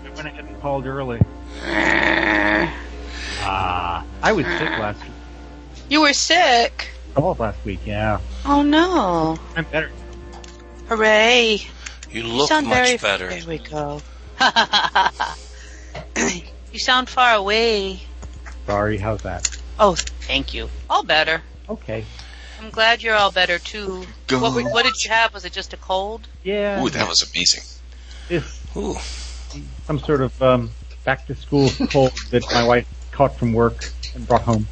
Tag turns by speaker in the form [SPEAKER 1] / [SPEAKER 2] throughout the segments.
[SPEAKER 1] I went ahead and called early.
[SPEAKER 2] eh.
[SPEAKER 1] Ah, I was sick last week.
[SPEAKER 2] You were sick.
[SPEAKER 1] Called last week, yeah.
[SPEAKER 2] Oh no.
[SPEAKER 1] I'm better.
[SPEAKER 2] Hooray.
[SPEAKER 3] You
[SPEAKER 2] you
[SPEAKER 3] look
[SPEAKER 2] sound very
[SPEAKER 3] much better.
[SPEAKER 2] There we go. you sound far away.
[SPEAKER 1] Sorry, how's that?
[SPEAKER 2] Oh, thank you. All better.
[SPEAKER 1] Okay.
[SPEAKER 2] I'm glad you're all better too.
[SPEAKER 4] Go.
[SPEAKER 2] What, were- what did you have? Was it just a cold?
[SPEAKER 1] Yeah.
[SPEAKER 4] Ooh, that was amazing.
[SPEAKER 1] It's
[SPEAKER 3] Ooh,
[SPEAKER 1] some sort of um, back to school cold that my wife caught from work and brought home.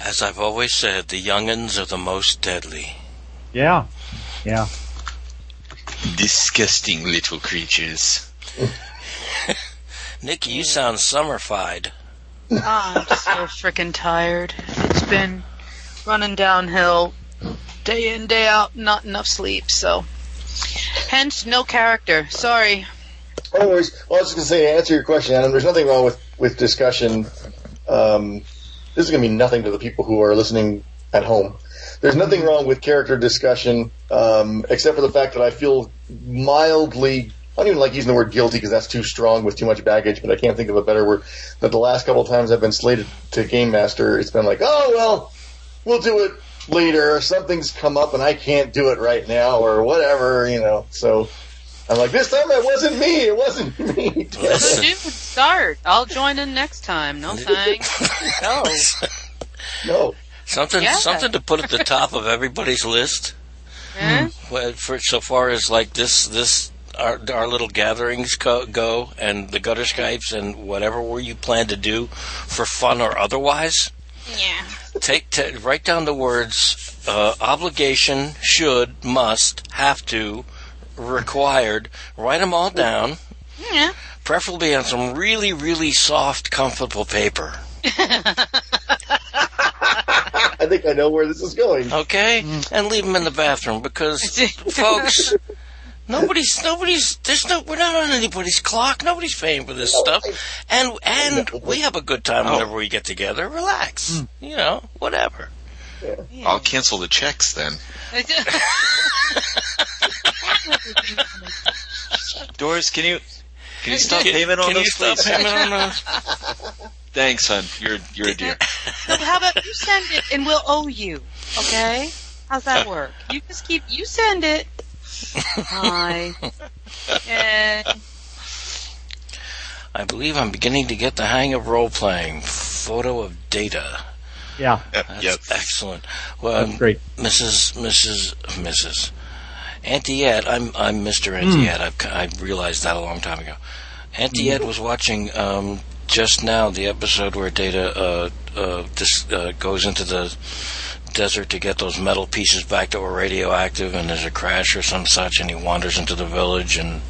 [SPEAKER 3] as I've always said, the youngins are the most deadly.
[SPEAKER 1] Yeah. Yeah.
[SPEAKER 4] Disgusting little creatures.
[SPEAKER 3] Nikki, you sound summerfied.
[SPEAKER 2] Ah, I'm just so freaking tired. It's been running downhill day in, day out, not enough sleep, so. Hence, no character. Sorry.
[SPEAKER 5] anyways, well, I was just gonna say to answer your question, Adam. There's nothing wrong with with discussion. Um, this is gonna mean nothing to the people who are listening at home. There's nothing wrong with character discussion, um, except for the fact that I feel mildly. I don't even like using the word guilty because that's too strong with too much baggage, but I can't think of a better word. That the last couple of times I've been slated to Game Master, it's been like, oh, well, we'll do it later. Something's come up and I can't do it right now or whatever, you know. So I'm like, this time it wasn't me. It wasn't me.
[SPEAKER 3] Listen.
[SPEAKER 2] Dude, start. I'll join in next time. No thanks. No.
[SPEAKER 3] Oh.
[SPEAKER 5] no.
[SPEAKER 3] something,
[SPEAKER 2] Yeah.
[SPEAKER 3] something to put at the top of everybody's list.
[SPEAKER 2] Eh?
[SPEAKER 3] Well, for so far as like this, this our our little gatherings co- go, and the gutter skypes, and whatever were you plan to do for fun or otherwise.
[SPEAKER 2] Yeah.
[SPEAKER 3] Take t- write down the words uh, obligation, should, must, have to, required. Write them all down,
[SPEAKER 2] Yeah.
[SPEAKER 3] preferably on some really really soft, comfortable paper.
[SPEAKER 5] I think I know where this is going.
[SPEAKER 3] Okay, and leave them in the bathroom because, folks, nobody's nobody's there's no we're not on anybody's clock. Nobody's paying for this stuff, and and we have a good time whenever we get together. Relax, you know, whatever.
[SPEAKER 4] I'll cancel the checks then. Doris, can you can you stop
[SPEAKER 3] Can-
[SPEAKER 4] payment on
[SPEAKER 3] can
[SPEAKER 4] those,
[SPEAKER 3] you stop
[SPEAKER 4] please?
[SPEAKER 3] payment on those?
[SPEAKER 4] Thanks, hon. You're you're a dear.
[SPEAKER 2] But how about you send it and we'll owe you? Okay? How's that work? You just keep, you send it. Hi. Eh.
[SPEAKER 3] I believe I'm beginning to get the hang of role playing. Photo of data.
[SPEAKER 1] Yeah.
[SPEAKER 4] Yep,
[SPEAKER 3] That's
[SPEAKER 4] yep.
[SPEAKER 3] excellent. Well,
[SPEAKER 4] Um,
[SPEAKER 3] um,
[SPEAKER 1] That's great.
[SPEAKER 3] Mrs. Mrs. Mrs. Auntie Ed, I'm I'm Mr. Auntie Ed. I've, I realized that a long time ago. Auntie Ed was watching um, just now the episode where Data uh, uh, dis, uh, goes into the desert to get those metal pieces back that were radioactive, and there's a crash or some such, and he wanders into the village, and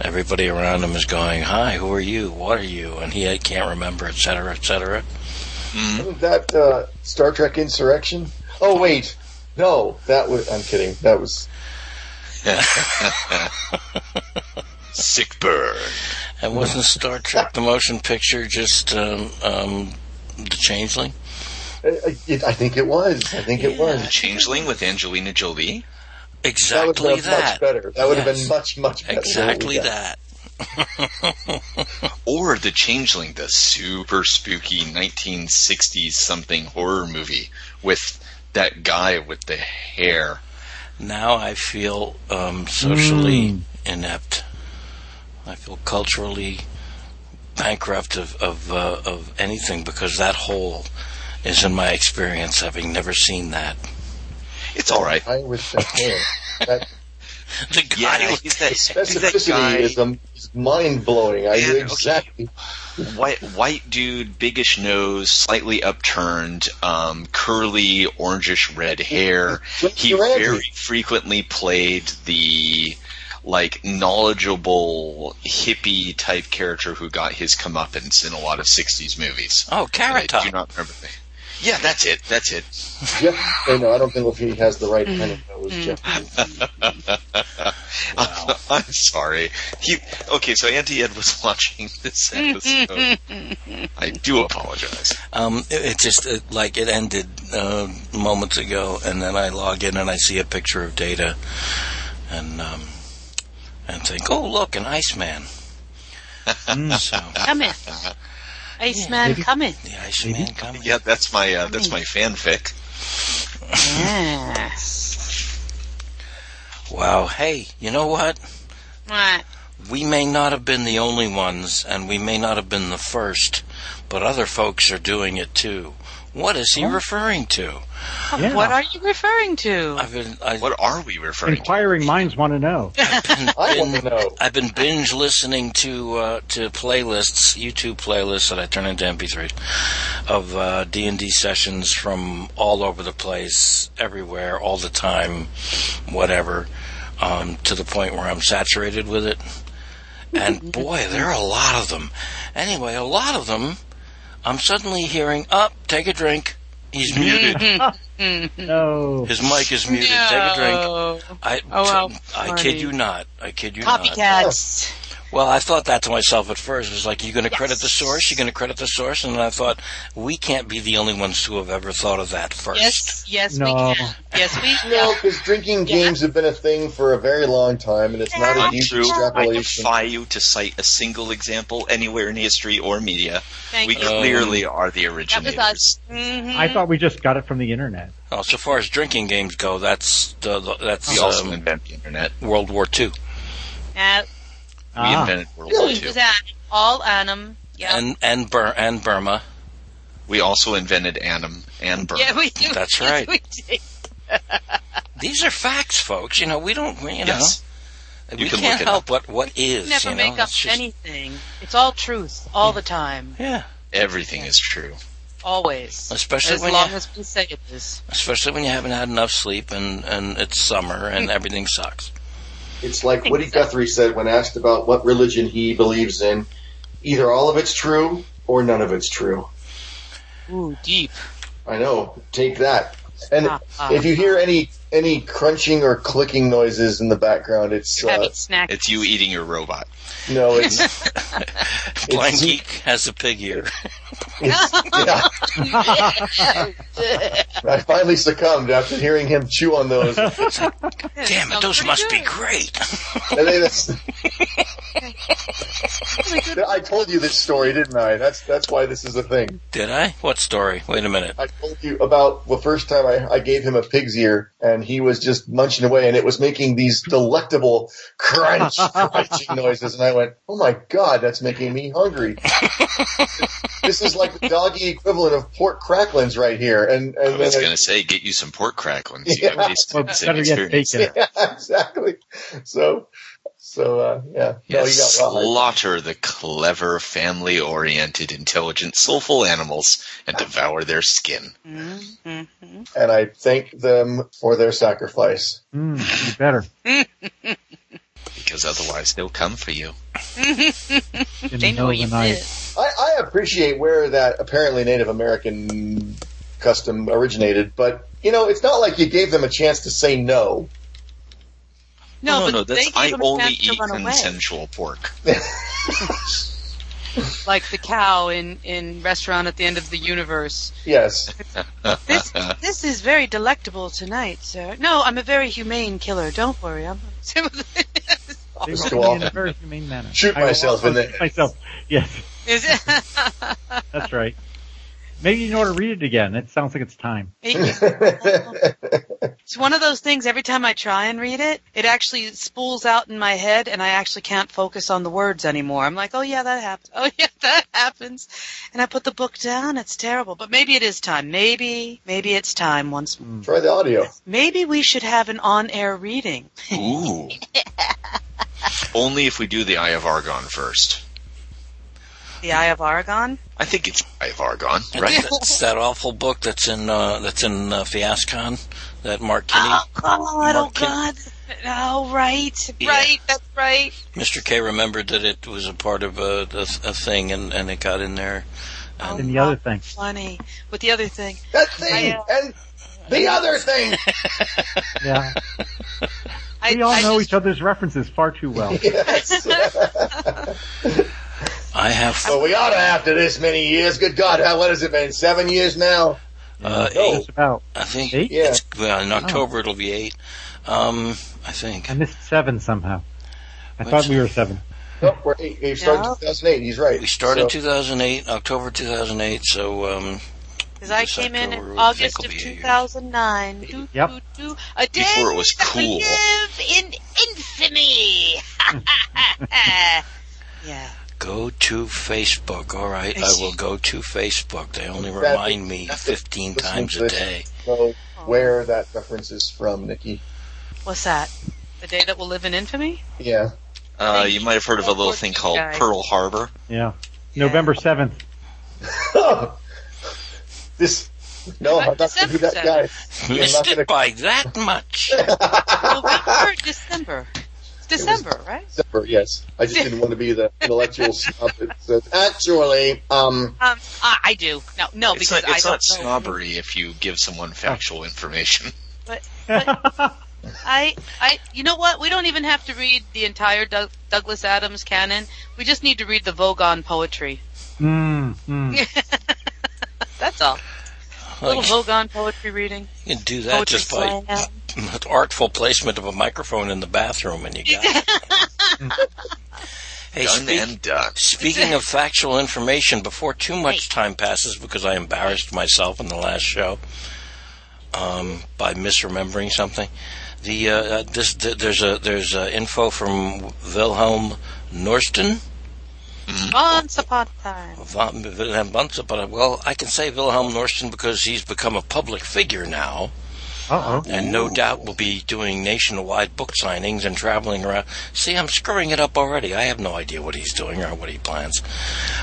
[SPEAKER 3] everybody around him is going, "Hi, who are you? What are you?" And he can't remember, et cetera, et cetera.
[SPEAKER 5] Isn't that uh, Star Trek Insurrection? Oh wait, no, that was. I'm kidding. That was.
[SPEAKER 4] Sick burn.
[SPEAKER 3] And wasn't Star Trek the motion picture just um, um, the Changeling?
[SPEAKER 5] I, I- it, I think it was. I think it
[SPEAKER 4] The
[SPEAKER 5] was.
[SPEAKER 4] Changeling with Angelina Jolie.
[SPEAKER 5] That would
[SPEAKER 3] Exactly
[SPEAKER 5] have been much
[SPEAKER 3] that.
[SPEAKER 5] better. That would have
[SPEAKER 3] Yes.
[SPEAKER 5] been much much better.
[SPEAKER 3] Exactly
[SPEAKER 5] Yeah.
[SPEAKER 3] that.
[SPEAKER 4] or The Changeling, the super spooky 1960s something horror movie with that guy with the hair.
[SPEAKER 3] Now I feel um, socially inept. I feel culturally bankrupt of of, uh, of anything because that hole is in my experience, having never seen that.
[SPEAKER 4] It's all right.
[SPEAKER 5] I with the hair. That
[SPEAKER 3] The guy
[SPEAKER 4] Yeah,
[SPEAKER 3] with-
[SPEAKER 4] he's that, he's that
[SPEAKER 5] specificity is, um, is mind blowing. I
[SPEAKER 4] Man,
[SPEAKER 5] knew
[SPEAKER 4] okay.
[SPEAKER 5] exactly.
[SPEAKER 4] white white dude, biggish nose, slightly upturned, um, curly, orangish red hair. He
[SPEAKER 5] Randy.
[SPEAKER 4] very frequently played the like knowledgeable hippie type character who got his comeuppance in a lot of '60s movies.
[SPEAKER 3] oh,
[SPEAKER 4] I
[SPEAKER 3] Carrot Top.
[SPEAKER 4] do not remember. The name. Yeah, that's it. That's it.
[SPEAKER 5] Jeff, oh, no, I don't think if he has the right kind of nose. Jeff,
[SPEAKER 4] I'm sorry. He okay. So Auntie Ed was watching this episode. I do apologize.
[SPEAKER 3] Um, it, it just it, like it ended uh, moments ago, and then I log in and I see a picture of Data, and um, and think, oh look, an Iceman. so
[SPEAKER 2] Come in. Iceman, come in.
[SPEAKER 3] the Iceman coming.
[SPEAKER 4] Yeah, that's my uh, that's my fanfic.
[SPEAKER 2] Yeah.
[SPEAKER 3] Wow. Hey, you know what?
[SPEAKER 2] Right.
[SPEAKER 3] We may not have been the only ones, and we may not have been the first, but other folks are doing it too. What is he referring to?
[SPEAKER 1] Yeah.
[SPEAKER 2] What are you referring to?
[SPEAKER 3] I've been I,
[SPEAKER 4] What are we referring to?
[SPEAKER 1] Inquiring minds want to know.
[SPEAKER 5] I want to know.
[SPEAKER 3] I've been binge listening to uh, to playlists, YouTube playlists that I turn into MP3s of uh, D and D sessions from all over the place, everywhere, all the time, whatever, um, to the point where I'm saturated with it. And boy, there are a lot of them. Anyway, a lot of them. I'm suddenly hearing up. take a drink. He's muted.
[SPEAKER 1] No.
[SPEAKER 3] His mic is muted. Take a drink. I,
[SPEAKER 2] Oh, how
[SPEAKER 3] I
[SPEAKER 2] funny.
[SPEAKER 3] kid you not. I kid you not.
[SPEAKER 2] Copycats.
[SPEAKER 3] Well, I thought that to myself at first. It was like, you're going to credit the source? You're going to credit the source? And then I thought, we can't be the only ones who have ever thought of that first.
[SPEAKER 2] Yes, yes,
[SPEAKER 1] No.
[SPEAKER 2] we can. Yes, we
[SPEAKER 5] No,
[SPEAKER 2] can.
[SPEAKER 5] because drinking games have been a thing for a very long time, and it's not
[SPEAKER 4] Not
[SPEAKER 5] a huge
[SPEAKER 4] true. I
[SPEAKER 5] extrapolation.
[SPEAKER 4] defy you to cite a single example anywhere in history or media.
[SPEAKER 2] Thank
[SPEAKER 4] we
[SPEAKER 2] you.
[SPEAKER 4] clearly
[SPEAKER 5] Um,
[SPEAKER 4] are the
[SPEAKER 2] That was
[SPEAKER 4] originators.
[SPEAKER 2] us. Mhm.
[SPEAKER 1] I thought we just got it from the internet.
[SPEAKER 3] Oh, so far as drinking games go, that's the, the-
[SPEAKER 4] We
[SPEAKER 3] that's
[SPEAKER 4] also
[SPEAKER 3] um,
[SPEAKER 4] invented the internet.
[SPEAKER 3] World War II.
[SPEAKER 2] Uh,
[SPEAKER 4] We
[SPEAKER 1] Ah,
[SPEAKER 4] invented World War
[SPEAKER 2] it
[SPEAKER 4] II.
[SPEAKER 2] was at all Anum. Yeah.
[SPEAKER 3] And and, Bur- and Burma.
[SPEAKER 4] We also invented Annam and Burma.
[SPEAKER 2] yeah, we do.
[SPEAKER 3] That's right.
[SPEAKER 2] We did.
[SPEAKER 3] These are facts, folks. You know, we don't, we- you know,
[SPEAKER 4] yes.
[SPEAKER 3] we
[SPEAKER 4] You can
[SPEAKER 3] can't
[SPEAKER 4] look it
[SPEAKER 3] help what, what is.
[SPEAKER 2] Never
[SPEAKER 3] you know?
[SPEAKER 2] make up
[SPEAKER 3] It's just-
[SPEAKER 2] anything. It's all truth, all the time,
[SPEAKER 3] Yeah,
[SPEAKER 4] Everything is true.
[SPEAKER 2] always.
[SPEAKER 3] Especially
[SPEAKER 2] as
[SPEAKER 3] when
[SPEAKER 2] long
[SPEAKER 3] you-
[SPEAKER 2] as we say it is.
[SPEAKER 3] especially when you haven't had enough sleep and, and it's summer
[SPEAKER 2] Hmm.
[SPEAKER 3] and everything sucks.
[SPEAKER 5] It's like Woody Guthrie said when asked about what religion he believes in: either all of it's true or none of it's true.
[SPEAKER 2] Ooh, deep.
[SPEAKER 5] I know. Take that. And
[SPEAKER 2] Ah, ah.
[SPEAKER 5] if you hear any any crunching or clicking noises in the background, it's uh,
[SPEAKER 2] Having snack.
[SPEAKER 4] It's you eating your robot.
[SPEAKER 5] no, it's
[SPEAKER 3] Blind
[SPEAKER 5] It's-
[SPEAKER 3] Geek has a pig ear.
[SPEAKER 5] It's, yeah. I finally succumbed after hearing him chew on those. And
[SPEAKER 3] Damn it, those must be great.
[SPEAKER 5] then it's- I told you this story, didn't I? That's that's why this is a thing.
[SPEAKER 3] Did I? What story? Wait a minute.
[SPEAKER 5] I told you about the first time I, I gave him a pig's ear, and he was just munching away, and it was making these delectable crunch crunching noises, and I went, "Oh my god, that's making me hungry." this is like the doggy equivalent of pork cracklins right here, and and
[SPEAKER 4] I was
[SPEAKER 5] then
[SPEAKER 4] going to say, get you some pork cracklings. You have
[SPEAKER 5] Yeah.
[SPEAKER 4] this
[SPEAKER 1] Or
[SPEAKER 4] same
[SPEAKER 1] better yet,
[SPEAKER 4] experience.
[SPEAKER 1] bacon.
[SPEAKER 5] yeah, exactly. So, so uh, yeah.
[SPEAKER 4] Yes,
[SPEAKER 5] No, you got right.
[SPEAKER 4] slaughter the clever, family-oriented, intelligent, soulful animals and devour their skin.
[SPEAKER 2] Mm-hmm.
[SPEAKER 5] And I thank them for their sacrifice.
[SPEAKER 1] Mm, you better.
[SPEAKER 4] because otherwise they'll come for you.
[SPEAKER 1] In
[SPEAKER 2] They
[SPEAKER 1] the
[SPEAKER 2] know
[SPEAKER 1] middle of
[SPEAKER 2] what you
[SPEAKER 1] the night.
[SPEAKER 2] did.
[SPEAKER 5] I, I appreciate where that apparently Native American custom originated, but you know, it's not like you gave them a chance to say no.
[SPEAKER 2] No,
[SPEAKER 4] no,
[SPEAKER 2] but
[SPEAKER 4] no, that's
[SPEAKER 2] they
[SPEAKER 4] I
[SPEAKER 2] gave them
[SPEAKER 4] only
[SPEAKER 2] chance to
[SPEAKER 4] eat
[SPEAKER 2] run away.
[SPEAKER 4] consensual pork.
[SPEAKER 2] like the cow in in restaurant at the end of the universe.
[SPEAKER 5] Yes,
[SPEAKER 2] This
[SPEAKER 4] Uh,
[SPEAKER 2] this is very delectable tonight, sir. No, I'm a very humane killer. Don't worry, I'm.
[SPEAKER 1] They
[SPEAKER 5] Just go
[SPEAKER 1] wrote me
[SPEAKER 5] off
[SPEAKER 1] in a
[SPEAKER 5] and
[SPEAKER 1] very humane manner.
[SPEAKER 5] shoot
[SPEAKER 1] I will
[SPEAKER 5] myself
[SPEAKER 1] also
[SPEAKER 5] in the-
[SPEAKER 1] shoot myself. Yes,
[SPEAKER 2] Is it?
[SPEAKER 1] that's right. Maybe you know how to read it again. It sounds like it's time.
[SPEAKER 2] It's one of those things every time I try and read it, it actually spools out in my head and I actually can't focus on the words anymore. I'm like, oh yeah, that happens. Oh yeah, that happens. And I put the book down. It's terrible. But maybe it is time. Maybe, maybe it's time once more.
[SPEAKER 5] Try the audio.
[SPEAKER 2] Maybe we should have an on-air reading.
[SPEAKER 4] Ooh. Only if we do the Eye of Argon first.
[SPEAKER 2] The Eye of Aragon?
[SPEAKER 4] I think it's Eye of Argon,
[SPEAKER 3] I
[SPEAKER 4] right?
[SPEAKER 3] think That's that awful book that's in uh, that's in uh, Fiascon. That Mark Kinney,
[SPEAKER 5] Uh-huh.
[SPEAKER 2] Oh God, oh
[SPEAKER 3] Mark Kim-
[SPEAKER 2] God. Oh, right,
[SPEAKER 3] Yeah.
[SPEAKER 2] right, that's right.
[SPEAKER 3] Mr. K remembered that it was a part of a, a, a thing, and, and it got in there.
[SPEAKER 2] Oh,
[SPEAKER 1] And the other thing.
[SPEAKER 2] Funny. With the other thing.
[SPEAKER 5] That thing
[SPEAKER 2] I, uh,
[SPEAKER 5] and the other thing.
[SPEAKER 1] Yeah,
[SPEAKER 2] I,
[SPEAKER 1] we all
[SPEAKER 2] I
[SPEAKER 1] know
[SPEAKER 2] just-
[SPEAKER 1] each other's references far too well.
[SPEAKER 5] Yes.
[SPEAKER 3] I have
[SPEAKER 5] well, we ought to after this many years. Good God, how what has it been? Seven years now. Oh.
[SPEAKER 3] uh, eight.
[SPEAKER 1] Just about.
[SPEAKER 3] I think
[SPEAKER 1] Eight?
[SPEAKER 5] Yeah.
[SPEAKER 3] it's well in October it'll be eight. Um, I think.
[SPEAKER 1] I missed seven somehow. I
[SPEAKER 3] What's-
[SPEAKER 1] thought we were seven.
[SPEAKER 5] Nope, Oh, we're eight. We started
[SPEAKER 2] No.
[SPEAKER 5] 2008. He's right.
[SPEAKER 3] We started
[SPEAKER 5] So-
[SPEAKER 3] 2008, October 2008. So um,
[SPEAKER 2] Because I
[SPEAKER 3] Yes,
[SPEAKER 2] came in
[SPEAKER 3] October
[SPEAKER 2] in
[SPEAKER 3] would
[SPEAKER 2] August
[SPEAKER 3] think
[SPEAKER 2] of
[SPEAKER 3] will be eight years.
[SPEAKER 2] 2009. Do,
[SPEAKER 1] Yep.
[SPEAKER 2] do, do. A day
[SPEAKER 4] Before it was
[SPEAKER 2] that we
[SPEAKER 4] cool.
[SPEAKER 2] live in infamy. yeah.
[SPEAKER 3] go to Facebook. All right, I will go to Facebook. They only
[SPEAKER 5] Exactly.
[SPEAKER 3] remind me
[SPEAKER 5] Listening
[SPEAKER 3] 15 times
[SPEAKER 5] to
[SPEAKER 3] a
[SPEAKER 5] this,
[SPEAKER 3] day.
[SPEAKER 5] Know where that reference is from, Nikki?
[SPEAKER 2] What's that? The day that we'll live in infamy?
[SPEAKER 5] Yeah.
[SPEAKER 4] Uh, you might have heard of a little thing called
[SPEAKER 2] Guy.
[SPEAKER 4] Pearl Harbor.
[SPEAKER 1] Yeah. November 7th.
[SPEAKER 5] this. No, I'm not going to be that guy. I'm not
[SPEAKER 3] Missed
[SPEAKER 5] gonna-
[SPEAKER 3] it by that much.
[SPEAKER 2] November, December. It's December, right?
[SPEAKER 5] Separate, yes. I just didn't want to be the intellectual snob that says, actually, um,
[SPEAKER 2] Um, I, I do. No, no,
[SPEAKER 4] It's
[SPEAKER 2] because
[SPEAKER 4] not, it's
[SPEAKER 2] I don't
[SPEAKER 4] not
[SPEAKER 2] know.
[SPEAKER 4] snobbery if you give someone factual information.
[SPEAKER 2] I, I, you know what? We don't even have to read the entire Doug, Douglas Adams canon. We just need to read the Vogon poetry.
[SPEAKER 1] Mm, mm.
[SPEAKER 2] That's all.
[SPEAKER 3] Like,
[SPEAKER 2] little Vogon poetry reading.
[SPEAKER 3] you can do that
[SPEAKER 2] Poetry
[SPEAKER 3] just by
[SPEAKER 2] slam.
[SPEAKER 3] artful placement of a microphone in the bathroom, and you got it. hey,
[SPEAKER 4] Done
[SPEAKER 3] speak-
[SPEAKER 4] and done.
[SPEAKER 3] Speaking of factual information, before too much time passes, because I embarrassed myself in the last show um, by misremembering something, the uh, uh, this th- there's a there's uh info from Wilhelm Norston.
[SPEAKER 2] Once upon a time.
[SPEAKER 3] Von- Wilhelm Bunce, but well, I can say Wilhelm Norston because he's become a public figure now,
[SPEAKER 1] Uh-oh.
[SPEAKER 3] and no doubt will be doing nationwide book signings and traveling around. See, I'm screwing it up already. I have no idea what he's doing or what he plans.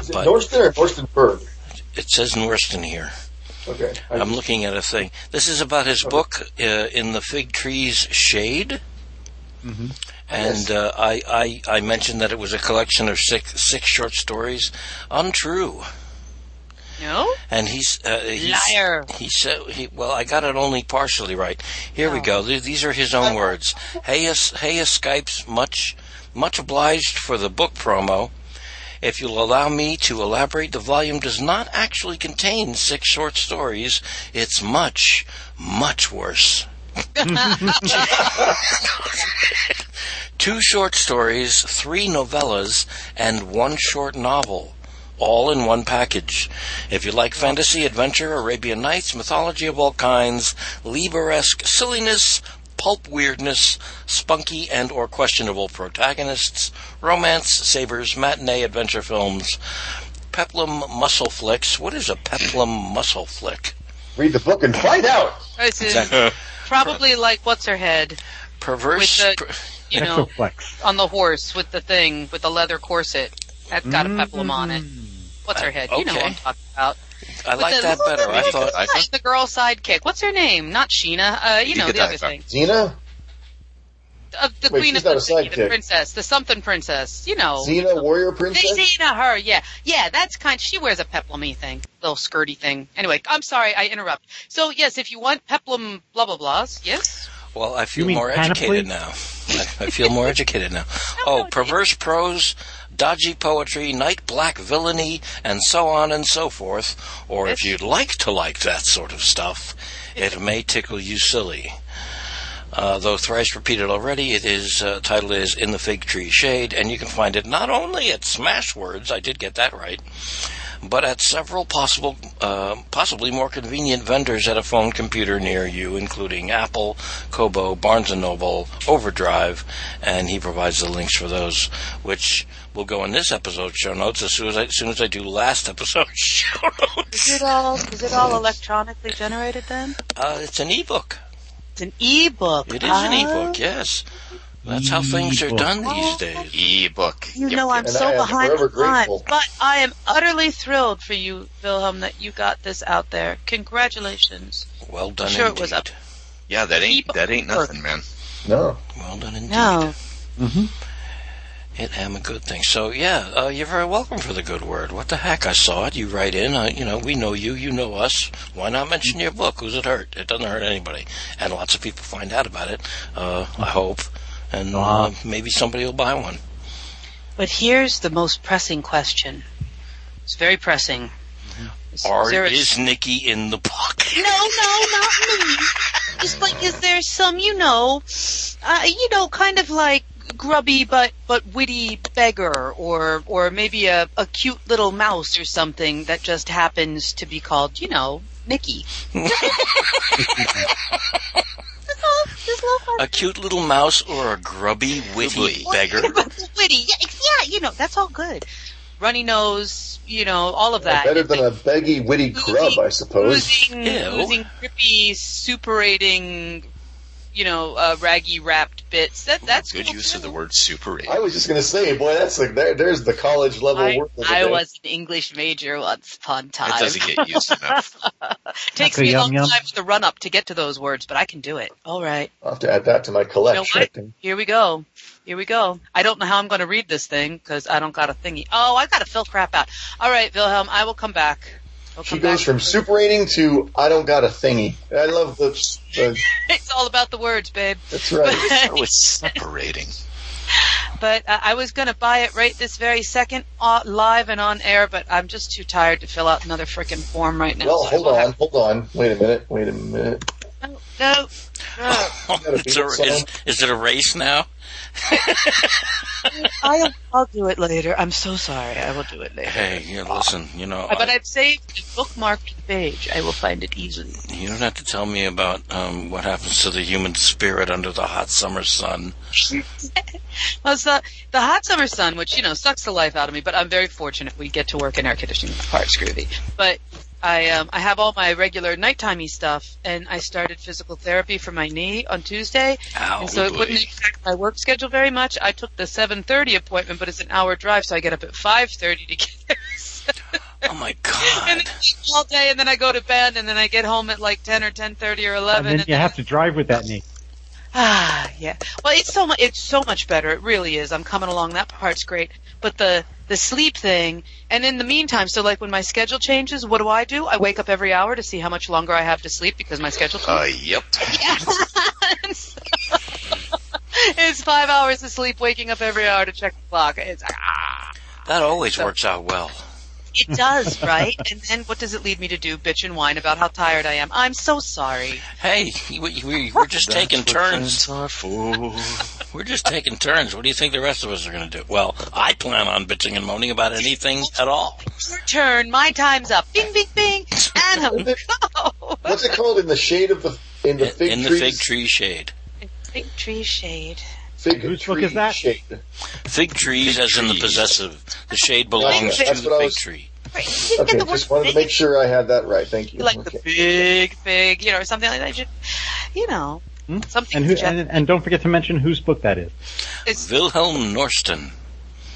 [SPEAKER 5] is it
[SPEAKER 3] But-
[SPEAKER 5] Norston or Norstenberg?
[SPEAKER 3] It says Norston here.
[SPEAKER 5] Okay. I-
[SPEAKER 3] I'm looking at a thing. This is about his book uh, in the fig tree's shade. And
[SPEAKER 5] Mm-hmm. Yes.
[SPEAKER 3] uh, I, I I mentioned that it was a collection of six six short stories, untrue.
[SPEAKER 2] No?
[SPEAKER 3] And he's, uh, he's
[SPEAKER 2] Liar.
[SPEAKER 3] He said he well I got it only partially right. Here we go. Th- These are his own words. Hey, us- hey, us Skype's much much obliged for the book promo. If you'll allow me to elaborate, the volume does not actually contain six short stories. It's much, much worse. Two short stories, three novellas, and one short novel, all in one package. If you like fantasy, adventure, Arabian Nights, mythology of all kinds, Lieberesque silliness, pulp weirdness, spunky and or questionable protagonists, romance, savers, matinee adventure films, peplum muscle flicks. What is a peplum muscle flick?
[SPEAKER 5] Read the book and find out.
[SPEAKER 2] This is probably like what's her head,
[SPEAKER 3] Perverse.
[SPEAKER 2] With the-
[SPEAKER 3] per-
[SPEAKER 2] you know,
[SPEAKER 1] Exoflex.
[SPEAKER 2] on the horse with the thing with the leather corset. That's got a peplum on it. What's her head? You know what I'm
[SPEAKER 3] Mm-hmm. Okay.
[SPEAKER 2] talking about.
[SPEAKER 3] I like
[SPEAKER 2] the-
[SPEAKER 3] that better. I thought
[SPEAKER 4] I
[SPEAKER 2] Not the girl sidekick. What's her name? Not Sheena. Uh, you know the other
[SPEAKER 4] Godiva.
[SPEAKER 2] thing.
[SPEAKER 5] Xena?
[SPEAKER 2] Uh, the
[SPEAKER 5] Wait,
[SPEAKER 2] queen
[SPEAKER 5] she's
[SPEAKER 2] of the
[SPEAKER 5] not a
[SPEAKER 2] city, the
[SPEAKER 5] sidekick.
[SPEAKER 2] princess, the something princess. You
[SPEAKER 3] Oh,
[SPEAKER 2] know.
[SPEAKER 5] Xena, warrior princess?
[SPEAKER 2] Xena, her, yeah, yeah. That's kind. She wears a peplumy thing, little skirty thing. Anyway, I'm sorry, I interrupt. So yes, if you want peplum, blah blah blahs, yes.
[SPEAKER 3] Well, I feel
[SPEAKER 1] mean
[SPEAKER 3] more educated
[SPEAKER 1] panoply?
[SPEAKER 3] now. I, I feel more educated now.
[SPEAKER 2] no,
[SPEAKER 3] Oh,
[SPEAKER 2] it-
[SPEAKER 3] perverse prose, dodgy poetry, night black villainy, and so on and so forth. Or if
[SPEAKER 2] It's-
[SPEAKER 3] you'd like to like that sort of stuff, it may tickle you silly. Uh, though thrice repeated already, it is uh, title is In the Fig Tree Shade, and you can find it not only at Smashwords, I did get that right, but at several possible, uh, possibly more convenient vendors at a phone computer near you, including Apple, Kobo, Barnes and Noble, Overdrive, and he provides the links for those, which will go in this episode's show notes as soon as I, as soon as I do last episode's show notes.
[SPEAKER 2] Is it all is it all electronically generated then?
[SPEAKER 3] Uh, it's an ebook.
[SPEAKER 2] It's an e-book.
[SPEAKER 3] It is an
[SPEAKER 2] huh?
[SPEAKER 3] ebook. Yes, that's how things are
[SPEAKER 1] E-book.
[SPEAKER 3] done these days.
[SPEAKER 4] E-book.
[SPEAKER 2] You
[SPEAKER 4] Yep,
[SPEAKER 2] know
[SPEAKER 4] yep.
[SPEAKER 2] I'm
[SPEAKER 5] And
[SPEAKER 2] so
[SPEAKER 5] I am
[SPEAKER 2] behind
[SPEAKER 5] forever
[SPEAKER 2] the times,
[SPEAKER 5] grateful.
[SPEAKER 2] but I am utterly thrilled for you, Wilhelm, that you got this out there. Congratulations.
[SPEAKER 3] Well done
[SPEAKER 2] Sure it
[SPEAKER 3] indeed.
[SPEAKER 2] was up.
[SPEAKER 4] Yeah, that ain't
[SPEAKER 2] E-book.
[SPEAKER 4] that ain't nothing, man.
[SPEAKER 5] No.
[SPEAKER 3] Well done indeed.
[SPEAKER 2] No,
[SPEAKER 3] It am a good thing. So yeah, uh, you're very welcome for the good word. What the heck? I saw it. You write in. Uh, you know, we know you. You know us. Why not mention your book? Who's it hurt? It doesn't hurt anybody, and lots of people find out about it. Uh, I hope, and uh, maybe somebody will buy one.
[SPEAKER 2] but here's the most pressing question. It's very pressing. Is,
[SPEAKER 3] Or
[SPEAKER 2] there a-
[SPEAKER 3] is Nikki in the book?
[SPEAKER 2] No, no, not me. Just like is there some, you know, uh, you know, kind of like grubby but but witty beggar, or or maybe a, a cute little mouse or something that just happens to be called, you know, Nikki. There's no- there's no kind
[SPEAKER 3] A cute little mouse or a grubby, witty
[SPEAKER 4] Witty.
[SPEAKER 3] beggar?
[SPEAKER 2] of witty. Yeah, ex- yeah, you know, that's all good. Runny nose, you know, all of that.
[SPEAKER 5] Better than a beggy, witty grub, I suppose.
[SPEAKER 2] Oozing,
[SPEAKER 3] Ew.
[SPEAKER 2] oozing, grippy, superating, you know, uh, raggy wrapped bits. That that's
[SPEAKER 4] good
[SPEAKER 2] cool,
[SPEAKER 4] use
[SPEAKER 2] too.
[SPEAKER 4] of the word super.
[SPEAKER 5] I was just going to say, boy, that's like there, there's the college level
[SPEAKER 2] I,
[SPEAKER 5] work. of
[SPEAKER 2] I
[SPEAKER 5] it.
[SPEAKER 2] was an English major once upon time.
[SPEAKER 4] That doesn't get used enough.
[SPEAKER 2] Takes
[SPEAKER 1] That's a
[SPEAKER 2] me a long
[SPEAKER 1] yum-yum.
[SPEAKER 2] time for the run up to get to those words, but I can do it. All right,
[SPEAKER 5] I'll have to add that to my collection.
[SPEAKER 2] here we go. Here we go. I don't know how I'm going to read this thing because I don't got a thingy. Oh, I got to fill crap out. All right, Wilhelm, I will come back. I'll
[SPEAKER 5] She
[SPEAKER 2] come
[SPEAKER 5] goes
[SPEAKER 2] back.
[SPEAKER 5] from superating to I don't got a thingy. I love the. the
[SPEAKER 2] it's all about the words, babe.
[SPEAKER 5] that's right.
[SPEAKER 4] Oh, it's separating.
[SPEAKER 2] but uh, I was going to buy it right this very second, uh, live and on air, but I'm just too tired to fill out another freaking form right now.
[SPEAKER 5] Well,
[SPEAKER 2] so
[SPEAKER 5] hold
[SPEAKER 2] we'll
[SPEAKER 5] on,
[SPEAKER 2] have-
[SPEAKER 5] hold on. Wait a minute. Wait a minute.
[SPEAKER 2] No, no.
[SPEAKER 3] It's a- is, is it a race now?
[SPEAKER 2] I'll, I'll do it later. I'm so sorry. I will do it later.
[SPEAKER 3] Hey, you listen, you know,
[SPEAKER 2] Uh, But
[SPEAKER 3] I-
[SPEAKER 2] I've saved and bookmarked the page. I will find it easily.
[SPEAKER 3] you don't have to tell me about um, what happens to the human spirit under the hot summer sun.
[SPEAKER 2] Well, it's the, the hot summer sun, which, you know, sucks the life out of me, but I'm very fortunate we get to work in air conditioning. Parts groovy. But I, um, I have all my regular nightimey stuff, and I started physical therapy for my knee on Tuesday,
[SPEAKER 3] Ow.
[SPEAKER 2] and so it
[SPEAKER 4] boy.
[SPEAKER 2] wouldn't impact my work schedule very much. I took the 7:30 appointment, but it's an hour drive, so I get up at 5:30 to get there.
[SPEAKER 3] Oh my
[SPEAKER 2] and
[SPEAKER 3] god.
[SPEAKER 2] then all day, and then I go to bed, and then I get home at like 10 or 10:30 or 11.
[SPEAKER 1] And then you have to drive with that knee.
[SPEAKER 2] Ah, yeah. Well, it's so much. It's so much better. It really is. I'm coming along. That part's great. But the the sleep thing, and in the meantime, so like when my schedule changes, what do I do? I wake up every hour to see how much longer I have to sleep because my schedule.
[SPEAKER 4] Uh, yep.
[SPEAKER 2] it's five hours of sleep, waking up every hour to check the clock. It's ah,
[SPEAKER 3] That always works out well.
[SPEAKER 2] it does, right? And then what does it lead me to do? Bitch and whine about how tired I am. I'm so sorry.
[SPEAKER 3] Hey, we, we, we're just taking turns.
[SPEAKER 4] Are for.
[SPEAKER 3] We're just taking turns. What do you think the rest of us are going to do? Well, I plan on bitching and moaning about anything at all.
[SPEAKER 2] Your turn. My time's up. Bing, bing, bing. And go.
[SPEAKER 5] What's it called? In the shade of the in the fig
[SPEAKER 3] In the
[SPEAKER 5] trees-
[SPEAKER 3] fig tree shade.
[SPEAKER 2] Big tree shade.
[SPEAKER 5] fig
[SPEAKER 1] Whose book
[SPEAKER 5] tree
[SPEAKER 1] is that?
[SPEAKER 5] Shade.
[SPEAKER 3] Fig trees, as in the
[SPEAKER 4] trees.
[SPEAKER 3] possessive. The shade belongs to
[SPEAKER 5] That's
[SPEAKER 3] the
[SPEAKER 5] what I
[SPEAKER 3] fig
[SPEAKER 5] was-
[SPEAKER 3] tree.
[SPEAKER 2] Right.
[SPEAKER 5] Okay, just wanted to make sure I had that right. Thank you.
[SPEAKER 2] like
[SPEAKER 5] okay.
[SPEAKER 2] the big, big, you know, or something like that. You, you know,
[SPEAKER 1] Hmm?
[SPEAKER 2] something.
[SPEAKER 1] And, who,
[SPEAKER 2] Jeff-
[SPEAKER 1] and, and don't forget to mention whose book that is.
[SPEAKER 2] it's
[SPEAKER 3] Wilhelm Norston.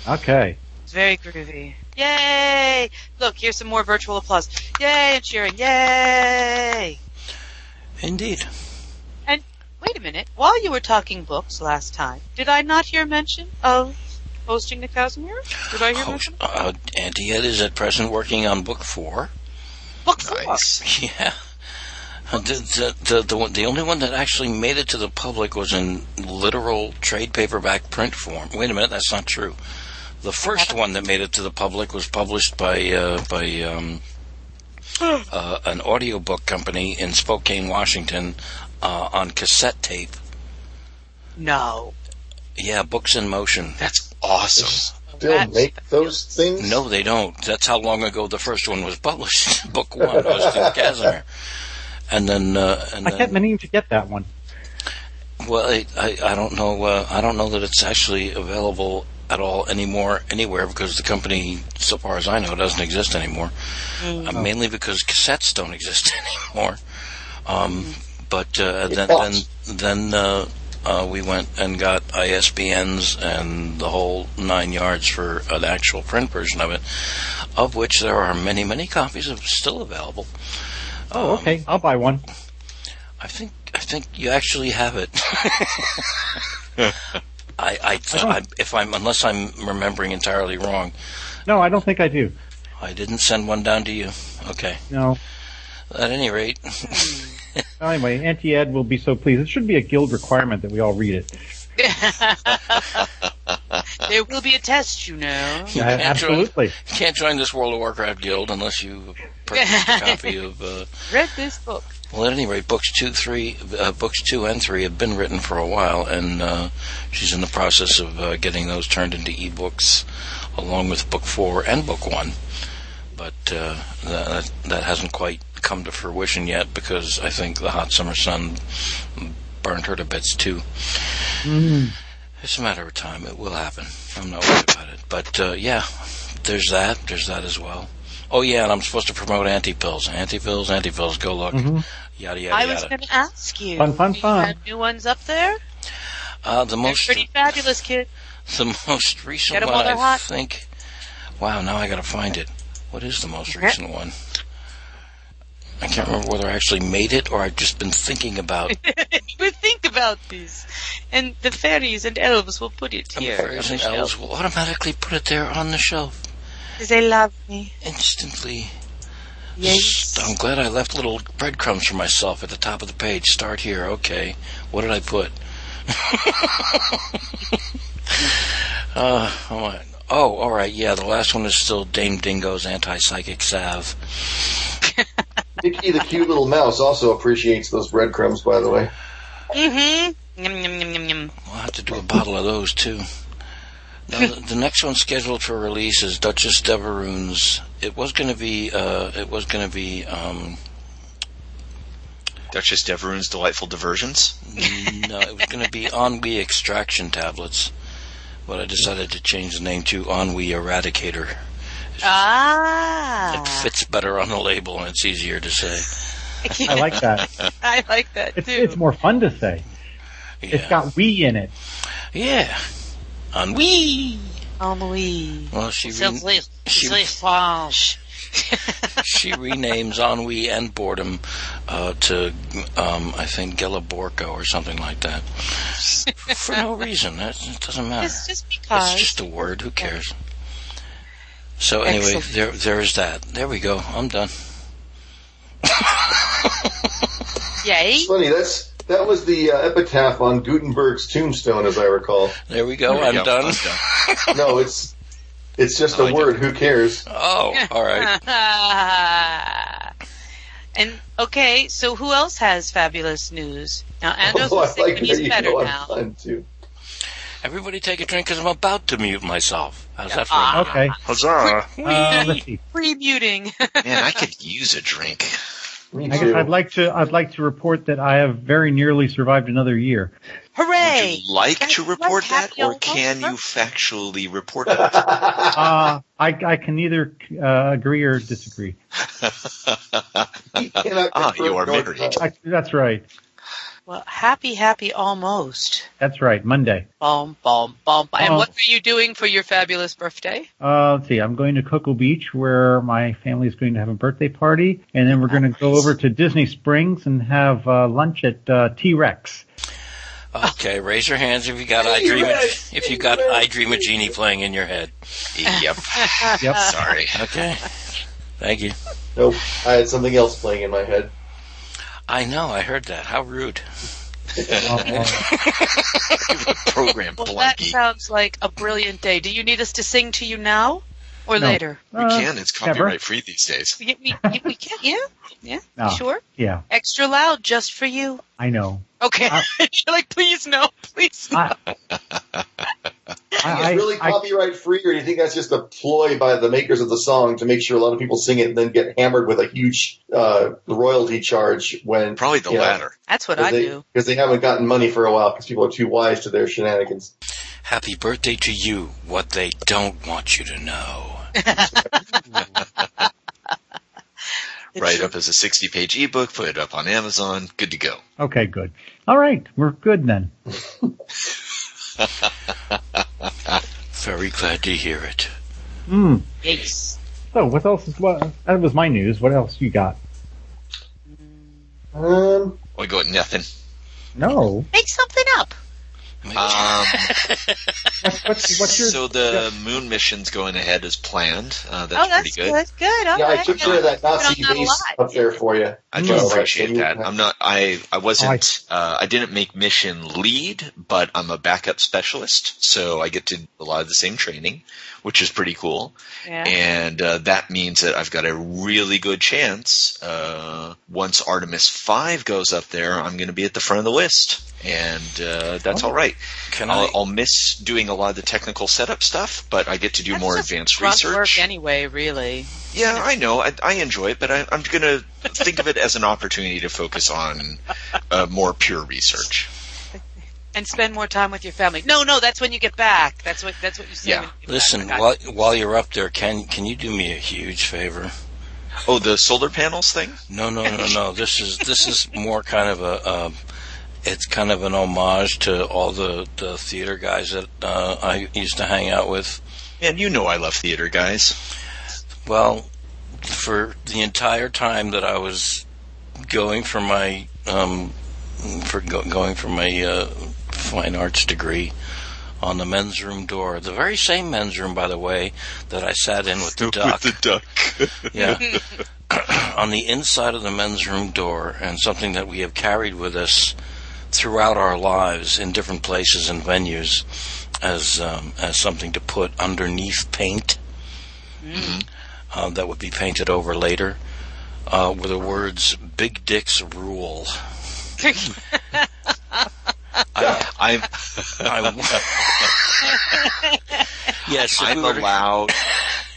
[SPEAKER 1] Okay.
[SPEAKER 2] very groovy. Yay! Look, here's some more virtual applause. Yay! And cheering. Yay!
[SPEAKER 3] Indeed.
[SPEAKER 2] Wait a minute. While you were talking books last time, did I not hear mention of hosting the Casimir? Did I hear
[SPEAKER 3] Oh,
[SPEAKER 2] mention?
[SPEAKER 3] uh, Auntie Ed is at present working on book four.
[SPEAKER 2] Book four.
[SPEAKER 4] Nice.
[SPEAKER 3] Yeah. Uh, The, the, the, the, one, the only one that actually made it to the public was in literal trade paperback print form. Wait a minute, that's not true. The first one that made it to the public was published by uh, by um, uh, an audiobook company in Spokane, Washington, uh, on cassette tape
[SPEAKER 2] No.
[SPEAKER 3] Yeah, books in motion.
[SPEAKER 4] That's awesome.
[SPEAKER 5] Still
[SPEAKER 2] That's-
[SPEAKER 5] make those things?
[SPEAKER 3] No, they don't. That's how long ago the first one was published. Book one, Austin Casimir. And then, uh, and
[SPEAKER 1] I
[SPEAKER 3] then,
[SPEAKER 1] kept meaning to get that one.
[SPEAKER 3] well, I, I, I don't know. Uh, I don't know that it's actually available at all anymore anywhere because the company, so far as I know, doesn't exist anymore. Uh, mainly because cassettes don't exist anymore. Um, but uh, then, then,
[SPEAKER 5] was.
[SPEAKER 3] then uh, uh, we went and got ISBNs and the whole nine yards for an actual print version of it, of which there are many, many copies of still available.
[SPEAKER 1] Oh, okay. I'll buy one.
[SPEAKER 3] I think I think you actually have it. I, I, I if I'm unless I'm remembering entirely wrong,
[SPEAKER 1] No, I don't think I do.
[SPEAKER 3] I didn't send one down to you. Okay.
[SPEAKER 1] No.
[SPEAKER 3] At any rate,
[SPEAKER 1] Anyway, Auntie Ed will be so pleased. It should be a guild requirement that we all read it.
[SPEAKER 2] There will be a test, you know.
[SPEAKER 1] Yeah,
[SPEAKER 3] can't
[SPEAKER 1] absolutely.
[SPEAKER 3] You can't join this World of Warcraft guild unless you purchase a copy of. Uh,
[SPEAKER 2] Read this book.
[SPEAKER 3] well, at any rate, books two, three, uh, books two and three have been written for a while, and uh, she's in the process of uh, getting those turned into ebooks, along with book four and book one. But uh, that that hasn't quite come to fruition yet because I think the hot summer sun burned her to bits too.
[SPEAKER 1] Mm.
[SPEAKER 3] It's a matter of time. It will happen. I'm not worried about it. But uh, yeah, there's that. There's that as well. Oh yeah, and I'm supposed to promote anti pills. Anti pills. Anti pills. Go look. Yada yada
[SPEAKER 2] I was
[SPEAKER 3] yada.
[SPEAKER 2] going to ask you.
[SPEAKER 1] Fun, fun,
[SPEAKER 2] you
[SPEAKER 1] fun.
[SPEAKER 2] had new ones up there?
[SPEAKER 3] Uh, the
[SPEAKER 2] They're
[SPEAKER 3] most
[SPEAKER 2] pretty fabulous, kid.
[SPEAKER 3] the most recent
[SPEAKER 2] Get 'em
[SPEAKER 3] one
[SPEAKER 2] while
[SPEAKER 3] I
[SPEAKER 2] they're hot.
[SPEAKER 3] think. Wow, now I got to find it. What is the most recent one? I can't remember whether I actually made it or I've just been thinking about
[SPEAKER 2] But think about this. And the fairies and elves will put it here. on
[SPEAKER 3] Everything
[SPEAKER 2] the shelf.
[SPEAKER 3] else will automatically put it there on the shelf
[SPEAKER 2] They love me.
[SPEAKER 3] instantly.
[SPEAKER 2] Yes.
[SPEAKER 3] I'm glad I left little breadcrumbs for myself at the top of the page. Start here. Okay. What did I put? uh, all right. Oh, all right. Yeah, the last one is still Dame Dingo's anti psychic salve.
[SPEAKER 5] Dicky the cute little mouse also appreciates those breadcrumbs, by the way.
[SPEAKER 2] Mm-hmm. Yum, yum, yum, yum, yum.
[SPEAKER 3] We'll have to do a bottle of those too. Now, the, the next one scheduled for release is Duchess Deveroon's. It was going to be. Uh, it was going to be. Um,
[SPEAKER 4] Duchess Deveroon's Delightful Diversions.
[SPEAKER 3] no, it was going to be Ennui Extraction Tablets, but I decided to change the name to Ennui Eradicator.
[SPEAKER 2] Ah.
[SPEAKER 3] It fits better on the label, and it's easier to say.
[SPEAKER 1] I like that.
[SPEAKER 2] Ah. I like that
[SPEAKER 1] It's,
[SPEAKER 2] too.
[SPEAKER 1] it's more fun to say. It's
[SPEAKER 3] Yeah.
[SPEAKER 1] got we in it.
[SPEAKER 3] yeah. Ennui.
[SPEAKER 2] Ennui.
[SPEAKER 3] Well, she
[SPEAKER 2] So
[SPEAKER 3] re-
[SPEAKER 2] please-
[SPEAKER 3] she-
[SPEAKER 2] please wash.
[SPEAKER 3] she renames ennui and boredom uh, to, um, I think, Gelaborco or something like that. For no reason. That it doesn't matter.
[SPEAKER 2] It's just
[SPEAKER 3] It's
[SPEAKER 2] because.
[SPEAKER 3] just a word. Who cares? So anyway,
[SPEAKER 2] Excellent.
[SPEAKER 3] there there is that. There we go. I'm done.
[SPEAKER 2] Yay.
[SPEAKER 5] Funny, that's that was the uh, epitaph on Gutenberg's tombstone, as I recall.
[SPEAKER 3] There we go.
[SPEAKER 4] There we
[SPEAKER 3] Oh, I'm
[SPEAKER 4] go.
[SPEAKER 3] done.
[SPEAKER 4] I'm done.
[SPEAKER 5] No, it's it's just
[SPEAKER 4] Oh, I
[SPEAKER 5] a word. Who cares?
[SPEAKER 3] Oh, all right.
[SPEAKER 2] and okay, so who else has fabulous news? Now Andros
[SPEAKER 5] Oh, I
[SPEAKER 2] is sick
[SPEAKER 5] like
[SPEAKER 2] and he's
[SPEAKER 5] that you
[SPEAKER 2] better
[SPEAKER 5] know I'm
[SPEAKER 2] now.
[SPEAKER 5] fun too.
[SPEAKER 3] Everybody take a drink because I'm about to mute myself. How's that for
[SPEAKER 2] Ah.
[SPEAKER 3] a-
[SPEAKER 1] Okay.
[SPEAKER 4] Huzzah!
[SPEAKER 1] Uh, let's see.
[SPEAKER 2] Pre-muting.
[SPEAKER 4] Man, I could use a drink.
[SPEAKER 5] Me
[SPEAKER 1] I guess
[SPEAKER 5] too.
[SPEAKER 1] I'd like to. I'd like to report that I have very nearly survived another year.
[SPEAKER 2] Hooray!
[SPEAKER 4] Would you like
[SPEAKER 2] Guys,
[SPEAKER 4] to
[SPEAKER 2] let's
[SPEAKER 4] report
[SPEAKER 2] have
[SPEAKER 4] that, or
[SPEAKER 2] y'all
[SPEAKER 4] can
[SPEAKER 2] over.
[SPEAKER 4] you factually report it?
[SPEAKER 1] Uh, I, I can neither uh, agree or
[SPEAKER 5] He
[SPEAKER 1] disagree.
[SPEAKER 5] cannot
[SPEAKER 4] Ah, you
[SPEAKER 5] confirm
[SPEAKER 4] are
[SPEAKER 5] nor
[SPEAKER 4] married.
[SPEAKER 5] deny.
[SPEAKER 1] I, that's right.
[SPEAKER 2] Well, happy, happy, almost.
[SPEAKER 1] That's right. Monday.
[SPEAKER 2] Bom, bom, bom. bom. And
[SPEAKER 1] Oh.
[SPEAKER 2] what are you doing for your fabulous birthday?
[SPEAKER 1] Uh, let's see. I'm going to Cocoa Beach where my family is going to have a birthday party, and then we're going to go over to Disney Springs and have uh, lunch at uh, T Rex.
[SPEAKER 3] Okay, raise your hands if you got I Dream a, if you got I Dream a Genie playing in your head.
[SPEAKER 4] yep.
[SPEAKER 1] Yep.
[SPEAKER 4] Sorry.
[SPEAKER 3] Okay. Thank you.
[SPEAKER 5] Nope, I had something else playing in my head.
[SPEAKER 3] I know, I heard that. How rude.
[SPEAKER 1] Uh,
[SPEAKER 4] Program
[SPEAKER 2] Well, that
[SPEAKER 4] blankie.
[SPEAKER 2] sounds like a brilliant day. Do you need us to sing to you now? or
[SPEAKER 1] No.
[SPEAKER 2] later.
[SPEAKER 4] We
[SPEAKER 1] Uh,
[SPEAKER 4] can. It's copyright free these days.
[SPEAKER 2] We, we, we, we can, yeah, yeah,
[SPEAKER 1] No.
[SPEAKER 2] sure.
[SPEAKER 1] Yeah,
[SPEAKER 2] Extra loud just for you.
[SPEAKER 1] I know.
[SPEAKER 2] Okay.
[SPEAKER 1] Uh,
[SPEAKER 2] You're like, please no, please. No.
[SPEAKER 1] I,
[SPEAKER 5] Is it
[SPEAKER 1] I,
[SPEAKER 5] really
[SPEAKER 1] I, I,
[SPEAKER 5] copyright free, or do you think that's just a ploy by the makers of the song to make sure a lot of people sing it and then get hammered with a huge uh, royalty charge when
[SPEAKER 4] Probably the
[SPEAKER 5] Yeah.
[SPEAKER 4] latter.
[SPEAKER 2] That's what I
[SPEAKER 5] because they,
[SPEAKER 2] do.
[SPEAKER 5] 'cause they haven't gotten money for a while because people are too wise to their shenanigans.
[SPEAKER 3] Happy birthday to you, what they don't want you to know.
[SPEAKER 2] It's
[SPEAKER 4] Write it
[SPEAKER 2] true.
[SPEAKER 4] up as a 60 page ebook, put it up on Amazon. Good to go.
[SPEAKER 1] okay, good. All right, we're good then.
[SPEAKER 3] Very glad to hear it.
[SPEAKER 1] Mm.
[SPEAKER 2] Yes.
[SPEAKER 1] So, what else is what? That was my news. What else you got?
[SPEAKER 5] Um,
[SPEAKER 4] I go with nothing.
[SPEAKER 1] No.
[SPEAKER 2] Make something up.
[SPEAKER 4] Um,
[SPEAKER 1] What's, what's, what's your?
[SPEAKER 4] so the moon mission's going ahead as planned. Uh, that's,
[SPEAKER 2] oh, that's
[SPEAKER 4] pretty good.
[SPEAKER 2] That's good. All
[SPEAKER 5] yeah, I
[SPEAKER 2] right.
[SPEAKER 5] took care of that Nazi
[SPEAKER 2] But I'm not
[SPEAKER 5] base
[SPEAKER 2] alive.
[SPEAKER 5] up there for you.
[SPEAKER 4] I
[SPEAKER 3] Mm.
[SPEAKER 1] No,
[SPEAKER 4] do
[SPEAKER 1] right,
[SPEAKER 4] appreciate
[SPEAKER 5] so you-
[SPEAKER 4] that. I'm not. I I wasn't. uh, I didn't make mission lead, but I'm a backup specialist, so I get to do a lot of the same training, which is pretty cool.
[SPEAKER 2] Yeah.
[SPEAKER 4] And uh, that means that I've got a really good chance. Uh, once Artemis Five goes up there, I'm going to be at the front of the list, and uh, that's all right.
[SPEAKER 3] Oh. Can
[SPEAKER 4] I'll,
[SPEAKER 3] I?
[SPEAKER 4] I'll miss doing a lot of the technical setup stuff, but I get to do
[SPEAKER 2] That's
[SPEAKER 4] more
[SPEAKER 2] just
[SPEAKER 4] advanced
[SPEAKER 2] grunt
[SPEAKER 4] research.
[SPEAKER 2] work anyway, really.
[SPEAKER 4] Yeah, I know. I, I enjoy it, but I, I'm going to think of it as an opportunity to focus on uh, more pure research.
[SPEAKER 2] And spend more time with your family. No, no, that's when you get back. That's what that's what you say.
[SPEAKER 4] Yeah.
[SPEAKER 2] when you get
[SPEAKER 3] Listen,
[SPEAKER 2] back. I got
[SPEAKER 3] while,
[SPEAKER 2] you.
[SPEAKER 3] while you're up there, can can you do me a huge favor?
[SPEAKER 4] Oh, the solar panels thing?
[SPEAKER 3] No, no, no, no. This is this is more kind of a. Um, it's kind of an homage to all the, the theater guys that uh, I used to hang out with.
[SPEAKER 4] Man, you know I love theater, guys.
[SPEAKER 3] Well, for the entire time that I was going for my um, for go- going for my uh, fine arts degree on the men's room door, the very same men's room, by the way, that I sat in with the duck.
[SPEAKER 4] With the duck.
[SPEAKER 3] Yeah. on the inside of the men's room door, and something that we have carried with us throughout our lives in different places and venues as um, as something to put underneath paint uh, that would be painted over later uh, were the words "Big Dick's Rule."
[SPEAKER 4] I'm,
[SPEAKER 3] I- yes, if
[SPEAKER 4] I'm
[SPEAKER 3] we were to-
[SPEAKER 4] allowed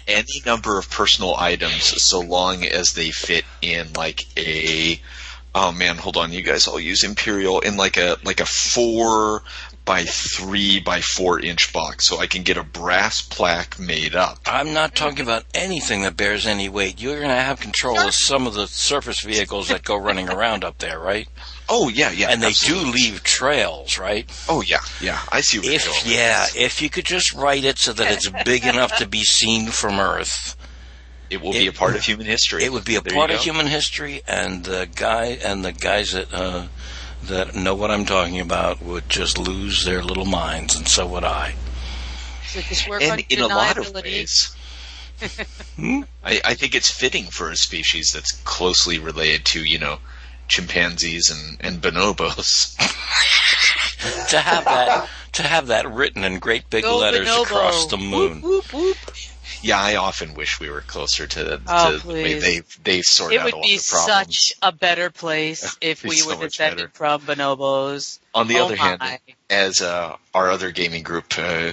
[SPEAKER 4] any number of personal items so long as they fit in like a. Oh man, hold on, you guys all use Imperial in like a like a four by three by four inch box, so I can get a brass plaque made up.
[SPEAKER 3] I'm not talking about anything that bears any weight. You're going to have control of some of the surface vehicles that go running around up there, right?
[SPEAKER 4] Oh yeah, yeah,
[SPEAKER 3] And they
[SPEAKER 4] absolutely.
[SPEAKER 3] do leave trails, right?
[SPEAKER 4] Oh yeah, yeah. I see. Where you're going
[SPEAKER 3] If
[SPEAKER 4] with
[SPEAKER 3] yeah,
[SPEAKER 4] this.
[SPEAKER 3] if you could just write it so that it's big enough to be seen from Earth,
[SPEAKER 4] it will be a
[SPEAKER 3] it-
[SPEAKER 4] part of human history.
[SPEAKER 3] it would be a
[SPEAKER 4] There you
[SPEAKER 3] part of
[SPEAKER 4] go.
[SPEAKER 3] human history. And the guy and the guys that uh, that know what I'm talking about would just lose their little minds, and so would I.
[SPEAKER 2] So just work on
[SPEAKER 4] And in a lot of
[SPEAKER 2] deniability.
[SPEAKER 4] ways,
[SPEAKER 3] Hmm?
[SPEAKER 4] I, I think it's fitting for a species that's closely related to you know chimpanzees and, and bonobos.
[SPEAKER 3] To have that to have that written in great big
[SPEAKER 2] Go
[SPEAKER 3] letters
[SPEAKER 2] bonobo.
[SPEAKER 3] across the moon.
[SPEAKER 2] Whoop, whoop, whoop.
[SPEAKER 4] yeah, I often wish we were closer to,
[SPEAKER 2] Oh,
[SPEAKER 4] to the way
[SPEAKER 2] please.
[SPEAKER 4] they they sort
[SPEAKER 2] It
[SPEAKER 4] out a
[SPEAKER 2] would
[SPEAKER 4] lot
[SPEAKER 2] be
[SPEAKER 4] of problems.
[SPEAKER 2] such a better place if
[SPEAKER 4] Be
[SPEAKER 2] we
[SPEAKER 4] so
[SPEAKER 2] were
[SPEAKER 4] much
[SPEAKER 2] descended
[SPEAKER 4] better.
[SPEAKER 2] from bonobos.
[SPEAKER 4] On the
[SPEAKER 2] Oh
[SPEAKER 4] other
[SPEAKER 2] my.
[SPEAKER 4] hand, as uh, our other gaming group uh,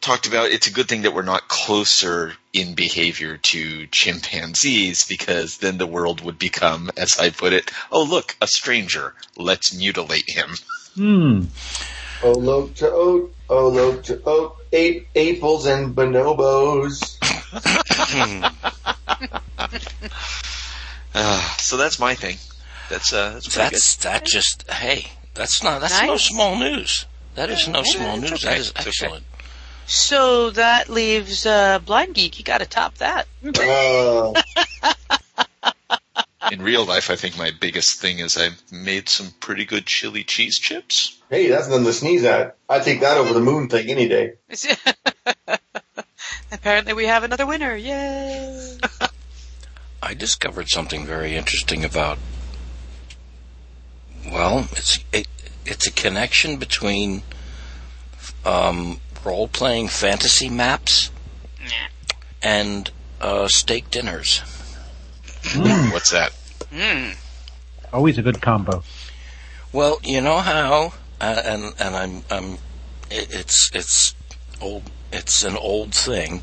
[SPEAKER 4] talked about, it's a good thing that we're not closer in behavior to chimpanzees because then the world would become, as I put it, oh look, a stranger. Let's mutilate him.
[SPEAKER 1] Hmm.
[SPEAKER 5] Oh, look to oat, oh, look to oat, ape, apples and bonobos.
[SPEAKER 4] Uh, so that's my thing. That's uh, that's pretty
[SPEAKER 3] That's that just hey, that's not that's no
[SPEAKER 2] Nice.
[SPEAKER 3] small news. That is no small
[SPEAKER 4] it's
[SPEAKER 3] news.
[SPEAKER 4] okay.
[SPEAKER 3] That is
[SPEAKER 4] It's okay.
[SPEAKER 3] excellent.
[SPEAKER 2] So that leaves uh, Blind Geek. You got to top that.
[SPEAKER 5] Uh,
[SPEAKER 4] good. In real life, I think my biggest thing is I made some pretty good chili cheese chips.
[SPEAKER 5] hey, that's nothing to sneeze at. I take that over the moon thing any day.
[SPEAKER 2] Apparently, we have another winner. Yay!
[SPEAKER 3] I discovered something very interesting about. Well, it's it, it's a connection between um, role playing fantasy maps and uh, steak dinners.
[SPEAKER 4] What's that?
[SPEAKER 2] Mm.
[SPEAKER 1] Always a good combo.
[SPEAKER 3] Well, you know how, uh, and and I'm I'm, it, it's it's old. It's an old thing.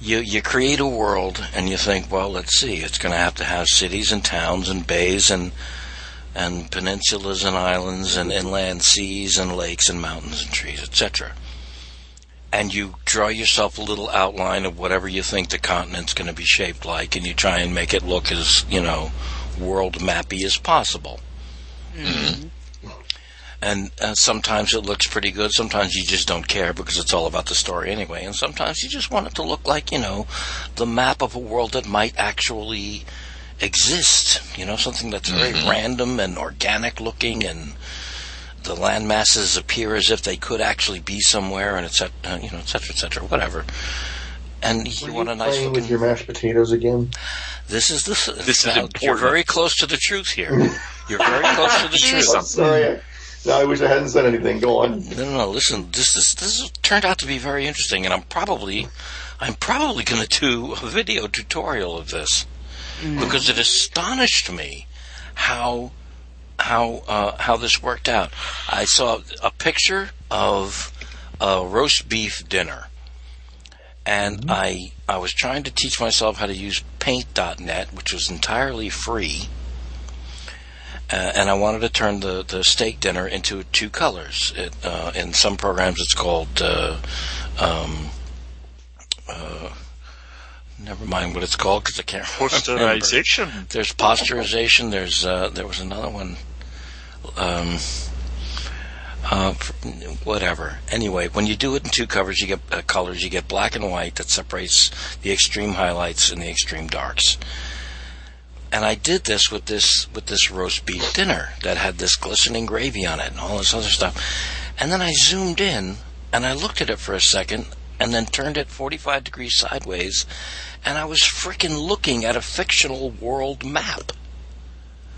[SPEAKER 3] You you create a world and you think, well, let's see, it's going to have to have cities and towns and bays and and peninsulas and islands and inland seas and lakes and mountains and trees, etc. And you draw yourself a little outline of whatever you think the continent's going to be shaped like, and you try and make it look as you know world mappy as possible
[SPEAKER 5] Mm-hmm.
[SPEAKER 3] and uh, sometimes it looks pretty good. Sometimes you just don't care because it's all about the story anyway. And sometimes you just want it to look like you know the map of a world that might actually exist. You know, something that's very
[SPEAKER 5] Mm-hmm.
[SPEAKER 3] random and organic looking, and the land masses appear as if they could actually be somewhere, and etc. Uh, you know, etc. etc. Whatever. And you want a nice
[SPEAKER 5] Playing
[SPEAKER 3] looking.
[SPEAKER 5] with your mashed potatoes again.
[SPEAKER 3] This is the. This
[SPEAKER 4] is
[SPEAKER 3] You're
[SPEAKER 4] important.
[SPEAKER 3] very close to the truth here. You're very close to the truth.
[SPEAKER 5] I'm sorry. No, I wish I hadn't said anything. Go on.
[SPEAKER 3] No, no, no. Listen, this this this has turned out to be very interesting, and I'm probably, I'm probably going to do a video tutorial of this because it astonished me how how uh, how this worked out. I saw a picture of a roast beef dinner, and I I was trying to teach myself how to use Paint.net, which was entirely free uh, and I wanted to turn the, the steak dinner into two colors. It, uh, in some programs, it's called. Uh, um, uh, never mind what it's called because I can't remember.
[SPEAKER 6] Posterization.
[SPEAKER 3] There's posterization. There's uh, there was another one. Um, uh, f- whatever. Anyway, when you do it in two covers, you get uh, colors. You get black and white that separates the extreme highlights and the extreme darks. And I did this with this with this roast beef dinner that had this glistening gravy on it and all this other stuff. And then I zoomed in and I looked at it for a second and then turned it 45 degrees sideways and I was freaking looking at a fictional world map.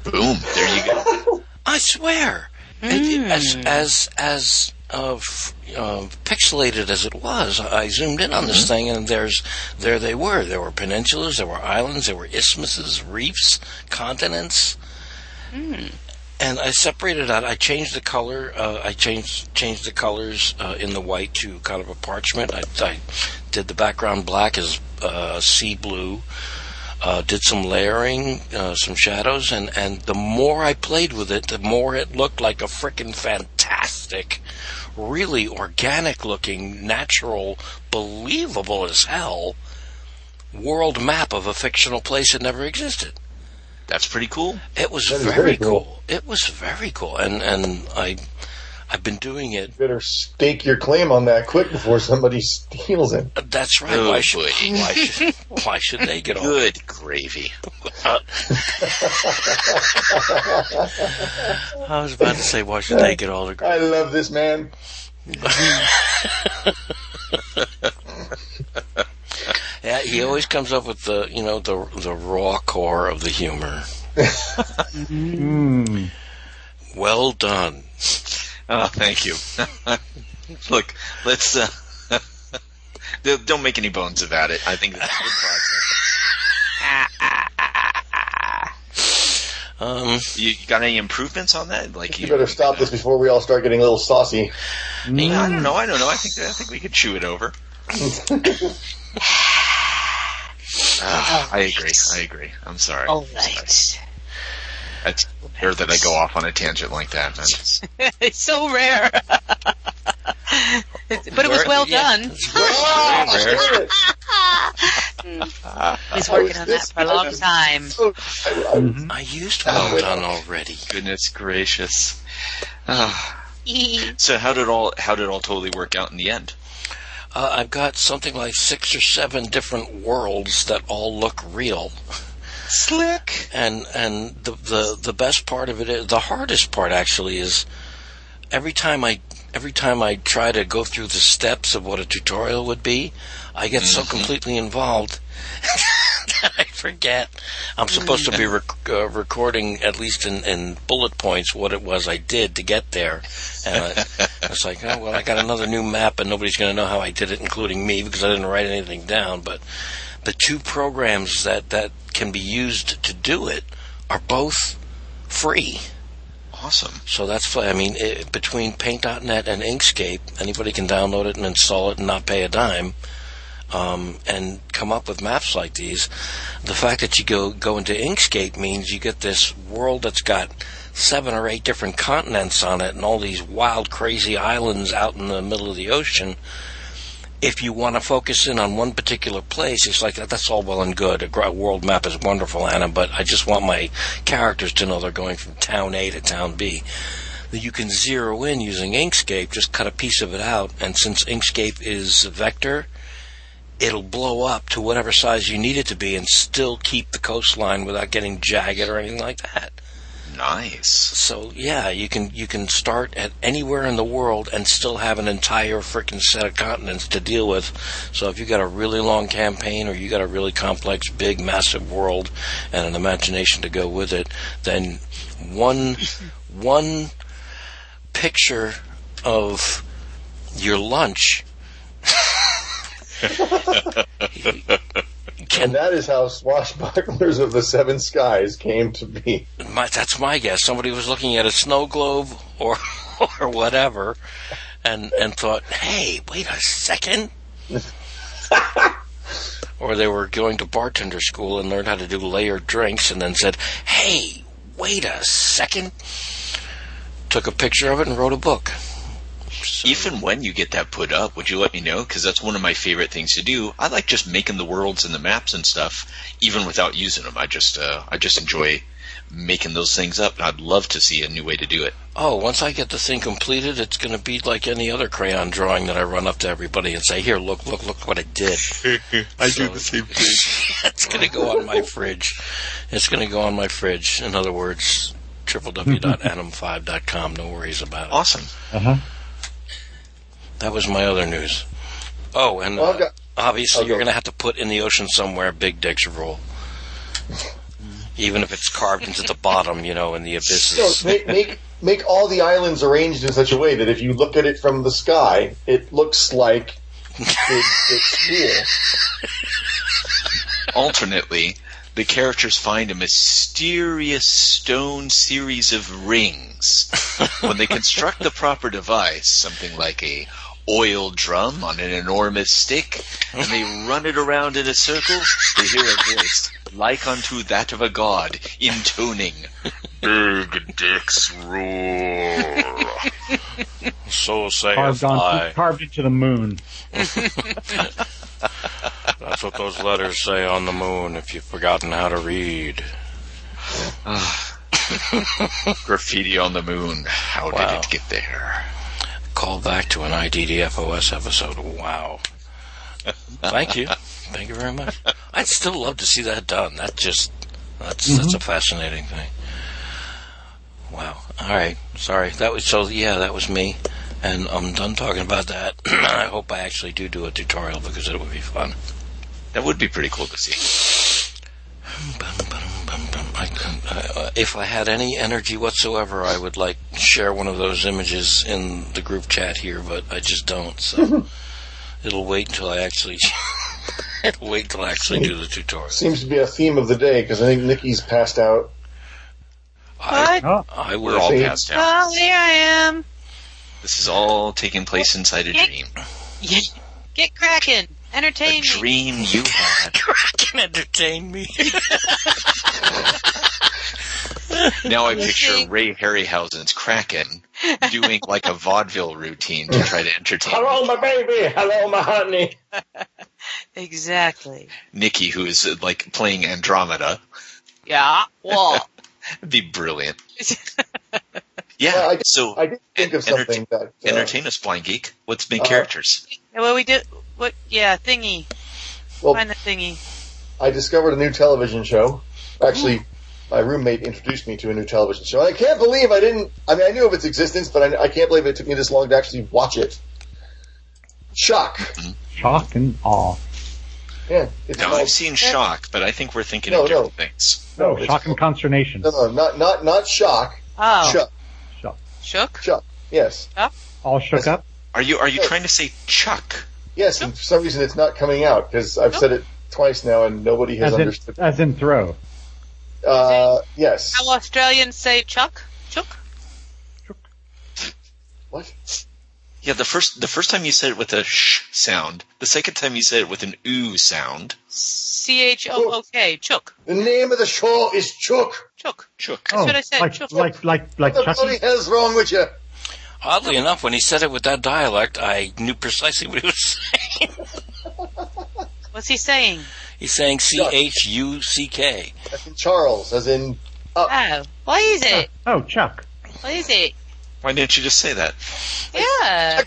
[SPEAKER 4] Boom! There you go.
[SPEAKER 3] I swear, It- it- as as as uh, f- uh, pixelated as it was, I zoomed in on
[SPEAKER 4] Mm-hmm.
[SPEAKER 3] this thing, and there's there they were. There were peninsulas, there were islands, there were isthmuses, reefs, continents. And I separated out. I changed the color. Uh, I changed changed the colors uh, in the white to kind of a parchment. I, I did the background black as uh, sea blue uh, did some layering, uh, some shadows, and, and the more I played with it, the more it looked like a frickin' fantastic, really organic looking, natural, believable as hell world map of a fictional place that never existed.
[SPEAKER 4] That's pretty cool.
[SPEAKER 3] It was
[SPEAKER 5] That is
[SPEAKER 3] very,
[SPEAKER 5] very
[SPEAKER 3] cool.
[SPEAKER 5] cool.
[SPEAKER 3] It was very cool, and and I, I've been doing it.
[SPEAKER 5] Better stake your claim on that quick before somebody steals it.
[SPEAKER 3] That's right.
[SPEAKER 4] Oh,
[SPEAKER 3] why should
[SPEAKER 4] boy.
[SPEAKER 3] why should why should they get all
[SPEAKER 4] Good gravy.
[SPEAKER 3] I was about to say why should they get all the
[SPEAKER 5] I love this man.
[SPEAKER 3] Yeah, he always comes up with the you know the the raw core of the humor.
[SPEAKER 1] Mm.
[SPEAKER 3] Well done.
[SPEAKER 4] Oh, thank you. Look, let's. Uh, don't- don't make any bones about it. I think that's a good project.
[SPEAKER 3] Um,
[SPEAKER 4] You got any improvements on that? Like
[SPEAKER 5] You better stop this before we all start getting a little saucy.
[SPEAKER 4] I don't know. I don't know. I think I think we could chew it over. Ah, I agree. I agree. I'm sorry.
[SPEAKER 2] All right.
[SPEAKER 4] That's rare that I go off on a tangent like that. Man.
[SPEAKER 2] it's so rare. but it was well done.
[SPEAKER 5] I,
[SPEAKER 2] He's working on that for a long time.
[SPEAKER 5] I,
[SPEAKER 3] I used well done already.
[SPEAKER 4] Goodness gracious. Ah. so how did all how did all totally work out in the end?
[SPEAKER 3] Uh, I've got something like six or seven different worlds that all look real.
[SPEAKER 4] Slick.
[SPEAKER 3] and and the, the the best part of it is the hardest part actually is every time I every time I try to go through the steps of what a tutorial would be, I get so completely involved that I forget. I'm supposed to be rec- uh, recording at least in, in bullet points what it was I did to get there. And I, it's like, oh well, I got another new map, and nobody's going to know how I did it, including me, because I didn't write anything down. But the two programs that that can be used to do it are both free.
[SPEAKER 4] Awesome.
[SPEAKER 3] So that's fun. I mean, it, between Paint.net and Inkscape, anybody can download it and install it and not pay a dime, um, and come up with maps like these. The fact that you go go into Inkscape means you get this world that's got seven or eight different continents on it, and all these wild, crazy islands out in the middle of the ocean. If you want to focus in on one particular place, it's like that's all well and good. A gr- world map is wonderful, Anna, but I just want my characters to know they're going from town A to town B. That you can zero in using Inkscape, just cut a piece of it out, and since Inkscape is vector, it'll blow up to whatever size you need it to be and still keep the coastline without getting jagged or anything like that.
[SPEAKER 4] Nice.
[SPEAKER 3] So yeah, you can you can start at anywhere in the world and still have an entire freaking set of continents to deal with. So if you got a really long campaign or you got a really complex, big, massive world and an imagination to go with it, then one one picture of your lunch can
[SPEAKER 5] And that is how Swashbucklers of the Seven Skies came to be.
[SPEAKER 3] my, that's my guess. Somebody was looking at a snow globe or or whatever, and and thought, "Hey, wait a second. or they were going to bartender school and learned how to do layered drinks, and then said, "Hey, wait a second. Took a picture of it and wrote a book.
[SPEAKER 4] If and when you get that put up, would you let me know? Because that's one of my favorite things to do. I like just making the worlds and the maps and stuff, even without using them. I just, uh, I just enjoy making those things up, and I'd love to see a new way to do it.
[SPEAKER 3] Oh, once I get the thing completed, it's going to be like any other crayon drawing that I run up to everybody and say, "Here, look, look, look what I did."
[SPEAKER 4] I
[SPEAKER 3] do the
[SPEAKER 4] same thing.
[SPEAKER 3] It's going to go on my fridge. It's going to go on my fridge. In other words, www.anim5.com. No worries about it.
[SPEAKER 4] Awesome.
[SPEAKER 1] Uh-huh.
[SPEAKER 3] That was my other news. Oh, and
[SPEAKER 5] Well,
[SPEAKER 3] uh,
[SPEAKER 5] I've got-
[SPEAKER 3] obviously
[SPEAKER 5] I'll
[SPEAKER 3] you're
[SPEAKER 5] go.
[SPEAKER 3] going to have to put in the ocean somewhere Big Dick's rule. Even if it's carved into the bottom, you know, in the
[SPEAKER 5] No,
[SPEAKER 3] abysses.
[SPEAKER 5] make, make make all the islands arranged in such a way that if you look at it from the sky, it looks like big dick's rule.
[SPEAKER 4] Alternately, the characters find a mysterious stone series of rings. when they construct the proper device, something like a oil drum on an enormous stick, and they run it around in a circle, they hear a voice like unto that of a god intoning Big Dick's Roar.
[SPEAKER 3] So
[SPEAKER 1] Carved,
[SPEAKER 3] saith
[SPEAKER 1] on, carved into the moon.
[SPEAKER 3] That's what those letters say on the moon if you've forgotten how to read.
[SPEAKER 4] Graffiti on the moon. How
[SPEAKER 3] Wow.
[SPEAKER 4] did it get there?
[SPEAKER 3] Call back to an IDDFOS episode. Wow. Thank you. Thank you very much. I'd still love to see that done. That just that's that's a fascinating thing. Wow. All right. Sorry. That was so yeah, that was me. And I'm done talking about that. I hope I actually do do a tutorial because it would be fun.
[SPEAKER 4] That would be pretty cool to see.
[SPEAKER 3] Bum, bum, bum, bum. I couldn't- I- I- If I had any energy whatsoever, I would like share one of those images in the group chat here, but I just don't. So it'll wait until I actually it'll wait till I actually do the tutorial.
[SPEAKER 5] Seems to be a theme of the day because I think Nikki's passed out.
[SPEAKER 3] I,
[SPEAKER 2] What?
[SPEAKER 1] Oh,
[SPEAKER 3] I
[SPEAKER 4] We're
[SPEAKER 3] will.
[SPEAKER 4] all
[SPEAKER 5] See?
[SPEAKER 4] passed out.
[SPEAKER 2] Oh, here I am.
[SPEAKER 4] This is all taking place inside a dream.
[SPEAKER 2] Yeah. Get cracking.
[SPEAKER 4] A
[SPEAKER 2] Entertain me.
[SPEAKER 4] dream you had.
[SPEAKER 3] can entertain me.
[SPEAKER 4] Now I picture Ray Harryhausen's Kraken doing like a vaudeville routine to try to entertain
[SPEAKER 5] Hello, Oh, my baby. Hello, my honey.
[SPEAKER 2] Exactly.
[SPEAKER 4] Nikki, who is uh, like playing Andromeda.
[SPEAKER 2] Yeah. Well.
[SPEAKER 4] That'd be brilliant. Yeah.
[SPEAKER 5] Well, I-
[SPEAKER 4] so
[SPEAKER 5] I uh, did think of
[SPEAKER 4] Enter-
[SPEAKER 5] something that. uh,
[SPEAKER 4] entertain us, Blind Geek. Let's make
[SPEAKER 5] Uh,
[SPEAKER 4] characters.
[SPEAKER 2] Yeah, well, we did. What? Yeah, thingy.
[SPEAKER 5] Well-
[SPEAKER 2] Find the thingy.
[SPEAKER 5] I discovered a new television show. Actually, my roommate introduced me to a new television show. And I can't believe I didn't. I mean, I knew of its existence, but I, I can't believe it took me this long to actually watch it. Shock.
[SPEAKER 1] shock and awe.
[SPEAKER 5] Yeah, it's
[SPEAKER 4] No,
[SPEAKER 5] called-
[SPEAKER 4] I've seen Shock, but I think we're thinking
[SPEAKER 5] Uh-huh. No,
[SPEAKER 4] of
[SPEAKER 5] no.
[SPEAKER 4] different things.
[SPEAKER 1] Oh,
[SPEAKER 5] it's
[SPEAKER 1] shock and consternation.
[SPEAKER 5] No, no, not not not shock.
[SPEAKER 2] Oh,
[SPEAKER 5] Chuck.
[SPEAKER 2] shook.
[SPEAKER 5] Chuck. Yes.
[SPEAKER 1] All shook up.
[SPEAKER 4] Are you are you
[SPEAKER 5] Yes.
[SPEAKER 4] trying to say Chuck?
[SPEAKER 5] Yes. And for some reason, it's not coming out because I've said it twice now, and nobody has
[SPEAKER 1] As in,
[SPEAKER 5] understood.
[SPEAKER 1] as in throw.
[SPEAKER 5] Uh, yes.
[SPEAKER 2] How Australians say chuck? Chuck.
[SPEAKER 5] What?
[SPEAKER 4] Yeah, the first the first time you said it with a sh sound, the second time you said it with an ooh sound.
[SPEAKER 2] C H O O K. Chuck.
[SPEAKER 5] The name of the show is Chuck.
[SPEAKER 2] Chuck.
[SPEAKER 4] Chuck.
[SPEAKER 1] Oh,
[SPEAKER 2] what I said,
[SPEAKER 1] like,
[SPEAKER 2] chuck.
[SPEAKER 1] like like like
[SPEAKER 5] What the bloody
[SPEAKER 1] Chucky.
[SPEAKER 5] hell's wrong with you?
[SPEAKER 3] Oddly enough, when he said it with that dialect, I knew precisely what he was saying.
[SPEAKER 2] What's he saying?
[SPEAKER 3] He's saying C H U C K.
[SPEAKER 5] As in Charles, as in
[SPEAKER 2] Oh, what is it?
[SPEAKER 1] Oh, Chuck.
[SPEAKER 2] What is it?
[SPEAKER 4] Why didn't you just say that?
[SPEAKER 2] Yeah.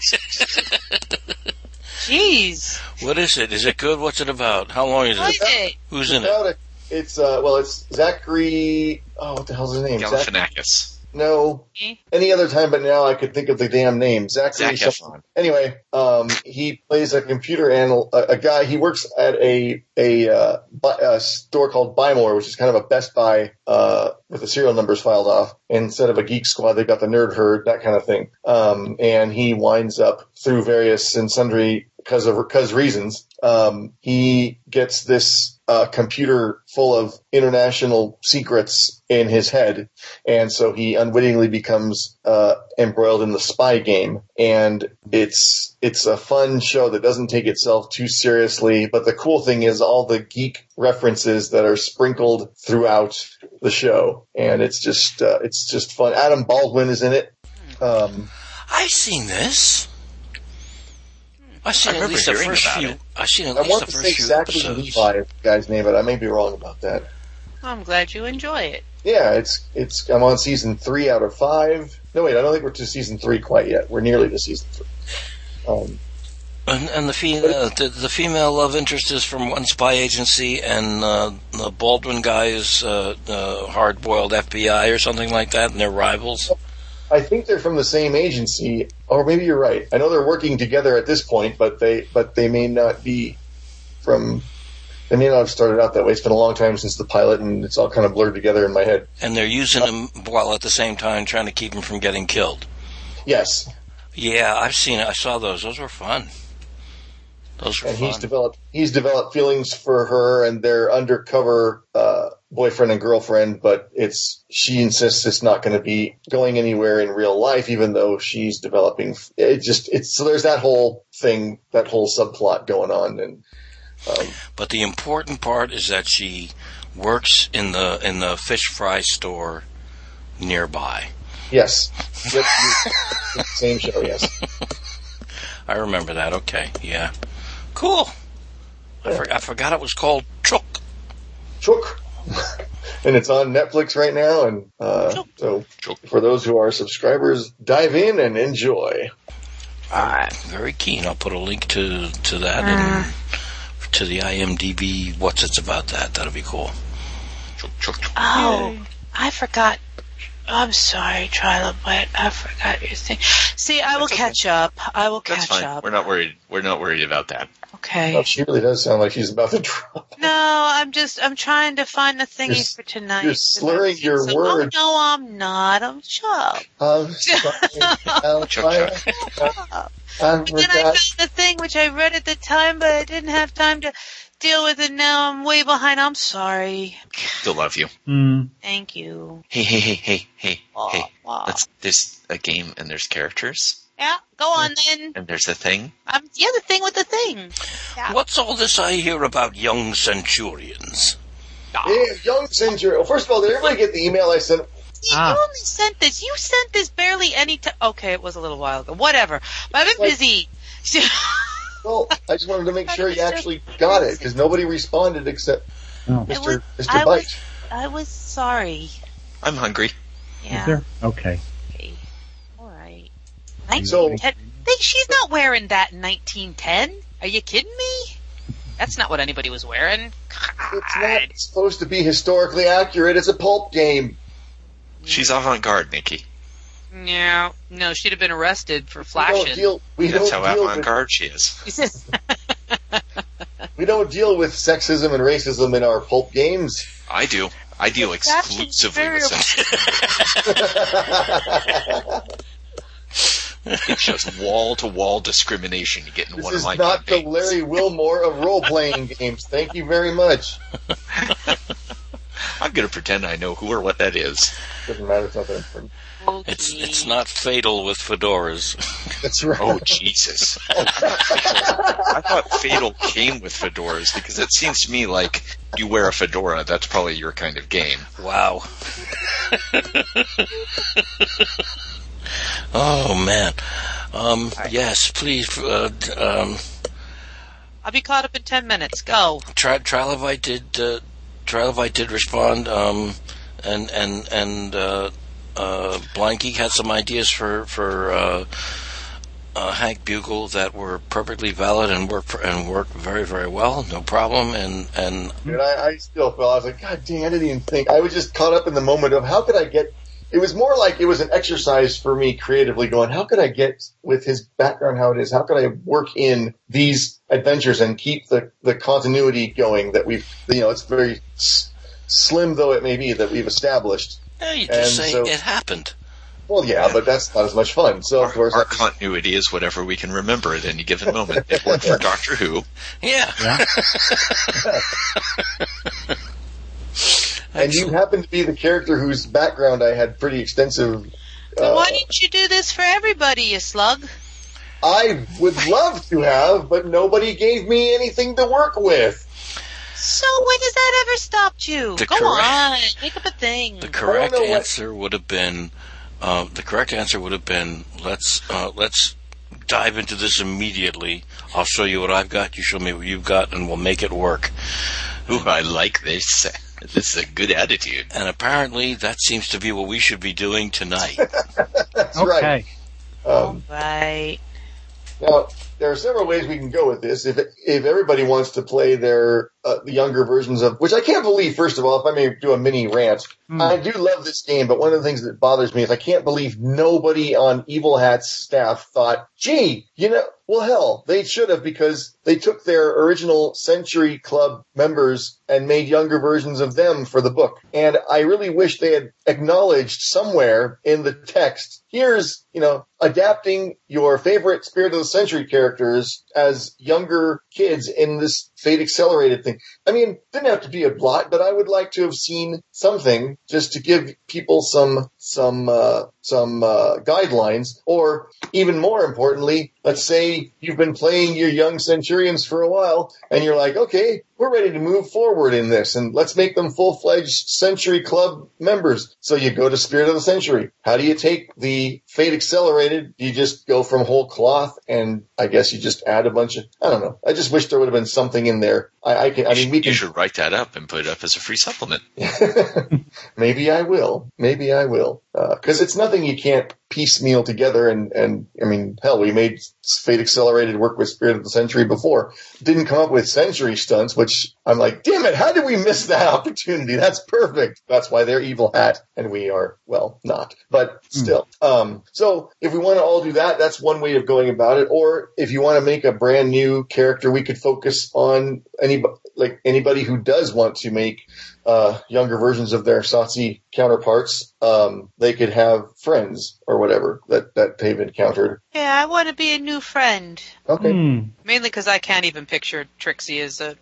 [SPEAKER 2] Jeez.
[SPEAKER 3] What is it? Is it good? What's it about? How long is
[SPEAKER 2] What is
[SPEAKER 3] it?
[SPEAKER 2] it?
[SPEAKER 3] Who's in it?
[SPEAKER 5] without a. It's uh, well, it's Zachary. Oh, what the hell's his name? Zach,
[SPEAKER 4] Galifianakis.
[SPEAKER 5] no,
[SPEAKER 2] Eh?
[SPEAKER 5] any other time, but now I could think of the damn name. Zachary.
[SPEAKER 4] Zac
[SPEAKER 5] something. Anyway, um, he plays a computer anal, a, a guy. He works at a a, uh, bu- a store called Bymore, which is kind of a Best Buy uh, with the serial numbers filed off. Instead of a Geek Squad, they've got the Nerd Herd, that kind of thing. Um, and he winds up through various and sundry because of because reasons. Um, he gets this uh, computer full of international secrets in his head and so he unwittingly becomes uh, embroiled in the spy game. And it's it's a fun show that doesn't take itself too seriously. But the cool thing is all the geek references that are sprinkled throughout the show, and it's just uh, it's just fun. Adam Baldwin is in it. Um,
[SPEAKER 3] I've seen this. I've
[SPEAKER 4] I
[SPEAKER 3] seen at
[SPEAKER 4] remember
[SPEAKER 3] least the
[SPEAKER 4] hearing
[SPEAKER 3] first
[SPEAKER 4] about
[SPEAKER 3] few.
[SPEAKER 4] it.
[SPEAKER 3] I've seen at
[SPEAKER 5] I
[SPEAKER 3] least
[SPEAKER 5] want
[SPEAKER 3] the
[SPEAKER 5] to say
[SPEAKER 3] first few
[SPEAKER 5] exactly
[SPEAKER 3] episodes.
[SPEAKER 5] Levi's guy's name, but I may be wrong about that.
[SPEAKER 2] I'm glad you enjoy it.
[SPEAKER 5] Yeah, it's it's. I'm on season three out of five. No, wait, I don't think we're to season three quite yet. We're nearly to season three. Um,
[SPEAKER 3] And, and the, fe- uh, the the female love interest is from one spy agency, and uh, the Baldwin guy is uh, uh, hard boiled FBI or something like that, and they're rivals.
[SPEAKER 5] I think they're from the same agency, or maybe you're right. I know they're working together at this point, but they but they may not be from. They may not have started out that way. It's been a long time since the pilot, and it's all kind of blurred together in my head.
[SPEAKER 3] And they're using him while at the same time trying to keep him from getting killed.
[SPEAKER 5] Yes,
[SPEAKER 3] Yeah, I've seen it. I saw those. Those were fun. Those were
[SPEAKER 5] and he's
[SPEAKER 3] fun.
[SPEAKER 5] developed he's developed feelings for her and their undercover uh, boyfriend and girlfriend. But it's she insists it's not going to be going anywhere in real life, even though she's developing. It just it's so there's that whole thing, that whole subplot going on, and
[SPEAKER 3] But the important part is that she works in the in the fish fry store nearby.
[SPEAKER 5] Yes. Yep, you- same show, yes.
[SPEAKER 3] I remember that. Okay, yeah, cool. I, for- I forgot it was called Chook.
[SPEAKER 5] Chook. and it's on Netflix right now. And uh, so
[SPEAKER 4] Chook.
[SPEAKER 5] for those who are subscribers, dive in and enjoy.
[SPEAKER 3] I'm very keen. I'll put a link to to that and to the IMDb. What's it's about that? That'll be cool.
[SPEAKER 4] Chuck, chuck, chuck.
[SPEAKER 2] Oh, I forgot. I'm sorry, Trilobite. I forgot your thing. See, I will catch up. I will
[SPEAKER 4] That's
[SPEAKER 2] catch
[SPEAKER 4] fine.
[SPEAKER 2] up.
[SPEAKER 4] We're not worried. We're not worried about that.
[SPEAKER 2] Okay.
[SPEAKER 5] Oh, she really does sound like she's about to drop.
[SPEAKER 2] No, I'm just I'm trying to find the thingy
[SPEAKER 5] You're s-
[SPEAKER 2] for tonight.
[SPEAKER 5] you're slurring
[SPEAKER 2] So-
[SPEAKER 5] your words.
[SPEAKER 2] Oh, no, I'm not. I'm Chuck.
[SPEAKER 5] I'm sorry. I'm sorry. I
[SPEAKER 2] And then I found
[SPEAKER 5] forgot.
[SPEAKER 2] the thing which I read at the time, but I didn't have time to deal with it. Now I'm way behind. I'm sorry.
[SPEAKER 4] Still love you.
[SPEAKER 1] Hmm.
[SPEAKER 2] Thank you.
[SPEAKER 4] Hey, hey, hey, hey, hey,
[SPEAKER 2] Aw,
[SPEAKER 4] hey.
[SPEAKER 2] aw.
[SPEAKER 4] Let's, there's a game and there's characters
[SPEAKER 2] Yeah, go on then.
[SPEAKER 4] and there's a thing.
[SPEAKER 2] Um, yeah, the thing with the thing.
[SPEAKER 3] What's all this I hear about young centurions?
[SPEAKER 5] Yeah, Young Centurion. Well, first of all, did everybody get the email I sent?
[SPEAKER 2] You
[SPEAKER 1] Ah.
[SPEAKER 2] only sent this. You sent this barely any time. Okay, it was a little while ago. Whatever. But I've been
[SPEAKER 5] Like-
[SPEAKER 2] busy.
[SPEAKER 5] Well, I just wanted to make sure you actually got it because nobody responded except
[SPEAKER 1] Oh,
[SPEAKER 2] I was-
[SPEAKER 5] Mr. Mr.
[SPEAKER 2] I was-
[SPEAKER 5] Bite.
[SPEAKER 2] I was sorry.
[SPEAKER 4] I'm hungry.
[SPEAKER 2] Yeah.
[SPEAKER 1] Is there? Okay.
[SPEAKER 2] Okay. All right.
[SPEAKER 5] So-
[SPEAKER 2] 1910. Think she's not wearing that in 1910. Are you kidding me? That's not what anybody was wearing.
[SPEAKER 5] It's
[SPEAKER 2] God.
[SPEAKER 5] not supposed to be historically accurate. It's a pulp game.
[SPEAKER 4] She's avant garde, Nikki.
[SPEAKER 2] No, no, she'd have been arrested for
[SPEAKER 5] We don't
[SPEAKER 2] flashing.
[SPEAKER 5] deal. We
[SPEAKER 4] That's
[SPEAKER 5] don't
[SPEAKER 4] how
[SPEAKER 5] deal
[SPEAKER 4] avant
[SPEAKER 5] with
[SPEAKER 4] garde she is.
[SPEAKER 2] He says,
[SPEAKER 5] We don't deal with sexism and racism in our pulp games.
[SPEAKER 4] I do. I deal
[SPEAKER 2] That's
[SPEAKER 4] exclusively with
[SPEAKER 2] invariable.
[SPEAKER 4] sex. it's just wall to wall discrimination you get in
[SPEAKER 5] This
[SPEAKER 4] one
[SPEAKER 5] is
[SPEAKER 4] of my
[SPEAKER 5] not the
[SPEAKER 4] campaigns.
[SPEAKER 5] Larry Wilmore of role playing games. Thank you very much.
[SPEAKER 4] I'm going to pretend I know who or what that is.
[SPEAKER 5] Doesn't matter. It's not that important.
[SPEAKER 3] It's it's not fatal with fedoras.
[SPEAKER 5] That's right.
[SPEAKER 4] Oh Jesus! I thought Fatal came with fedoras because it seems to me like you wear a fedora. That's probably your kind of game.
[SPEAKER 3] Wow. oh man. Um, yes, please. Uh, d- um,
[SPEAKER 2] I'll be caught up in ten minutes. Go.
[SPEAKER 3] Tri- Trilobite did. Uh, Trilobite did respond. Um, and and and uh, uh, Blind Geek had some ideas for for uh, uh, Hank Bugle that were perfectly valid and worked and worked very very well. No problem. And and
[SPEAKER 5] Dude, I, I still felt I was like, God damn, I didn't even think. I was just caught up in the moment of how could I get. It was more like it was an exercise for me creatively, going, how could I get with his background how it is? How could I work in these adventures and keep the the continuity going that we've, you know, it's very s- slim though it may be that we've established.
[SPEAKER 3] yeah, eh, you just
[SPEAKER 5] And
[SPEAKER 3] say
[SPEAKER 5] so-
[SPEAKER 3] it happened.
[SPEAKER 5] Well, yeah, but that's not as much fun. So of course,
[SPEAKER 4] Our continuity is whatever we can remember at any given moment. It worked for Doctor Who.
[SPEAKER 3] Yeah.
[SPEAKER 5] and you happen to be the character whose background I had pretty extensive.
[SPEAKER 2] Then
[SPEAKER 5] uh,
[SPEAKER 2] why didn't you do this for everybody, you slug?
[SPEAKER 5] I would love to have, but nobody gave me anything to work with.
[SPEAKER 2] So when has that ever stopped you?
[SPEAKER 3] The
[SPEAKER 2] Go
[SPEAKER 3] correct-
[SPEAKER 2] on, make up a thing.
[SPEAKER 3] The correct
[SPEAKER 5] know what-
[SPEAKER 3] answer would have been, uh, the correct answer would have been, let's uh, let's dive into this immediately. I'll show you what I've got. You show me what you've got, and we'll make it work.
[SPEAKER 4] Ooh, I like this. This is a good attitude.
[SPEAKER 3] And apparently, that seems to be what we should be doing tonight.
[SPEAKER 5] That's
[SPEAKER 1] okay.
[SPEAKER 5] right. Um,
[SPEAKER 2] right.
[SPEAKER 5] now, there are several ways we can go with this. If if everybody wants to play their uh, the younger versions of, which I can't believe, first of all, if I may do a mini rant,
[SPEAKER 1] Hmm.
[SPEAKER 5] I do love this game, but one of the things that bothers me is I can't believe nobody on Evil Hat's staff thought, gee, you know, well, hell, they should have because they took their original Century Club members and made younger versions of them for the book. And I really wish they had acknowledged somewhere in the text, here's, you know, adapting your favorite Spirit of the Century characters as younger kids in this Fate Accelerated thing. I mean, didn't have to be a blot, but I would like to have seen something just to give people some some uh, some uh, guidelines, or even more importantly, let's say you've been playing your young centurions for a while, and you're like, okay, we're ready to move forward in this, and let's make them full fledged Century Club members. So you go to Spirit of the Century. How do you take the Fate Accelerated? Do you just go from whole cloth, and I guess you just add a bunch of I don't know. I just wish there would have been something in there. I, I can. I mean, we
[SPEAKER 4] You
[SPEAKER 5] can
[SPEAKER 4] should write that up and put it up as a free supplement.
[SPEAKER 5] maybe I will. Maybe I will. Because it's nothing you can't piecemeal together. And, and I mean, hell, we made Fate Accelerated work with Spirit of the Century before. Didn't come up with Century stunts, which I'm like, damn it, how did we miss that opportunity? That's perfect. That's why they're evil hat and we are, well, not. But still. Um, so if we want to all do that, that's one way of going about it. Or if you want to make a brand new character, we could focus on any, like anybody who does want to make uh, younger versions of their Satsi counterparts, um, they could have friends or whatever that, that they've encountered.
[SPEAKER 2] Yeah, I want to be a new friend.
[SPEAKER 5] Okay.
[SPEAKER 1] Hmm.
[SPEAKER 2] Mainly because I can't even picture Trixie as a,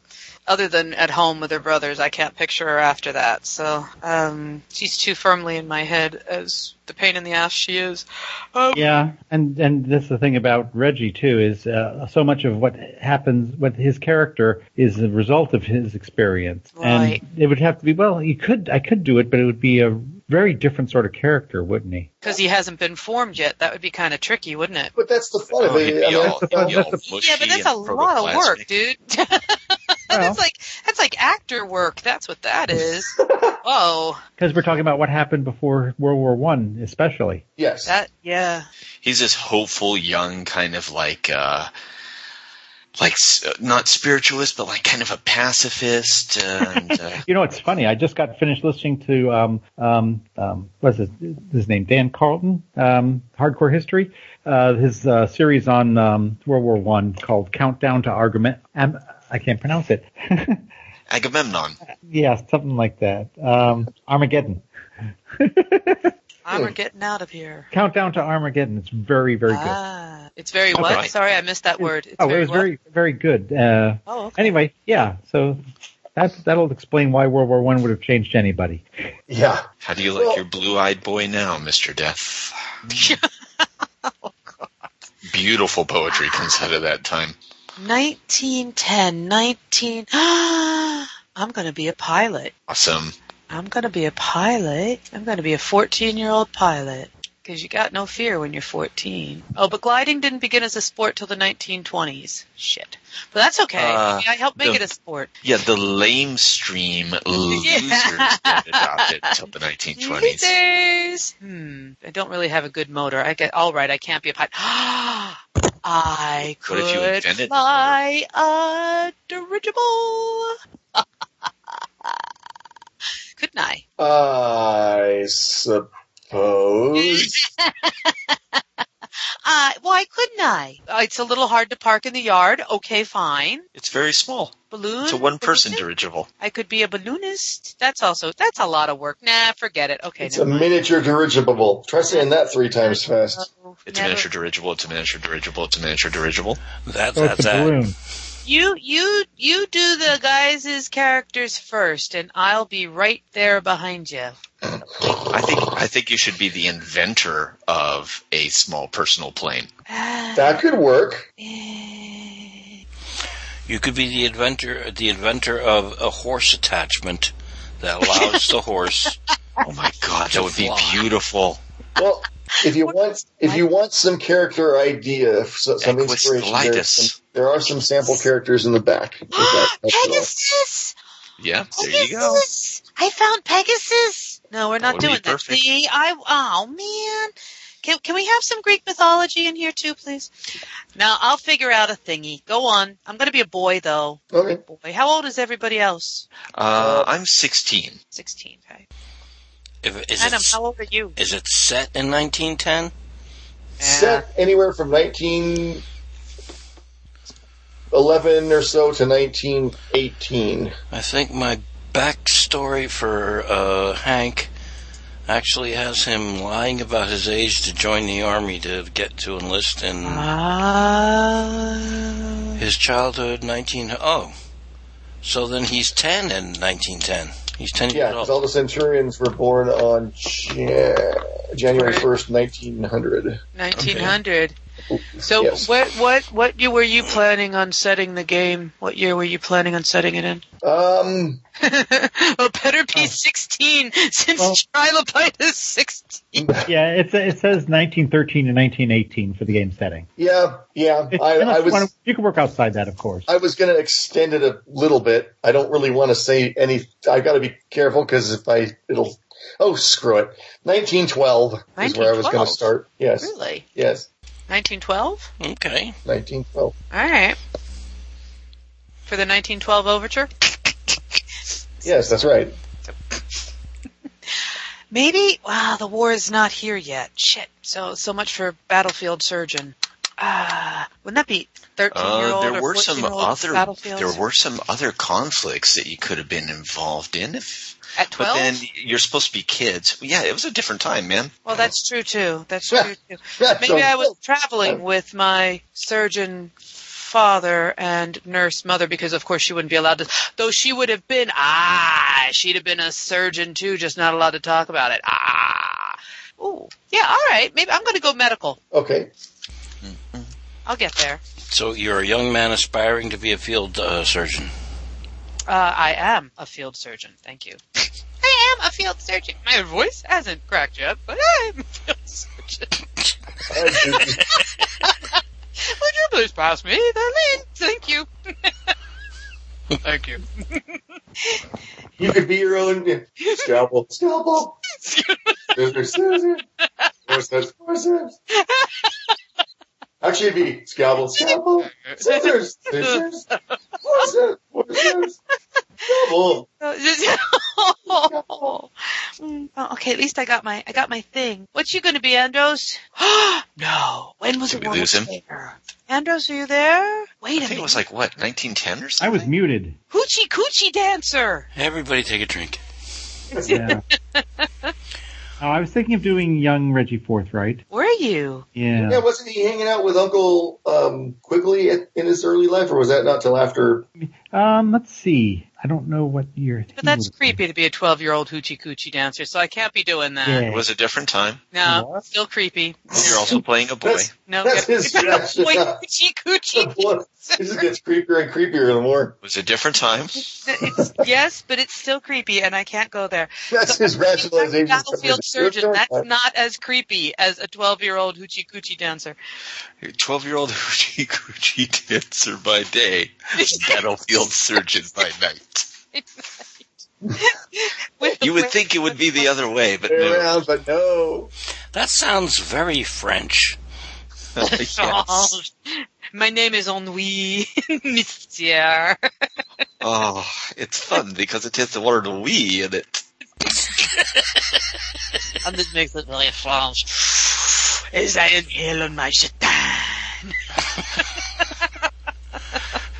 [SPEAKER 2] other than at home with her brothers, I can't picture her after that. So um, she's too firmly in my head as the pain in the ass she is. Um,
[SPEAKER 1] Yeah, and and that's the thing about Reggie too is uh, so much of what happens, what his character is the result of his experience,
[SPEAKER 2] Right.
[SPEAKER 1] and it would have to be well. You could, I could do it, but it would be a very different sort of character, wouldn't he?
[SPEAKER 2] Because he hasn't been formed yet, that would be kind of tricky, wouldn't it?
[SPEAKER 5] But that's the fun of
[SPEAKER 4] Oh, he'd
[SPEAKER 5] it.
[SPEAKER 4] be
[SPEAKER 5] I mean,
[SPEAKER 4] all-
[SPEAKER 5] that's the
[SPEAKER 4] he'd
[SPEAKER 5] fun.
[SPEAKER 4] be all mushy
[SPEAKER 2] yeah, but that's a
[SPEAKER 4] and
[SPEAKER 2] lot of work,
[SPEAKER 4] protoplasmic.
[SPEAKER 2] dude. that's like that's like actor work. That's what that is. Whoa,
[SPEAKER 1] Because we're talking about what happened before World War One, especially.
[SPEAKER 5] Yes.
[SPEAKER 2] that yeah.
[SPEAKER 4] he's this hopeful young kind of like uh like s- not spiritualist but like kind of a pacifist and uh,
[SPEAKER 1] You know, it's funny. I just got finished listening to um um um what's his his name Dan Carlton um Hardcore History uh his uh, series on um World War One called Countdown to Argument Am- I can't pronounce it.
[SPEAKER 4] Agamemnon.
[SPEAKER 1] yeah, something like that. Um, Armageddon.
[SPEAKER 2] I'm we're getting out of here.
[SPEAKER 1] Countdown to Armageddon. It's very, very good.
[SPEAKER 2] Ah, it's very what?
[SPEAKER 4] Okay.
[SPEAKER 2] Sorry, I missed that word. It's
[SPEAKER 1] oh,
[SPEAKER 2] very
[SPEAKER 1] it was
[SPEAKER 2] what?
[SPEAKER 1] very, very good. Uh,
[SPEAKER 2] Oh, okay.
[SPEAKER 1] anyway, yeah. So that that'll explain why World War One would have changed anybody.
[SPEAKER 5] Yeah.
[SPEAKER 4] How do you like
[SPEAKER 5] Well-
[SPEAKER 4] your blue-eyed boy now, Mister Death? Beautiful poetry comes out of that time.
[SPEAKER 2] 1910, 19. I'm going to be a pilot.
[SPEAKER 4] Awesome.
[SPEAKER 2] I'm going to be a pilot. I'm going to be a 14 year old pilot. Because you got no fear when you're 14. Oh, but gliding didn't begin as a sport till the 1920s. Shit. But that's okay.
[SPEAKER 4] Uh,
[SPEAKER 2] I helped make
[SPEAKER 4] the-
[SPEAKER 2] it a sport.
[SPEAKER 4] Yeah, the lamestream losers didn't adopt it until the 1920s.
[SPEAKER 2] Losers. Hmm. I don't really have a good motor. I get all right. I can't be a pilot. I
[SPEAKER 4] What if you
[SPEAKER 2] could
[SPEAKER 4] invented the
[SPEAKER 2] fly a dirigible. Couldn't I?
[SPEAKER 5] I suppose.
[SPEAKER 2] Uh, why couldn't I? Uh, it's a little hard to park in the yard. Okay, fine.
[SPEAKER 4] It's very small.
[SPEAKER 2] Balloon.
[SPEAKER 4] It's a one-person
[SPEAKER 2] balloonist?
[SPEAKER 4] dirigible.
[SPEAKER 2] I could be a balloonist. That's also that's a lot of work. Nah, forget it. Okay,
[SPEAKER 5] It's a
[SPEAKER 2] never mind.
[SPEAKER 5] miniature dirigible. Try saying that three times fast.
[SPEAKER 2] Oh,
[SPEAKER 4] It's a
[SPEAKER 2] never-
[SPEAKER 4] miniature dirigible. It's a miniature dirigible. It's a miniature dirigible.
[SPEAKER 3] That,
[SPEAKER 1] So
[SPEAKER 3] that,
[SPEAKER 1] it's a
[SPEAKER 3] that.
[SPEAKER 1] balloon.
[SPEAKER 2] You you you do the guys' characters first, and I'll be right there behind you.
[SPEAKER 4] I think I think you should be the inventor of a small personal plane.
[SPEAKER 5] That could work.
[SPEAKER 3] You could be the inventor, the inventor of a horse attachment that allows the horse.
[SPEAKER 4] Oh my god, that would be
[SPEAKER 3] Fly.
[SPEAKER 4] beautiful.
[SPEAKER 5] Well, if you want, if you want some character idea, if so- some inspiration, there's
[SPEAKER 4] Equistolitis.
[SPEAKER 5] some, there are some sample characters in the back. if that helps at all.
[SPEAKER 2] Pegasus!
[SPEAKER 4] Yeah, there you go.
[SPEAKER 2] Pegasus! I found Pegasus. No, we're not
[SPEAKER 4] That would
[SPEAKER 2] doing
[SPEAKER 4] be
[SPEAKER 2] that.
[SPEAKER 4] perfect.
[SPEAKER 2] See, I oh man, can can we have some Greek mythology in here too, please? Now I'll figure out a thingy. Go on. I'm gonna be a boy though.
[SPEAKER 5] Okay.
[SPEAKER 2] Boy, how old is everybody else?
[SPEAKER 4] Uh, I'm 16.
[SPEAKER 2] Sixteen. Okay.
[SPEAKER 3] If, is,
[SPEAKER 2] Adam,
[SPEAKER 3] it,
[SPEAKER 2] how old are you?
[SPEAKER 3] is it set in 1910?
[SPEAKER 5] Set anywhere from 1911 or so to 1918.
[SPEAKER 3] I think my backstory for uh, Hank actually has him lying about his age to join the army to get to enlist
[SPEAKER 2] Uh-huh.
[SPEAKER 3] in
[SPEAKER 2] Ah.
[SPEAKER 3] his childhood 19 oh so then he's 10 in 1910 he's 10
[SPEAKER 5] Yeah,
[SPEAKER 3] years
[SPEAKER 5] because
[SPEAKER 3] old
[SPEAKER 5] all the Centurions were born on Jan- January 1st, 1900.
[SPEAKER 2] 1900. So
[SPEAKER 5] Yes.
[SPEAKER 2] what what what year were you planning on setting the game? What year were you planning on setting it in?
[SPEAKER 5] Um,
[SPEAKER 2] well, better be 16 since
[SPEAKER 1] Well-
[SPEAKER 2] Trilobite is 16.
[SPEAKER 1] Yeah, it's, it says 1913 to 1918 for the game setting.
[SPEAKER 5] yeah, yeah.
[SPEAKER 1] If
[SPEAKER 5] I,
[SPEAKER 1] you
[SPEAKER 5] I was.
[SPEAKER 1] wanna- you can work outside that, of course.
[SPEAKER 5] I was going to extend it a little bit. I don't really want to say any. I've got to be careful because if I, it'll. Oh, screw it. 1912 is where I was going
[SPEAKER 2] 1912?
[SPEAKER 5] to start. Yes,
[SPEAKER 2] Really?
[SPEAKER 5] yes,
[SPEAKER 2] 1912?
[SPEAKER 3] okay
[SPEAKER 5] 1912.
[SPEAKER 2] All right. For the 1912 overture?
[SPEAKER 5] Yes, that's right.
[SPEAKER 2] Maybe. Wow, the war is not here yet. Shit. So so much for battlefield surgeon. Ah, wouldn't that be 13 year
[SPEAKER 4] Uh,
[SPEAKER 2] old
[SPEAKER 4] there
[SPEAKER 2] or
[SPEAKER 4] were some
[SPEAKER 2] 14-year-old
[SPEAKER 4] other
[SPEAKER 2] battlefields
[SPEAKER 4] there were some other conflicts that you could have been involved in if
[SPEAKER 2] at
[SPEAKER 4] but
[SPEAKER 2] 12?
[SPEAKER 4] then you're supposed to be kids. Yeah, it was a different time, man.
[SPEAKER 2] well, that's true too. That's true too.
[SPEAKER 5] That's
[SPEAKER 2] Maybe
[SPEAKER 5] a-
[SPEAKER 2] I was traveling with my surgeon father and nurse mother because of course she wouldn't be allowed to though she would have been ah she'd have been a surgeon too just not allowed to talk about it ah ooh yeah all right maybe I'm going to go medical
[SPEAKER 5] Okay.
[SPEAKER 2] I'll get there
[SPEAKER 3] so you're a young man aspiring to be a field uh, surgeon
[SPEAKER 2] uh I am a field surgeon thank you I am a field surgeon my voice hasn't cracked yet but I'm a field surgeon Would you please pass me the lint? Thank you. Thank you.
[SPEAKER 5] you could be your own scalpel. Scalpel. Scissors. Scissors. Forceps. Forceps. Actually, it'd be scalpel. Scalpel. Scissors. Scissors. Forceps. Forceps. Scalpel.
[SPEAKER 2] oh, okay, at least I got my I got my thing. What's you going to be, Andros? no. When was
[SPEAKER 4] Did
[SPEAKER 2] it?
[SPEAKER 4] we lose him?
[SPEAKER 2] Andros, are you there? Wait
[SPEAKER 4] I
[SPEAKER 2] a
[SPEAKER 4] think it
[SPEAKER 2] minute.
[SPEAKER 4] was like what 1910 or
[SPEAKER 1] I
[SPEAKER 4] something.
[SPEAKER 1] was muted.
[SPEAKER 2] Hoochie Coochie Dancer.
[SPEAKER 3] Everybody take a drink.
[SPEAKER 1] Yeah. Uh, I was thinking of doing young Reggie Forthright.
[SPEAKER 2] Were you?
[SPEAKER 1] Yeah.
[SPEAKER 5] Yeah, wasn't he hanging out with Uncle um, Quigley at, in his early life, or was that not till after?
[SPEAKER 1] Um, let's see. I don't know what year.
[SPEAKER 2] But
[SPEAKER 1] he
[SPEAKER 2] that's
[SPEAKER 1] was.
[SPEAKER 2] creepy to be a 12 year old Hoochie Coochie Dancer, so I can't be doing that.
[SPEAKER 1] Yeah.
[SPEAKER 4] It was a different time.
[SPEAKER 2] No,
[SPEAKER 1] What?
[SPEAKER 2] still creepy.
[SPEAKER 4] You're also playing a boy.
[SPEAKER 5] That's,
[SPEAKER 2] No,
[SPEAKER 5] That's
[SPEAKER 2] yeah.
[SPEAKER 5] his
[SPEAKER 2] Wait,
[SPEAKER 5] rationale.
[SPEAKER 2] Hoochie Coochie
[SPEAKER 5] What? It just gets creepier and creepier the more.
[SPEAKER 4] It was a different time.
[SPEAKER 2] it's yes, but it's still creepy, and I can't go there.
[SPEAKER 5] That's his rationalization.
[SPEAKER 2] Battlefield surgeon. That's not as creepy as a twelve-year-old hoochie coochie dancer.
[SPEAKER 4] 12 year old Hoochie Coochie dancer by day, battlefield surgeon by night.
[SPEAKER 2] With-
[SPEAKER 4] You would
[SPEAKER 2] with-
[SPEAKER 4] think it would be the other way, but no.
[SPEAKER 5] around, but no.
[SPEAKER 3] That sounds very French.
[SPEAKER 4] Yes.
[SPEAKER 2] My name is Ennui, Monsieur.
[SPEAKER 4] Oh, it's fun because it has the word we in it.
[SPEAKER 2] and this makes it really fast. As I inhale on my shaitan.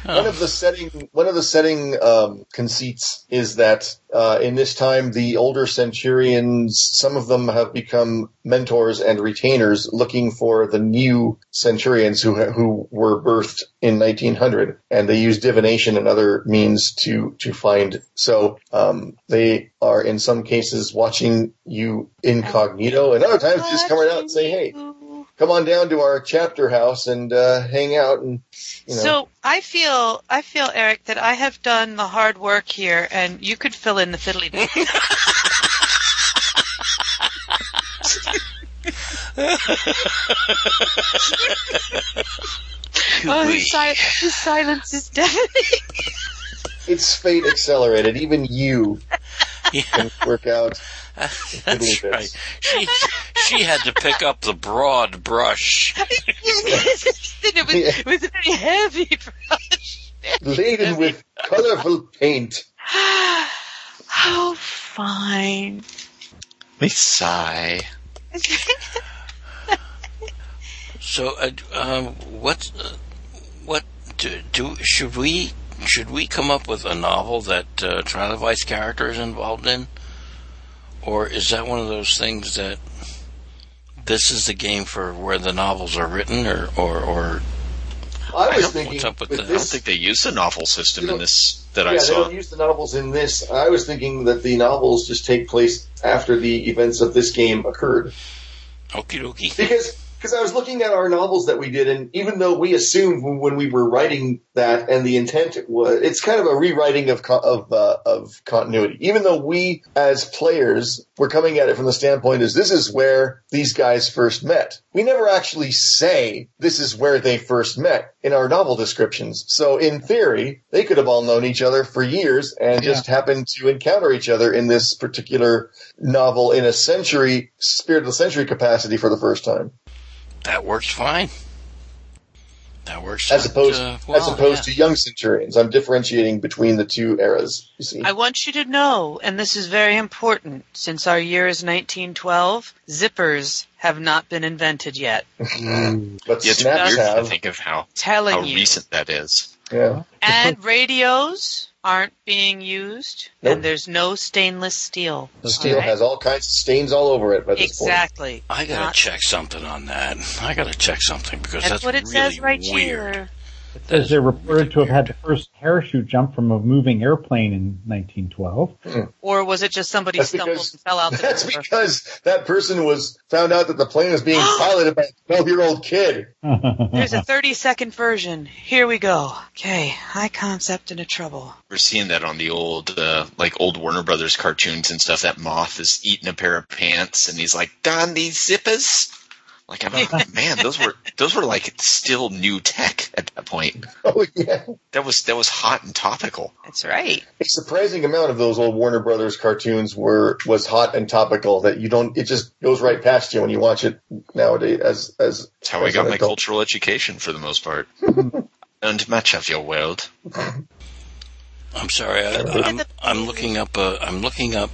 [SPEAKER 5] One of the setting, one of the setting um, conceits is that uh, in this time, the older centurions, some of them have become mentors and retainers, looking for the new centurions who ha- who were birthed in 1900, and they use divination and other means to to find. So um, they are in some cases watching you incognito, and other times just coming out and say, "Hey, come on down to our chapter house and uh, hang out and you know."
[SPEAKER 2] So I feel, I feel, Eric, that I have done the hard work here, and you could fill in the fiddly. oh, his, si- his silence is deafening.
[SPEAKER 5] it's fate accelerated. Even you
[SPEAKER 3] Yeah,
[SPEAKER 5] can work out.
[SPEAKER 3] that's right. She she had to pick up the broad brush.
[SPEAKER 2] it was, it was a very heavy. brush.
[SPEAKER 5] Laden with colorful paint.
[SPEAKER 2] oh, fine.
[SPEAKER 4] Me sigh.
[SPEAKER 3] So, uh, um, what uh, what do, do should we should we come up with a novel that uh, Trinovice character is involved in, or is that one of those things that this is the game for where the novels are written, or or, or
[SPEAKER 5] I
[SPEAKER 3] I
[SPEAKER 5] was
[SPEAKER 3] don't-
[SPEAKER 5] thinking
[SPEAKER 3] what's up with
[SPEAKER 5] with
[SPEAKER 3] that?
[SPEAKER 4] I don't
[SPEAKER 5] this.
[SPEAKER 4] think they use the novel system in this that
[SPEAKER 5] yeah,
[SPEAKER 4] I
[SPEAKER 5] they
[SPEAKER 4] saw.
[SPEAKER 5] don't use the novels in this. I was thinking that the novels just take place after the events of this game occurred.
[SPEAKER 3] okie dokie.
[SPEAKER 5] because because I was looking at our novels that we did, and even though we assumed when- when we were writing that, and the intent was, it's kind of a rewriting of co- of uh, of continuity. Even though we as players were coming at it from the standpoint is this is where these guys first met. We never actually say this is where they first met in our novel descriptions. So in theory, they could have all known each other for years and just happened to encounter each other in this particular novel in a century spirit of the century capacity for the first time,
[SPEAKER 3] That works fine. That works
[SPEAKER 5] as
[SPEAKER 3] out,
[SPEAKER 5] opposed
[SPEAKER 3] uh,
[SPEAKER 5] as
[SPEAKER 3] well,
[SPEAKER 5] opposed
[SPEAKER 3] yeah.
[SPEAKER 5] to young centurions. I'm differentiating between the two eras. You see,
[SPEAKER 2] I want you to know, and this is very important, since our year is 1912, zippers have not been invented yet.
[SPEAKER 5] but
[SPEAKER 4] Yeah, it's
[SPEAKER 5] snaps
[SPEAKER 4] weird to
[SPEAKER 5] have.
[SPEAKER 4] think of how,
[SPEAKER 2] Telling
[SPEAKER 4] how
[SPEAKER 2] you.
[SPEAKER 4] recent that is.
[SPEAKER 5] Yeah.
[SPEAKER 2] And radios aren't being used,
[SPEAKER 5] Nope.
[SPEAKER 2] and there's no stainless steel.
[SPEAKER 5] The steel
[SPEAKER 2] All right?
[SPEAKER 5] has all kinds of stains all over it by this point.
[SPEAKER 2] Exactly.
[SPEAKER 3] I gotta
[SPEAKER 2] Not-
[SPEAKER 3] check something on that. I gotta check something because
[SPEAKER 2] That's,
[SPEAKER 3] that's,
[SPEAKER 2] what it
[SPEAKER 3] really
[SPEAKER 2] says right
[SPEAKER 3] weird.
[SPEAKER 2] here.
[SPEAKER 1] As they're reported to have had the first parachute jump from a moving airplane in 1912.
[SPEAKER 2] Or was it just somebody
[SPEAKER 5] That's
[SPEAKER 2] stumbled
[SPEAKER 5] because-
[SPEAKER 2] and fell out the
[SPEAKER 5] That's
[SPEAKER 2] door?
[SPEAKER 5] because that person was found out that the plane was being piloted by a 12 year old kid.
[SPEAKER 2] There's a 30 second version. Here we go. Okay, high concept and a trouble.
[SPEAKER 4] We're seeing that on the old, uh, like old Warner Brothers cartoons and stuff. That moth is eating a pair of pants, and he's like, "Don these zippers." Like I'm like, man, those were those were like still new tech at that point.
[SPEAKER 5] Oh yeah,
[SPEAKER 4] That was that was hot and topical.
[SPEAKER 2] That's right.
[SPEAKER 5] a surprising amount of those old Warner Brothers cartoons were was hot and topical. That you don't, it just goes right past you when you watch it nowadays. As as
[SPEAKER 4] That's how I
[SPEAKER 5] as
[SPEAKER 4] got
[SPEAKER 5] an
[SPEAKER 4] my
[SPEAKER 5] adult.
[SPEAKER 4] cultural education for the most part. and much of your world.
[SPEAKER 3] I'm sorry. I, I'm, I'm looking up. A, I'm looking up.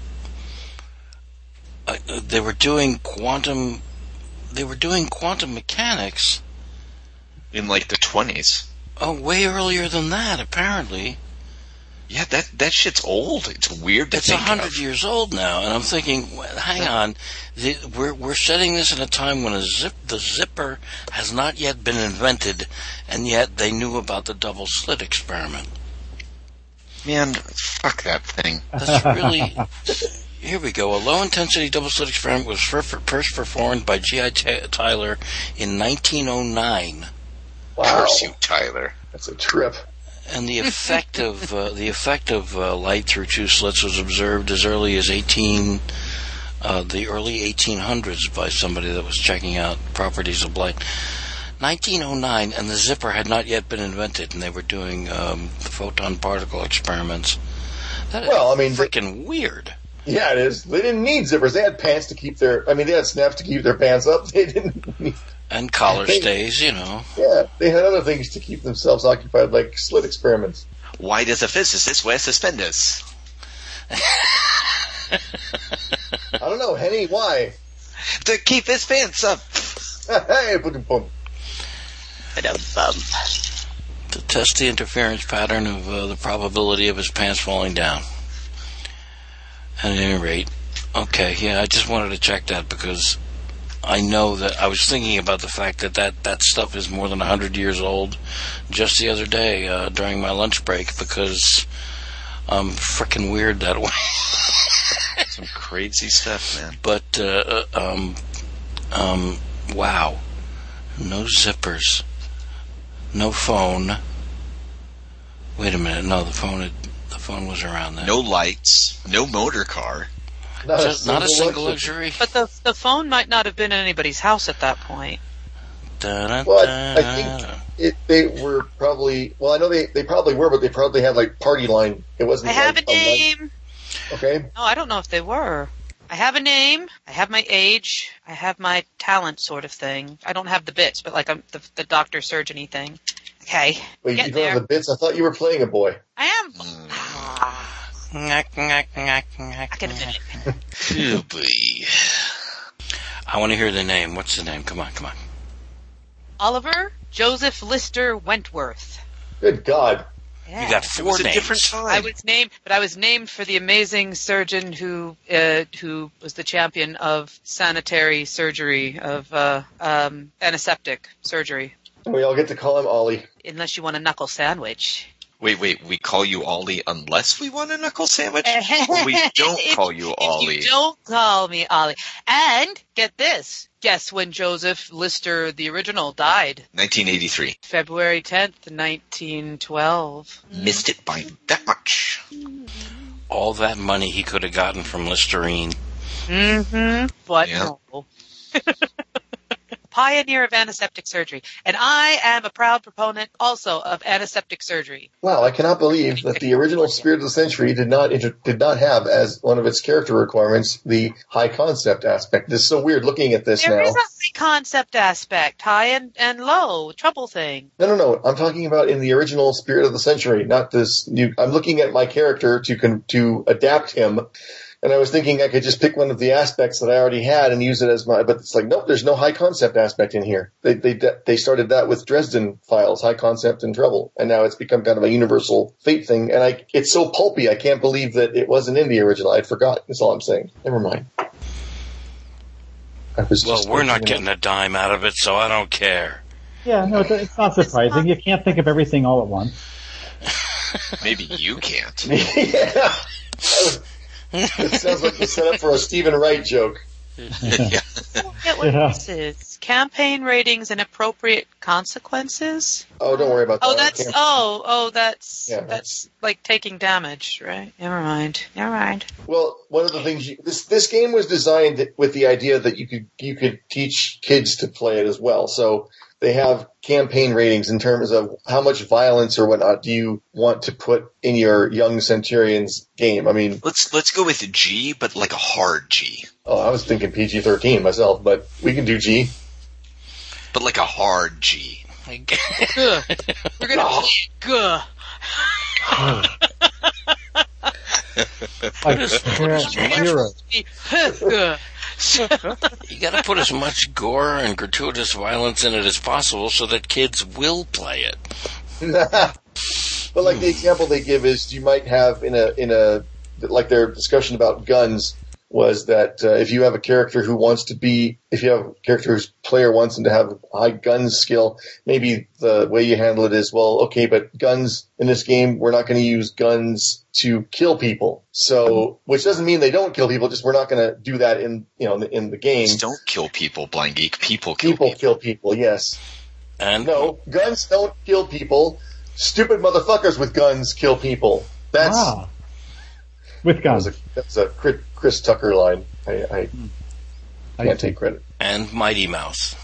[SPEAKER 3] Uh, they were doing quantum. They were doing quantum mechanics.
[SPEAKER 4] in like the 20s.
[SPEAKER 3] Oh, way earlier than that, apparently.
[SPEAKER 4] Yeah, that that shit's old. It's weird to
[SPEAKER 3] It's a
[SPEAKER 4] think uh,
[SPEAKER 3] hundred
[SPEAKER 4] of.
[SPEAKER 3] years old now, and I'm thinking, well, hang on, the, we're we're setting this in a time when a zip the zipper has not yet been invented, and yet they knew about the double slit experiment.
[SPEAKER 4] Man, fuck that thing.
[SPEAKER 3] That's really. Here we go. A low intensity double slit experiment was fir- first performed by G.I. T- Tyler in 1909,
[SPEAKER 5] Wow,
[SPEAKER 4] Curse you, Tyler.
[SPEAKER 5] that's a trip.
[SPEAKER 3] and the effect of uh, the effect of uh, light through two slits was observed as early as 18, uh, the early 1800s by somebody that was checking out properties of light. 1909, and the zipper had not yet been invented, and they were doing um, photon particle experiments. That is
[SPEAKER 5] Well, I mean, they-
[SPEAKER 3] freaking weird.
[SPEAKER 5] Yeah, it is. They didn't need zippers. They had pants to keep their. I mean, they had snaps to keep their pants up. They didn't. Need,
[SPEAKER 3] And collar
[SPEAKER 5] They-
[SPEAKER 3] stays, you know.
[SPEAKER 5] yeah, they had other things to keep themselves occupied, like slit experiments.
[SPEAKER 4] Why does a physicist wear suspenders?
[SPEAKER 5] I don't know, Henny. Why?
[SPEAKER 4] To keep his pants up.
[SPEAKER 5] hey, boom, boom.
[SPEAKER 3] to test the interference pattern of uh, the probability of his pants falling down. At any rate, okay, yeah, I just wanted to check that because I know that I was thinking about the fact that that, that stuff is more than 100 years old just the other day uh, during my lunch break because I'm freaking weird that way.
[SPEAKER 4] Some crazy stuff, man.
[SPEAKER 3] But, uh, uh, um, um, wow. No zippers. No phone. Wait a minute. No, the phone had, the phone was around then.
[SPEAKER 4] No lights. No motor car.
[SPEAKER 5] Not
[SPEAKER 3] Just not a single luxury.
[SPEAKER 2] But the the phone might not have been in anybody's house at that point.
[SPEAKER 3] Dun,
[SPEAKER 5] Well,
[SPEAKER 3] dun,
[SPEAKER 5] I, I think it, they were probably. Well, I know they, they probably were, but they probably had like party line. It wasn't.
[SPEAKER 2] I have a
[SPEAKER 5] like, line-
[SPEAKER 2] name.
[SPEAKER 5] Okay.
[SPEAKER 2] No, I don't know if they were. I have a name. I have my age. I have my talent, sort of thing. I don't have the bits, but like I'm the, the doctor surgeony thing. Okay,
[SPEAKER 5] Wait,
[SPEAKER 2] Get
[SPEAKER 5] you don't
[SPEAKER 2] there.
[SPEAKER 5] have the bits. I thought you were playing a boy.
[SPEAKER 2] I am.
[SPEAKER 3] Mm.
[SPEAKER 2] I get a
[SPEAKER 3] I
[SPEAKER 2] minute.
[SPEAKER 4] Oh, boy.
[SPEAKER 3] want to hear the name. What's the name? Come on, come on.
[SPEAKER 2] Oliver Joseph Lister Wentworth.
[SPEAKER 5] Good God.
[SPEAKER 2] Yeah.
[SPEAKER 3] You got
[SPEAKER 4] It
[SPEAKER 3] four
[SPEAKER 4] was a
[SPEAKER 3] names.
[SPEAKER 4] different time.
[SPEAKER 2] I was named, but I was named for the amazing surgeon who uh, who was the champion of sanitary surgery of uh, um, antiseptic surgery.
[SPEAKER 5] And we all get to call him Ollie.
[SPEAKER 2] Unless you want a knuckle sandwich.
[SPEAKER 4] Wait, wait. We call you Ollie unless we want a knuckle sandwich. we don't
[SPEAKER 2] If-
[SPEAKER 4] call you Ollie.
[SPEAKER 2] If you don't call me Ollie. And get this. Guess when Joseph Lister, the original, died?
[SPEAKER 4] 1983.
[SPEAKER 2] February 10th, 1912.
[SPEAKER 4] Missed it by that much.
[SPEAKER 3] All that money he could have gotten from Listerine.
[SPEAKER 2] Mm-hmm. But
[SPEAKER 4] Yeah.
[SPEAKER 2] no. Pioneer of antiseptic surgery. And I am a proud proponent also of antiseptic surgery.
[SPEAKER 5] Wow, I cannot believe that the original Spirit of the Century did not inter- did not have as one of its character requirements the high concept aspect. It's so weird looking at this
[SPEAKER 2] There
[SPEAKER 5] now.
[SPEAKER 2] is a high concept aspect, high and, and low, trouble thing.
[SPEAKER 5] no, no, no. I'm talking about in the original Spirit of the Century, not this new. I'm looking at my character to con- to adapt him, and I was thinking I could just pick one of the aspects that I already had and use it as my. But it's like, nope, there's no high concept aspect in here. They they they started that with Dresden Files, high concept and trouble, and now it's become kind of a universal fate thing. And I, it's so pulpy, I can't believe that it wasn't in the original. I'd forgotten. That's all I'm saying. Never mind. I was
[SPEAKER 3] Well,
[SPEAKER 5] just
[SPEAKER 3] we're not
[SPEAKER 5] thinking
[SPEAKER 3] getting a dime out of it, so I don't care.
[SPEAKER 1] Yeah, no, it's, it's not surprising. You can't think of everything all at once.
[SPEAKER 4] Maybe you can't.
[SPEAKER 5] yeah. That was- It sounds like the setup for a Stephen Wright joke.
[SPEAKER 2] Get what
[SPEAKER 1] Yeah.
[SPEAKER 2] this is. Campaign ratings and appropriate consequences.
[SPEAKER 5] Oh, don't worry about that.
[SPEAKER 2] Oh,
[SPEAKER 5] I
[SPEAKER 2] that's
[SPEAKER 5] can't-
[SPEAKER 2] oh oh that's
[SPEAKER 5] Yeah.
[SPEAKER 2] that's like taking damage, right? Never mind. Never mind.
[SPEAKER 5] Well, one of the things you, this this game was designed with the idea that you could you could teach kids to play it as well. So they have campaign ratings in terms of how much violence or whatnot do you want to put in your young centurions game. I mean,
[SPEAKER 4] Let's let's go with G, but like a hard G,
[SPEAKER 5] oh, I was thinking PG thirteen myself, but we can do G.
[SPEAKER 4] but like a hard G.
[SPEAKER 2] Gah. We're gonna Gah.
[SPEAKER 1] Like zero.
[SPEAKER 2] Be- Gah.
[SPEAKER 3] You got to put as much gore and gratuitous violence in it as possible so that kids will play it.
[SPEAKER 5] but like the example they give is you might have in a in a like their discussion about guns was that uh, if you have a character who wants to be if you have a character whose player wants them to have high gun skill, maybe the way you handle it is well, okay, but guns in this game we're not going to use guns to kill people. So, which doesn't mean they don't kill people, just we're not going to do that in you know in the, in the game.
[SPEAKER 4] Guns don't kill people, blind geek. People kill people.
[SPEAKER 5] People kill people, yes.
[SPEAKER 3] And
[SPEAKER 5] No, guns don't kill people. Stupid motherfuckers with guns kill people. That's
[SPEAKER 1] ah. With
[SPEAKER 5] that was
[SPEAKER 1] guns.
[SPEAKER 5] a, that's a Chris, Chris Tucker line. I, I
[SPEAKER 1] I
[SPEAKER 5] can't
[SPEAKER 1] see.
[SPEAKER 5] take credit.
[SPEAKER 3] and Mighty Mouse.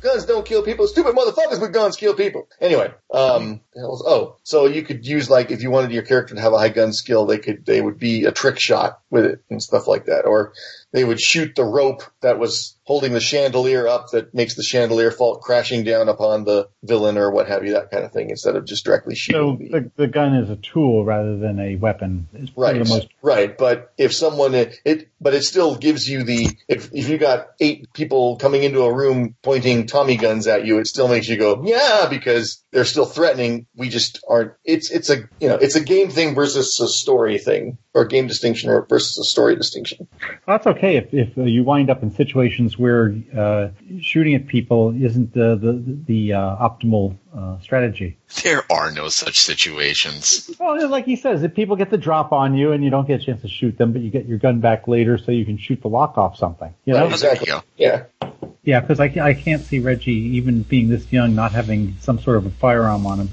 [SPEAKER 5] Guns don't kill people. Stupid motherfuckers with guns kill people. Anyway, um, the hell's- oh, so you could use like if you wanted your character to have a high gun skill, they could they would be a trick shot with it and stuff like that, or they would shoot the rope that was holding the chandelier up that makes the chandelier fall crashing down upon the villain or what have you, that kind of thing, instead of just directly shooting.
[SPEAKER 1] So
[SPEAKER 5] the-
[SPEAKER 1] the, the gun is a tool rather than a weapon. It's
[SPEAKER 5] Right,
[SPEAKER 1] probably the most
[SPEAKER 5] right. But if someone it, but it still gives you the if if you got eight people coming into a room pointing Tommy guns at you, it still makes you go yeah because they're still threatening. We just aren't. It's it's a you know it's a game thing versus a story thing or game distinction or versus a story distinction.
[SPEAKER 1] Well, that's okay if, if uh, you wind up in situations where uh, shooting at people isn't the the, the uh, optimal uh, strategy.
[SPEAKER 4] There are no such situations.
[SPEAKER 1] Well, it's like he says, if people get the drop on you and you don't get a chance to shoot them, but you get your gun back later, so you can shoot the lock off something. You know?
[SPEAKER 5] Right, exactly.
[SPEAKER 4] There you go.
[SPEAKER 5] Yeah.
[SPEAKER 1] Yeah, because I, ca- I can't see Reggie even being this young not having some sort of a firearm on him.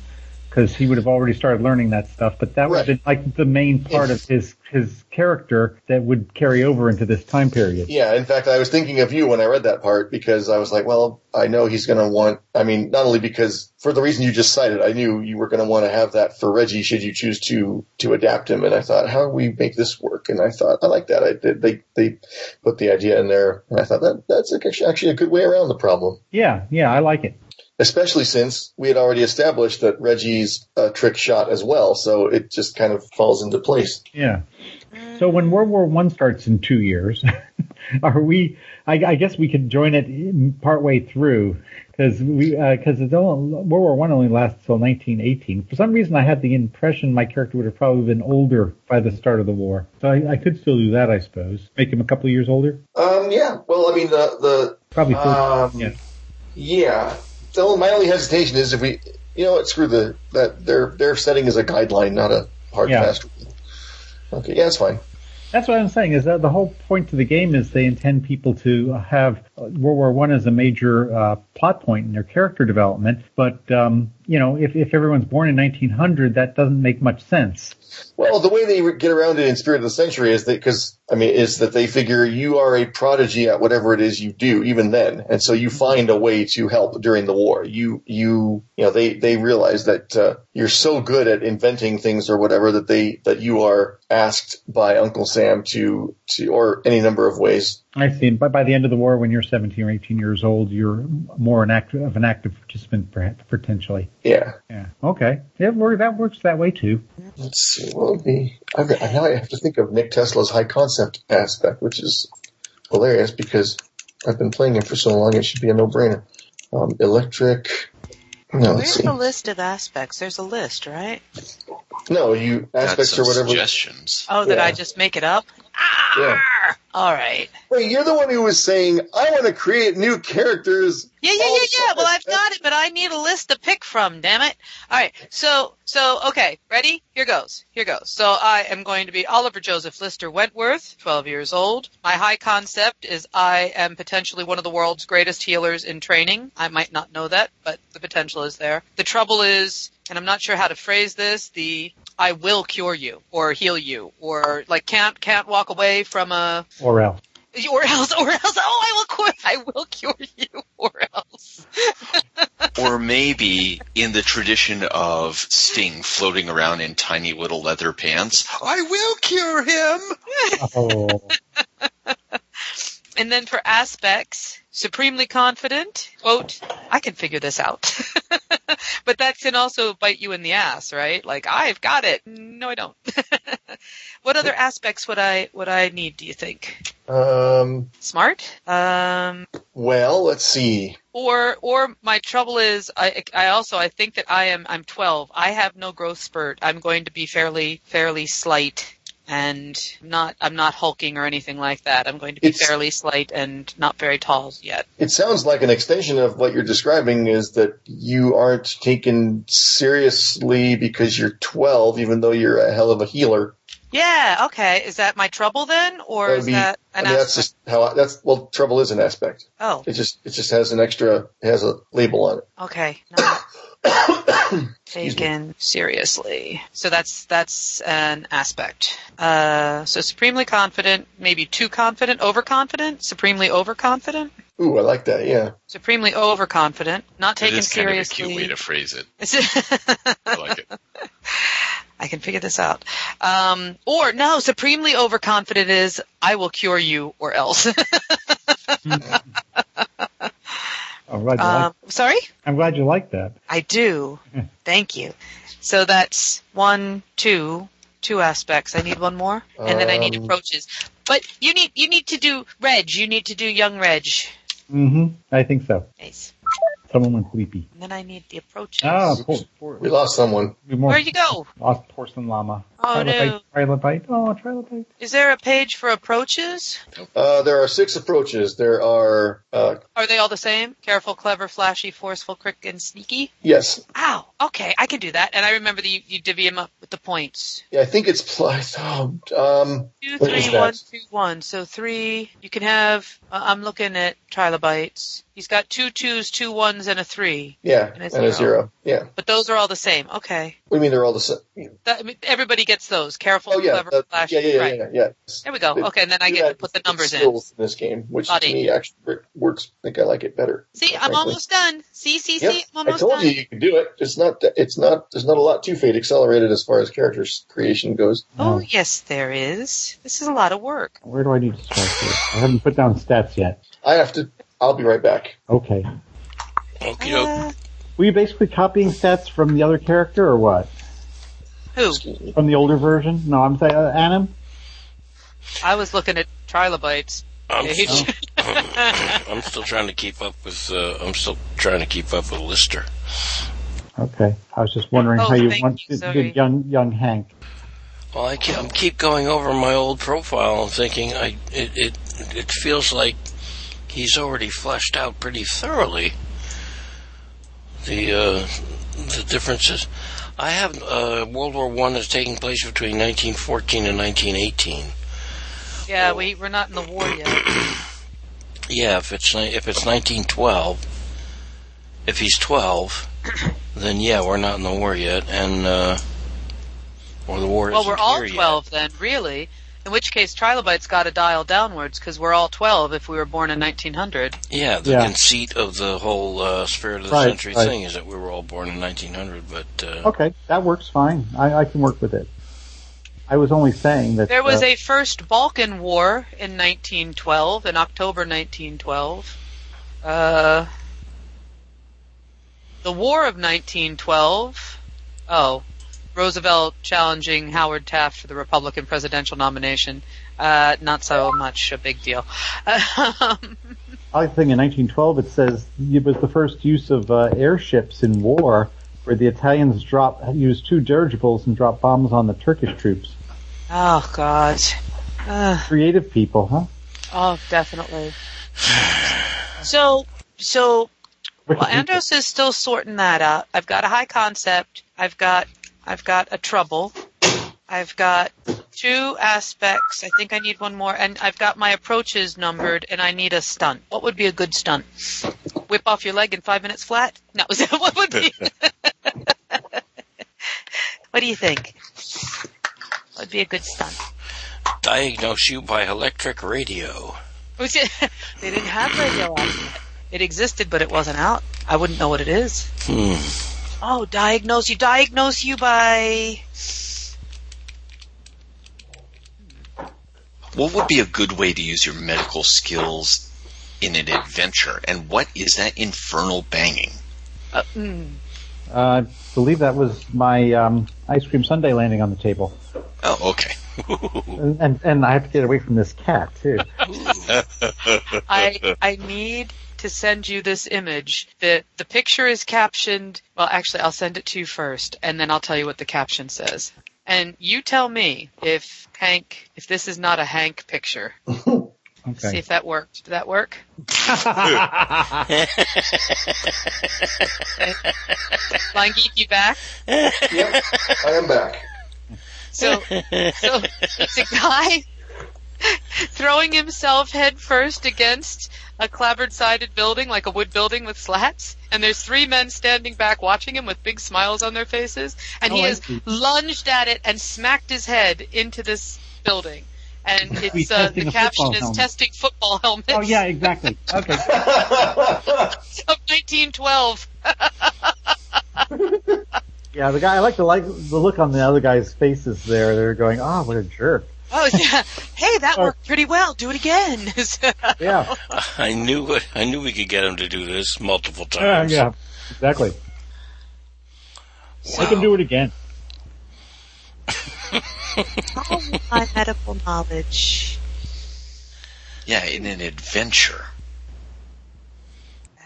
[SPEAKER 1] Because he would have already started learning that stuff, but that would have
[SPEAKER 5] Right.
[SPEAKER 1] been like the main part of his his character that would carry over into this time period.
[SPEAKER 5] Yeah, in fact, I was thinking of you when I read that part because I was like, well, I know he's going to want. I mean, not only because for the reason you just cited, I knew you were going to want to have that for Reggie should you choose to to adapt him. And I thought, how do we make this work? And I thought, I like that. I did. They they put the idea in there, and I thought that that's actually a good way around the problem.
[SPEAKER 1] Yeah, yeah, I like it.
[SPEAKER 5] Especially since we had already established that Reggie's a trick shot as well, so it just kind of falls into place.
[SPEAKER 1] Yeah. So when World War One starts in two years, are we? I, I guess we could join it in partway through because we because it's only, World War One only lasts till 1918. For some reason, I had the impression my character would have probably been older by the start of the war. So I, I could still do that, I suppose. Make him a couple of years older,
[SPEAKER 5] Um, yeah. Well, I mean, the the
[SPEAKER 1] probably. 14.
[SPEAKER 5] Um,
[SPEAKER 1] yeah.
[SPEAKER 5] Yeah. So my only hesitation is if we, you know what, screw the that their their setting is a guideline, not a hard
[SPEAKER 1] Yeah.
[SPEAKER 5] fast rule. Okay, yeah, that's fine.
[SPEAKER 1] That's what I'm saying. Is that the whole point of the game is they intend people to have uh, World War One as a major uh, plot point in their character development, but um, you know, if, if everyone's born in 1900, that doesn't make much sense.
[SPEAKER 5] Well, the way they re- get around it in Spirit of the Century is that because I mean is that they figure you are a prodigy at whatever it is you do, even then, and so
[SPEAKER 1] Mm-hmm.
[SPEAKER 5] you find a way to help during the war. You you you know they they realize that uh, you're so good at inventing things or whatever that they that you are asked by Uncle Sam to to or any number of ways
[SPEAKER 1] I see. But by the end of the war, when you're 17 or 18 years old, you're more an active of an active participant, perhaps potentially.
[SPEAKER 5] yeah
[SPEAKER 1] Yeah. Okay. Yeah, wor- that works that way too.
[SPEAKER 5] Let's see. What would be? I've got, now I have to think of Nick Tesla's high concept aspect, which is hilarious because I've been playing him for so long. It should be a no-brainer. Um, electric. No, let's
[SPEAKER 2] Where's
[SPEAKER 5] see.
[SPEAKER 2] the list of aspects? There's a list, right?
[SPEAKER 5] No, you aspects
[SPEAKER 4] Got
[SPEAKER 5] or
[SPEAKER 4] some
[SPEAKER 5] whatever.
[SPEAKER 4] Suggestions.
[SPEAKER 2] Oh, did
[SPEAKER 5] Yeah.
[SPEAKER 2] I just make it up?
[SPEAKER 5] Yeah.
[SPEAKER 2] Arr! All right.
[SPEAKER 5] Wait, you're the one who was saying I want to create new characters.
[SPEAKER 2] Yeah, yeah,
[SPEAKER 5] Oh,
[SPEAKER 2] yeah, yeah. Well, I've
[SPEAKER 5] that's-
[SPEAKER 2] got it, but I need a list to pick from. Damn it! All right, so, so, okay, ready? Here goes. Here goes. So I am going to be Oliver Joseph Lister Wentworth, 12 years old. My high concept is I am potentially one of the world's greatest healers in training. I might not know that, but the potential is there. The trouble is, and I'm not sure how to phrase this. The I will cure you or heal you or like can't can't walk away from a
[SPEAKER 1] Or else.
[SPEAKER 2] or else or else oh I will cure I will cure you or else.
[SPEAKER 4] Or maybe in the tradition of Sting floating around in tiny little leather pants, I will cure him.
[SPEAKER 1] Oh.
[SPEAKER 2] And then for aspects, supremely confident, quote, I can figure this out. but that can also bite you in the ass, right? Like, I've got it. No, I don't. what other aspects would I, would I need, do you think?
[SPEAKER 5] Um.
[SPEAKER 2] Smart? Um,
[SPEAKER 5] Well, let's see.
[SPEAKER 2] or or my trouble is I I also I think that I am I'm 12. I have no growth spurt. I'm going to be fairly fairly slight and not I'm not hulking or anything like that. I'm going to be
[SPEAKER 5] It's-
[SPEAKER 2] fairly slight and not very tall yet.
[SPEAKER 5] It sounds like an extension of what you're describing is that you aren't taken seriously because you're 12, even though you're a hell of a healer.
[SPEAKER 2] Yeah, okay. Is that my trouble then or
[SPEAKER 5] That'd
[SPEAKER 2] is
[SPEAKER 5] be-
[SPEAKER 2] that
[SPEAKER 5] I
[SPEAKER 2] an
[SPEAKER 5] mean, that's
[SPEAKER 2] aspect?
[SPEAKER 5] just how I, that's well, trouble is an aspect.
[SPEAKER 2] Oh,
[SPEAKER 5] It just it just has an extra it has a label on it.
[SPEAKER 2] okay. No.
[SPEAKER 5] me.
[SPEAKER 2] taken seriously. So that's that's an aspect. Uh, so supremely confident, maybe too confident, overconfident, supremely overconfident,
[SPEAKER 5] Ooh, I like that. Yeah,
[SPEAKER 2] supremely overconfident, not
[SPEAKER 6] That
[SPEAKER 2] taken
[SPEAKER 6] is kind
[SPEAKER 2] seriously.
[SPEAKER 6] of a cute way to phrase it. I like it.
[SPEAKER 2] I can figure this out. Um, or no, supremely overconfident is I will cure you or else.
[SPEAKER 5] Uh-huh.
[SPEAKER 1] oh. I'm glad you like,
[SPEAKER 2] um, sorry.
[SPEAKER 1] I'm glad you like that.
[SPEAKER 2] I do. Thank you. So that's one, two, two aspects. I need one more, and then I need
[SPEAKER 5] Um,
[SPEAKER 2] approaches. But you need you need to do Reg. You need to do young Reg.
[SPEAKER 1] Mm-hmm. I think so.
[SPEAKER 2] Nice.
[SPEAKER 1] Someone went sleepy.
[SPEAKER 2] And then I need the approaches.
[SPEAKER 1] Ah, poor,
[SPEAKER 5] we lost someone.
[SPEAKER 1] more
[SPEAKER 2] Where'd you go?
[SPEAKER 1] Lost porcelain llama.
[SPEAKER 2] Oh, no.
[SPEAKER 1] trilobite, Trilobite. Oh, trilobite.
[SPEAKER 2] Is there a page for approaches?
[SPEAKER 5] Uh, there are six approaches. There are uh,
[SPEAKER 2] Are they all the same? Careful, clever, flashy, forceful, quick, and sneaky.
[SPEAKER 5] yes,
[SPEAKER 2] Ow. Okay, I can do that. And I remember that you, you divvy them up with the points.
[SPEAKER 5] yeah, I think it's pl- oh, um
[SPEAKER 2] Two,
[SPEAKER 5] What is
[SPEAKER 2] three,
[SPEAKER 5] that?
[SPEAKER 2] one, two, one. So three. You can have. Uh, I'm looking at trilobites. He's got two twos, two ones, and a three.
[SPEAKER 5] yeah,
[SPEAKER 2] And a
[SPEAKER 5] and a
[SPEAKER 2] zero.
[SPEAKER 5] zero. Yeah,
[SPEAKER 2] But those are all the same. Okay.
[SPEAKER 5] we mean they're all the same.
[SPEAKER 2] That, I mean, everybody gets those. Careful,
[SPEAKER 5] Oh yeah,
[SPEAKER 2] clever,
[SPEAKER 5] that-
[SPEAKER 2] flash.
[SPEAKER 5] yeah, yeah, yeah,
[SPEAKER 2] right.
[SPEAKER 5] yeah, yeah.
[SPEAKER 2] There we go. Okay, and then I
[SPEAKER 5] You
[SPEAKER 2] get to
[SPEAKER 5] had
[SPEAKER 2] put the numbers in.
[SPEAKER 5] skills in this game, which
[SPEAKER 2] Not
[SPEAKER 5] to
[SPEAKER 2] eight.
[SPEAKER 5] me actually works. I think I like it better.
[SPEAKER 2] See, I'm
[SPEAKER 5] frankly.
[SPEAKER 2] almost done. See, see,
[SPEAKER 5] Yep,
[SPEAKER 2] see, I'm
[SPEAKER 5] I
[SPEAKER 2] almost
[SPEAKER 5] told
[SPEAKER 2] done.
[SPEAKER 5] you you could do it. It's not. It's not. There's not a lot to Fate Accelerated as far as character creation goes.
[SPEAKER 2] Oh
[SPEAKER 1] No.
[SPEAKER 2] yes, there is. This is a lot of work.
[SPEAKER 1] Where do I need to start here? I haven't put down stats yet.
[SPEAKER 5] I have to. I'll be right back.
[SPEAKER 1] Okay.
[SPEAKER 3] Okie doke.
[SPEAKER 2] Uh,
[SPEAKER 1] Were you basically copying stats from the other character or what?
[SPEAKER 2] who?
[SPEAKER 1] From the older version? No, I'm saying uh, Anim.
[SPEAKER 2] I was looking at trilobites.
[SPEAKER 3] I'm,
[SPEAKER 2] Page.
[SPEAKER 3] still, I'm still trying to keep up with. Uh, I'm still trying to keep up with Lister.
[SPEAKER 1] Okay. I was just wondering
[SPEAKER 2] Oh,
[SPEAKER 1] how you
[SPEAKER 2] thank
[SPEAKER 1] once
[SPEAKER 2] you,
[SPEAKER 1] did, did
[SPEAKER 2] sorry.
[SPEAKER 1] young young Hank.
[SPEAKER 3] Well, I keep, I'm keep going over my old profile and thinking I it, it it feels like he's already fleshed out pretty thoroughly the uh, the differences. I have uh, World War One is taking place between 1914 and 1918.
[SPEAKER 2] Yeah, we we're not in the war yet.
[SPEAKER 3] Yeah, if it's ni- if it's 1912, if he's 12, then yeah, we're not in the war yet, and uh, or the war
[SPEAKER 2] Well,
[SPEAKER 3] isn't
[SPEAKER 2] we're all
[SPEAKER 3] here yet.
[SPEAKER 2] 12 then, really. In which case, trilobites got to dial downwards because we're all 12 if we were born in 1900.
[SPEAKER 3] Yeah, the
[SPEAKER 1] Yeah.
[SPEAKER 3] conceit of the whole uh, spirit of the
[SPEAKER 1] Right,
[SPEAKER 3] century
[SPEAKER 1] right. Oh.
[SPEAKER 3] thing is that we were all born in 1900, but uh,
[SPEAKER 1] Okay, that works fine. I, I can work with it. I was only saying that
[SPEAKER 2] There was
[SPEAKER 1] uh,
[SPEAKER 2] a first Balkan War in 1912, in October 1912. Uh, the War of 1912. Oh, Roosevelt challenging Howard Taft for the Republican presidential nomination. Uh, not so much a big deal. Um,
[SPEAKER 1] other thing in 1912. It says it was the first use of uh, airships in war, where the Italians drop used two dirigibles and dropped bombs on the Turkish troops.
[SPEAKER 2] oh God. Ugh.
[SPEAKER 1] Creative people, huh?
[SPEAKER 2] Oh, definitely. So, so well,
[SPEAKER 1] Wicked people.
[SPEAKER 2] Andros is still sorting that out. I've got a high concept. I've got, I've got a trouble. I've got two aspects. I think I need one more, and I've got my approaches numbered, and I need a stunt. What would be a good stunt? Whip off your leg in five minutes flat? No, is that what would be? what do you think? What would be a good stunt?
[SPEAKER 3] diagnose you by electric radio.
[SPEAKER 2] Was it- they didn't have radio out. yet. It existed, but it wasn't out. I wouldn't know what it is.
[SPEAKER 3] Hmm.
[SPEAKER 2] Oh, diagnose you. Diagnose you by.
[SPEAKER 4] What would be a good way to use your medical skills in an adventure? And what is that infernal banging?
[SPEAKER 2] Uh, mm.
[SPEAKER 1] Uh, I believe that was my um, ice cream sundae landing on the table,
[SPEAKER 4] Oh, okay.
[SPEAKER 1] and, and and I have to get away from this cat too.
[SPEAKER 2] I I need to send you this image. The the picture is captioned. Well, actually, I'll send it to you first, and then I'll tell you what the caption says. And you tell me if Hank, if this is not a Hank picture. See
[SPEAKER 1] Okay.
[SPEAKER 2] if that worked. Did that work? Flying Geek, you back?
[SPEAKER 5] Yep, I am back.
[SPEAKER 2] So, so it's a guy throwing himself headfirst against a clapboard-sided building, like a wood building with slats, and there's three men standing back watching him with big smiles on their faces, and he
[SPEAKER 1] Oh, I
[SPEAKER 2] has
[SPEAKER 1] see.
[SPEAKER 2] lunged at it and smacked his head into this building. And
[SPEAKER 1] He's
[SPEAKER 2] it's uh,
[SPEAKER 1] testing
[SPEAKER 2] the
[SPEAKER 1] a
[SPEAKER 2] caption
[SPEAKER 1] football
[SPEAKER 2] is
[SPEAKER 1] helmet.
[SPEAKER 2] testing football helmets
[SPEAKER 1] oh yeah, exactly. Okay.
[SPEAKER 2] of 1912.
[SPEAKER 7] Yeah, the guy. I like the like the look on the other guy's faces there. They're going, "Ah, what a jerk."
[SPEAKER 2] Oh yeah, hey, that worked pretty well. Do it again.
[SPEAKER 7] Yeah,
[SPEAKER 3] I knew what I knew we could get him to do this multiple
[SPEAKER 1] Yeah,
[SPEAKER 3] times.
[SPEAKER 1] yeah, exactly.
[SPEAKER 3] Wow.
[SPEAKER 1] Make him do it again.
[SPEAKER 2] All my medical knowledge.
[SPEAKER 4] Yeah, in an adventure.
[SPEAKER 2] Uh,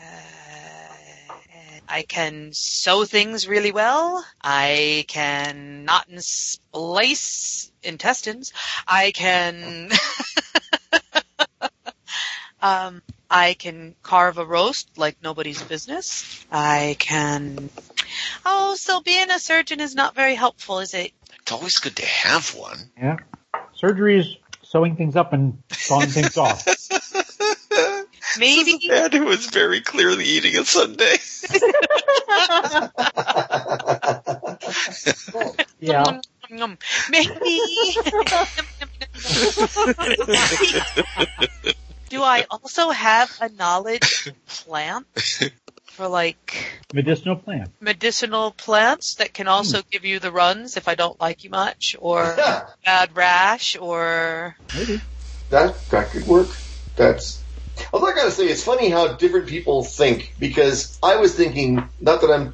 [SPEAKER 2] I can sew things really well. I can knot and splice intestines. I can. um, I can carve a roast like nobody's business. I can. Oh, so being a surgeon is not very helpful, is it?
[SPEAKER 4] It's always good to have one.
[SPEAKER 1] Yeah. Surgery is sewing things up and sawing things off.
[SPEAKER 2] Maybe.
[SPEAKER 4] Dad, who was very clearly eating a Sunday.
[SPEAKER 7] yeah.
[SPEAKER 2] Yum. Maybe. Do I also have a knowledge of plants for like
[SPEAKER 1] Medicinal plant.
[SPEAKER 2] medicinal plants that can also give you the runs if I don't like you much or
[SPEAKER 5] Yeah,
[SPEAKER 2] bad rash or
[SPEAKER 5] that that could work. That's. Although I gotta say, it's funny how different people think because I was thinking. Not that I'm.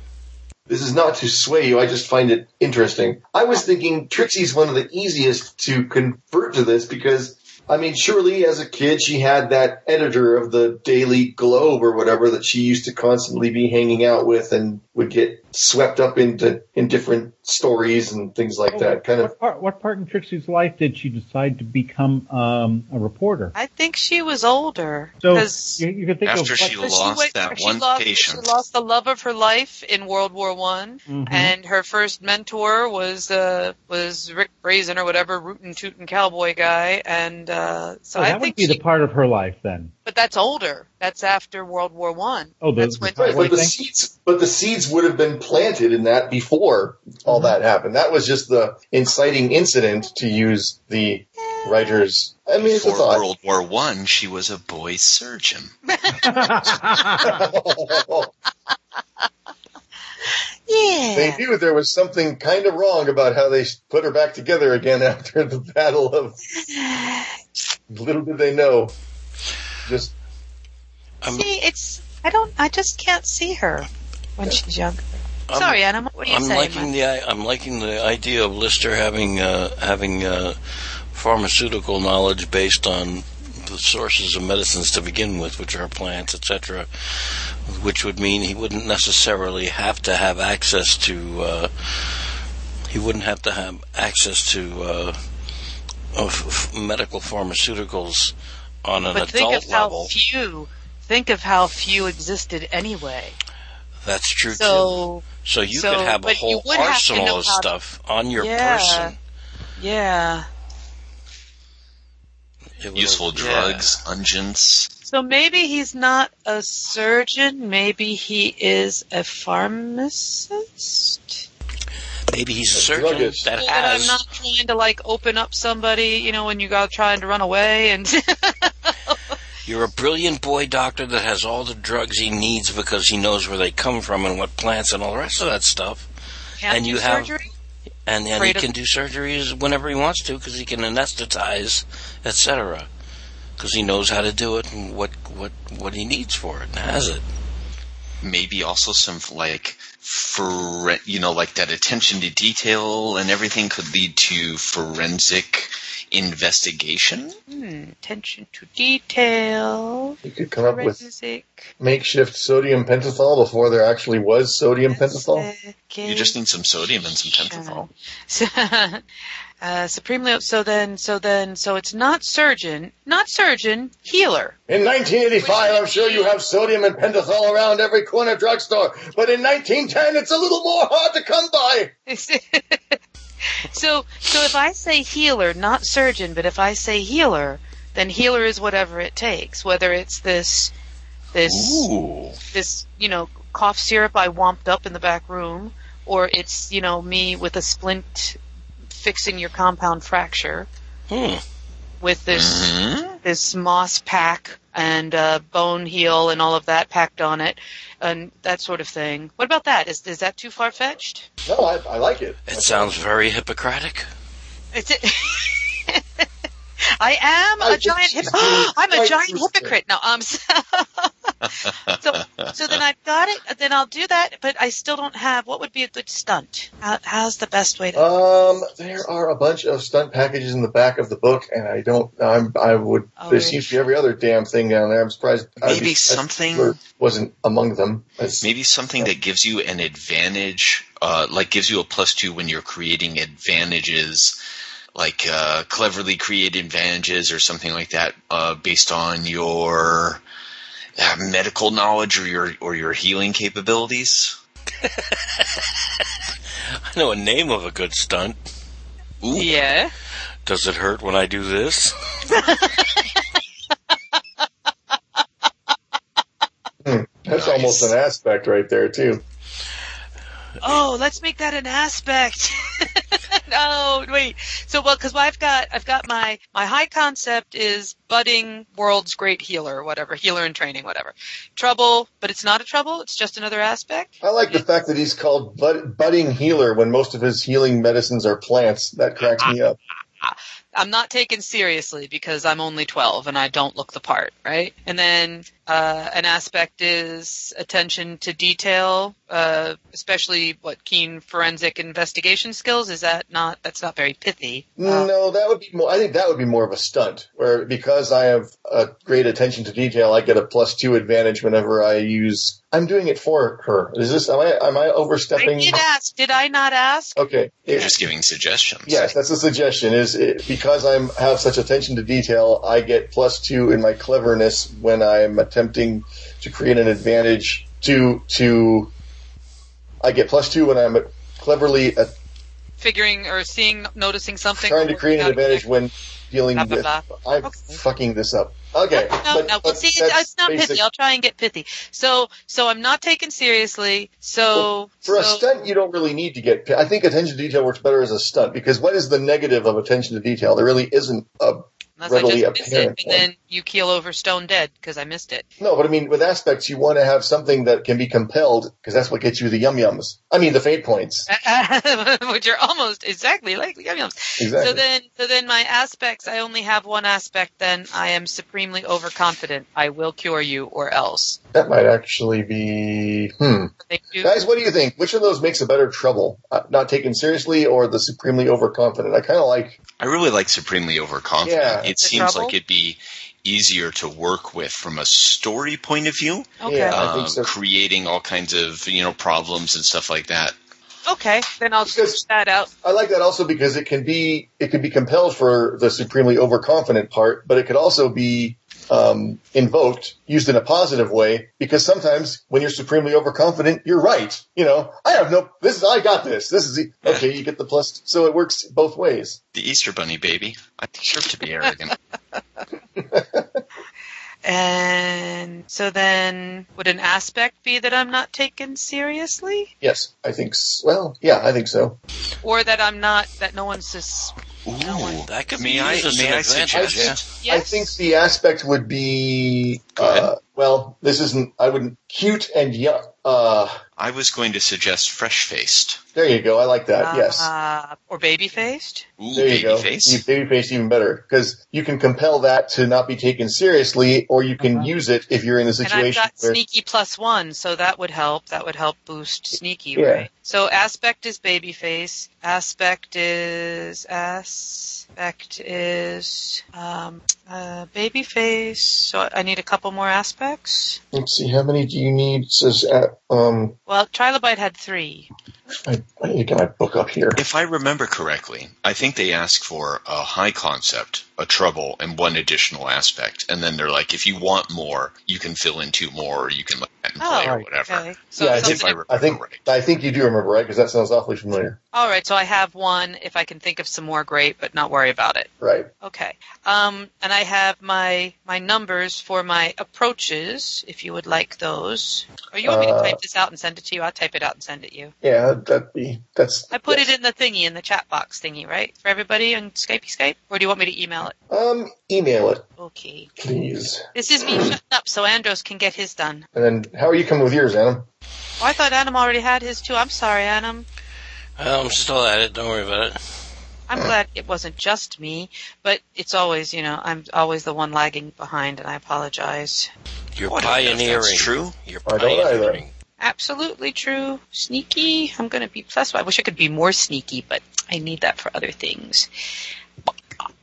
[SPEAKER 5] This is not to sway you. I just find it interesting. I was thinking Trixie's one of the easiest to convert to this because. I mean, surely as a kid she had that editor of the Daily Globe or whatever that she used to constantly be hanging out with and would get swept up into in different stories and things like that. Kind of
[SPEAKER 1] What part, what part in Trixie's life did she decide to become um, a reporter?
[SPEAKER 2] I think she was older
[SPEAKER 1] So
[SPEAKER 2] because
[SPEAKER 1] you, you can think
[SPEAKER 4] After
[SPEAKER 1] of
[SPEAKER 4] she
[SPEAKER 1] what,
[SPEAKER 2] But
[SPEAKER 4] lost
[SPEAKER 2] went-
[SPEAKER 4] that
[SPEAKER 2] she
[SPEAKER 4] one
[SPEAKER 2] lost-
[SPEAKER 4] patient.
[SPEAKER 2] She lost the love of her life in World War One,
[SPEAKER 1] Mhm.
[SPEAKER 2] and her first mentor was uh, was Rick Brazen or whatever rootin' tootin' cowboy guy. And uh, so
[SPEAKER 1] oh,
[SPEAKER 2] I
[SPEAKER 1] that would
[SPEAKER 2] think,
[SPEAKER 1] be
[SPEAKER 2] she,
[SPEAKER 1] the part of her life then.
[SPEAKER 2] but that's older. That's after World War One.
[SPEAKER 1] Oh, the-
[SPEAKER 2] that's when
[SPEAKER 1] the-
[SPEAKER 5] Right, but the
[SPEAKER 1] Anything?
[SPEAKER 5] seeds, but the seeds would have been planted in that before all that happened. That was just the inciting incident to use the writers. I mean, it's a
[SPEAKER 4] Before
[SPEAKER 5] thought.
[SPEAKER 4] World War One, she was a boy surgeon.
[SPEAKER 5] they
[SPEAKER 2] yeah.
[SPEAKER 5] knew there was something kind of wrong about how they put her back together again after the battle of. Little did they know. Just
[SPEAKER 3] I'm,
[SPEAKER 2] See, it's I don't I just can't see her when she's younger.
[SPEAKER 3] I'm-
[SPEAKER 2] Sorry, Anna. What do you
[SPEAKER 3] I'm
[SPEAKER 2] say?
[SPEAKER 3] liking the i- I'm liking the idea of Lister having uh, having uh, pharmaceutical knowledge based on the sources of medicines to begin with, which are plants, etc. Which would mean he wouldn't necessarily have to have access to uh, he wouldn't have to have access to uh, of f- medical pharmaceuticals on an
[SPEAKER 2] but think
[SPEAKER 3] adult
[SPEAKER 2] of how
[SPEAKER 3] level.
[SPEAKER 2] few. Think of how few existed anyway.
[SPEAKER 3] That's true too.
[SPEAKER 2] So
[SPEAKER 3] So you
[SPEAKER 2] so-
[SPEAKER 3] could have a
[SPEAKER 2] but you
[SPEAKER 3] whole
[SPEAKER 2] would have to know
[SPEAKER 3] arsenal of
[SPEAKER 2] how to-
[SPEAKER 3] stuff on your
[SPEAKER 2] Yeah.
[SPEAKER 3] person.
[SPEAKER 2] yeah.
[SPEAKER 3] It would-
[SPEAKER 4] Useful
[SPEAKER 3] yeah.
[SPEAKER 4] drugs, unguents.
[SPEAKER 2] So maybe he's not a surgeon. Maybe he is a pharmacist.
[SPEAKER 3] Maybe he's a
[SPEAKER 5] A
[SPEAKER 3] surgeon
[SPEAKER 5] druggist.
[SPEAKER 3] that
[SPEAKER 2] So that I'm
[SPEAKER 3] has.
[SPEAKER 2] not trying to like open up somebody, you know, when you got trying to run away and
[SPEAKER 3] You're a brilliant boy doctor that has all the drugs he needs because he knows where they come from and what plants and all the rest of that stuff.
[SPEAKER 2] can't
[SPEAKER 3] And
[SPEAKER 2] do
[SPEAKER 3] you have-
[SPEAKER 2] surgery.
[SPEAKER 3] And then he
[SPEAKER 2] Afraid of-
[SPEAKER 3] can do surgeries whenever he wants to because he can anesthetize, etc. Because he knows how to do it and what what what he needs for it and has it.
[SPEAKER 4] Maybe also some like for you know like that attention to detail and everything could lead to forensic investigation.
[SPEAKER 2] Hmm, attention to detail.
[SPEAKER 5] You could come up with
[SPEAKER 2] Forensic.
[SPEAKER 5] makeshift sodium pentothal before there actually was sodium pentothal.
[SPEAKER 4] You just need some sodium and some pentothal.
[SPEAKER 2] So, uh, supremely. op- So then. So then. So it's not surgeon. Not surgeon. Healer.
[SPEAKER 5] In 1985, I'm sure you have sodium and pentothal around every corner drugstore, but in 1910, it's a little more hard to come by.
[SPEAKER 2] so. So if I say healer, not surgeon, but if I say healer, then healer is whatever it takes. Whether it's this. This.
[SPEAKER 4] Ooh.
[SPEAKER 2] this, you know, cough syrup I womped up in the back room, or it's, you know, me with a splint fixing your compound fracture
[SPEAKER 3] Hmm.
[SPEAKER 2] with this
[SPEAKER 4] Mhm.
[SPEAKER 2] this moss pack and uh, bone heel and all of that packed on it and that sort of thing. What about that? Is is that too far fetched?
[SPEAKER 5] No, I, I like it.
[SPEAKER 3] It sounds very Hippocratic.
[SPEAKER 2] It's it. I am
[SPEAKER 5] I
[SPEAKER 2] a
[SPEAKER 5] think
[SPEAKER 2] giant
[SPEAKER 5] she's
[SPEAKER 2] hip-
[SPEAKER 5] being
[SPEAKER 2] I'm a
[SPEAKER 5] quite
[SPEAKER 2] giant
[SPEAKER 5] truthful.
[SPEAKER 2] hypocrite. No, um, so, so so then I've got it. Then I'll do that. But I still don't have. What would be a good stunt? How, how's the best way to?
[SPEAKER 5] Um, there are a bunch of stunt packages in the back of the book, and I don't. I'm. I would.
[SPEAKER 2] Oh,
[SPEAKER 5] there
[SPEAKER 2] really?
[SPEAKER 5] seems to be every other damn thing down there. I'm surprised. I'd
[SPEAKER 4] Maybe
[SPEAKER 5] be surprised
[SPEAKER 4] something-
[SPEAKER 5] Hitler wasn't among them. That's-
[SPEAKER 4] Maybe something that gives you an advantage, uh, like gives you a plus two when you're creating advantages, like uh, cleverly create advantages or something like that, uh, based on your uh, medical knowledge or your or your healing capabilities.
[SPEAKER 3] I know a name of a good stunt.
[SPEAKER 4] Ooh.
[SPEAKER 2] Yeah.
[SPEAKER 3] Does it hurt when I do this?
[SPEAKER 5] That's
[SPEAKER 4] Nice.
[SPEAKER 5] almost an aspect right there too.
[SPEAKER 2] Oh, let's make that an aspect. no, wait. So well, because I've got I've got my my high concept is budding world's great healer, whatever healer in training, whatever. Trouble, but it's not a trouble. It's just another aspect.
[SPEAKER 5] I like the fact that he's called bud- budding healer when most of his healing medicines are plants. That cracks me up.
[SPEAKER 2] I'm not taken seriously because I'm only 12 and I don't look the part, right? And then uh, an aspect is attention to detail, uh, especially what keen forensic investigation skills. Is that not? That's not very pithy. Uh,
[SPEAKER 5] No, that would be more. I think that would be more of a stunt, where because I have a great attention to detail, I get a plus two advantage whenever I use. I'm doing it for her. Is this? Am I? Am I
[SPEAKER 2] I
[SPEAKER 5] overstepping?
[SPEAKER 2] did ask. Did I not ask?
[SPEAKER 5] Okay.
[SPEAKER 4] You're just giving suggestions.
[SPEAKER 5] Yes, that's a suggestion. Is it, because I'm have such attention to detail, I get plus two in my cleverness when I'm attempting to create an advantage. To to, I get plus two when I'm cleverly uh,
[SPEAKER 2] Figuring or seeing, noticing something.
[SPEAKER 5] trying to create an advantage when dealing
[SPEAKER 2] Blah, blah,
[SPEAKER 5] with.
[SPEAKER 2] blah.
[SPEAKER 5] I'm
[SPEAKER 2] Okay.
[SPEAKER 5] fucking this up. Okay,
[SPEAKER 2] No,
[SPEAKER 5] but-
[SPEAKER 2] no. Well,
[SPEAKER 5] but
[SPEAKER 2] see,
[SPEAKER 5] that's
[SPEAKER 2] it's not
[SPEAKER 5] basic.
[SPEAKER 2] pithy. I'll try and get pithy. So, so I'm not taken seriously. So,
[SPEAKER 5] For a
[SPEAKER 2] so-
[SPEAKER 5] stunt, you don't really need to get. I think attention to detail works better as a stunt because what is the negative of attention to detail? There really isn't a
[SPEAKER 2] Unless I
[SPEAKER 5] readily
[SPEAKER 2] just miss it,
[SPEAKER 5] apparent
[SPEAKER 2] and
[SPEAKER 5] one.
[SPEAKER 2] then you keel over stone dead because I missed it.
[SPEAKER 5] No, but I mean, with aspects, you want to have something that can be compelled because that's what gets you the yum yums. I mean, the fate points.
[SPEAKER 2] Which are almost exactly like yum yums.
[SPEAKER 5] Exactly.
[SPEAKER 2] So then, so then my aspects. I only have one aspect. Then I am supremely overconfident. I will cure you, or else.
[SPEAKER 5] that might actually be. Hmm.
[SPEAKER 2] Thank you.
[SPEAKER 5] Guys, what do you think? Which of those makes a better trouble? Uh, not taken seriously or the supremely overconfident? I kind of like.
[SPEAKER 4] I really like Supremely Overconfident.
[SPEAKER 5] Yeah.
[SPEAKER 4] It
[SPEAKER 2] The
[SPEAKER 4] seems
[SPEAKER 2] trouble?
[SPEAKER 4] like it'd be easier to work with from a story point of view,
[SPEAKER 2] Okay.
[SPEAKER 5] Yeah. I
[SPEAKER 4] um,
[SPEAKER 5] think so.
[SPEAKER 4] creating all kinds of you know problems and stuff like that.
[SPEAKER 2] Okay. Then I'll
[SPEAKER 5] Because-
[SPEAKER 2] switch that out.
[SPEAKER 5] I like that also because it can be it can be compelled for the supremely overconfident part, but it could also be um, invoked, used in a positive way, because sometimes when you're supremely overconfident, you're right. You know, I have no. This is I got this. This is e- okay. You get the plus, so it works both ways.
[SPEAKER 4] The Easter Bunny, baby. I deserve to be arrogant.
[SPEAKER 2] And so then, would an aspect be that I'm not taken seriously,
[SPEAKER 5] Yes, I think. s Well, yeah, I think so.
[SPEAKER 2] or that I'm not that no one's just?
[SPEAKER 4] Ooh,
[SPEAKER 3] That could be
[SPEAKER 4] May I-
[SPEAKER 3] used as
[SPEAKER 4] may
[SPEAKER 3] an
[SPEAKER 4] I
[SPEAKER 3] advantage.
[SPEAKER 4] suggest-
[SPEAKER 3] yeah.
[SPEAKER 5] I think the aspect would be
[SPEAKER 4] Go ahead.
[SPEAKER 5] uh, well. This isn't. I wouldn't cute and young. Uh,
[SPEAKER 4] I was going to suggest fresh faced.
[SPEAKER 5] There you go. I like that. yes.
[SPEAKER 2] Uh, or baby faced?
[SPEAKER 4] Ooh,
[SPEAKER 5] There you
[SPEAKER 4] baby
[SPEAKER 5] go. You
[SPEAKER 4] face.
[SPEAKER 5] baby face even better because you can compel that to not be taken seriously, or you can use it if you're in the
[SPEAKER 2] Uh-huh. And I've
[SPEAKER 5] situation
[SPEAKER 2] got
[SPEAKER 5] where
[SPEAKER 2] sneaky plus one, so that would help. That would help boost sneaky,
[SPEAKER 5] Yeah.
[SPEAKER 2] right? So aspect is baby face. Aspect is aspect is um, uh, baby face. So I need a couple more aspects.
[SPEAKER 5] let's see how many do you need? It says uh, um,
[SPEAKER 2] Well, trilobite had three.
[SPEAKER 5] I, I need to get my book up here.
[SPEAKER 4] If I remember correctly, I think they ask for a high concept, a trouble, and one additional aspect, and then they're like, if you want more, you can fill in two more, or you can let that play
[SPEAKER 2] Oh,
[SPEAKER 4] or whatever.
[SPEAKER 2] Okay. So
[SPEAKER 5] Yeah, I
[SPEAKER 2] it
[SPEAKER 5] did
[SPEAKER 2] sounds
[SPEAKER 4] If I
[SPEAKER 2] like,
[SPEAKER 4] remember
[SPEAKER 5] I think
[SPEAKER 4] right.
[SPEAKER 5] I think you do remember, right? Because that sounds awfully familiar,
[SPEAKER 2] all right. So I have one. If I can think of some more, great. But not worry about it.
[SPEAKER 5] right?
[SPEAKER 2] Okay. Um, and I have my my numbers for my approaches, if you would like those. Or you want me to
[SPEAKER 5] Uh,
[SPEAKER 2] type this out and send it to you? I'll type it out and send it to you.
[SPEAKER 5] Yeah, that'd be that's.
[SPEAKER 2] I put it in the thingy, in the chat box thingy, right? For everybody on Skypey Skype? Or do you want me to email it?
[SPEAKER 5] Um, email it,
[SPEAKER 2] Okay.
[SPEAKER 5] please.
[SPEAKER 2] This is me shutting up so Andros can get his done.
[SPEAKER 5] And then, how are you coming with yours, Adam?
[SPEAKER 2] Oh, I thought Adam already had his too. I'm sorry, Adam.
[SPEAKER 3] Well, I'm still at it. Don't worry about it.
[SPEAKER 2] I'm glad it wasn't just me, but it's always, you know, I'm always the one lagging behind and I apologize.
[SPEAKER 3] You're
[SPEAKER 4] I don't know if
[SPEAKER 3] pioneering.
[SPEAKER 4] That's true.
[SPEAKER 3] You're
[SPEAKER 5] I don't either.
[SPEAKER 3] pioneering.
[SPEAKER 2] Absolutely true. Sneaky. I'm going to be plus one. I wish I could be more sneaky, but I need that for other things.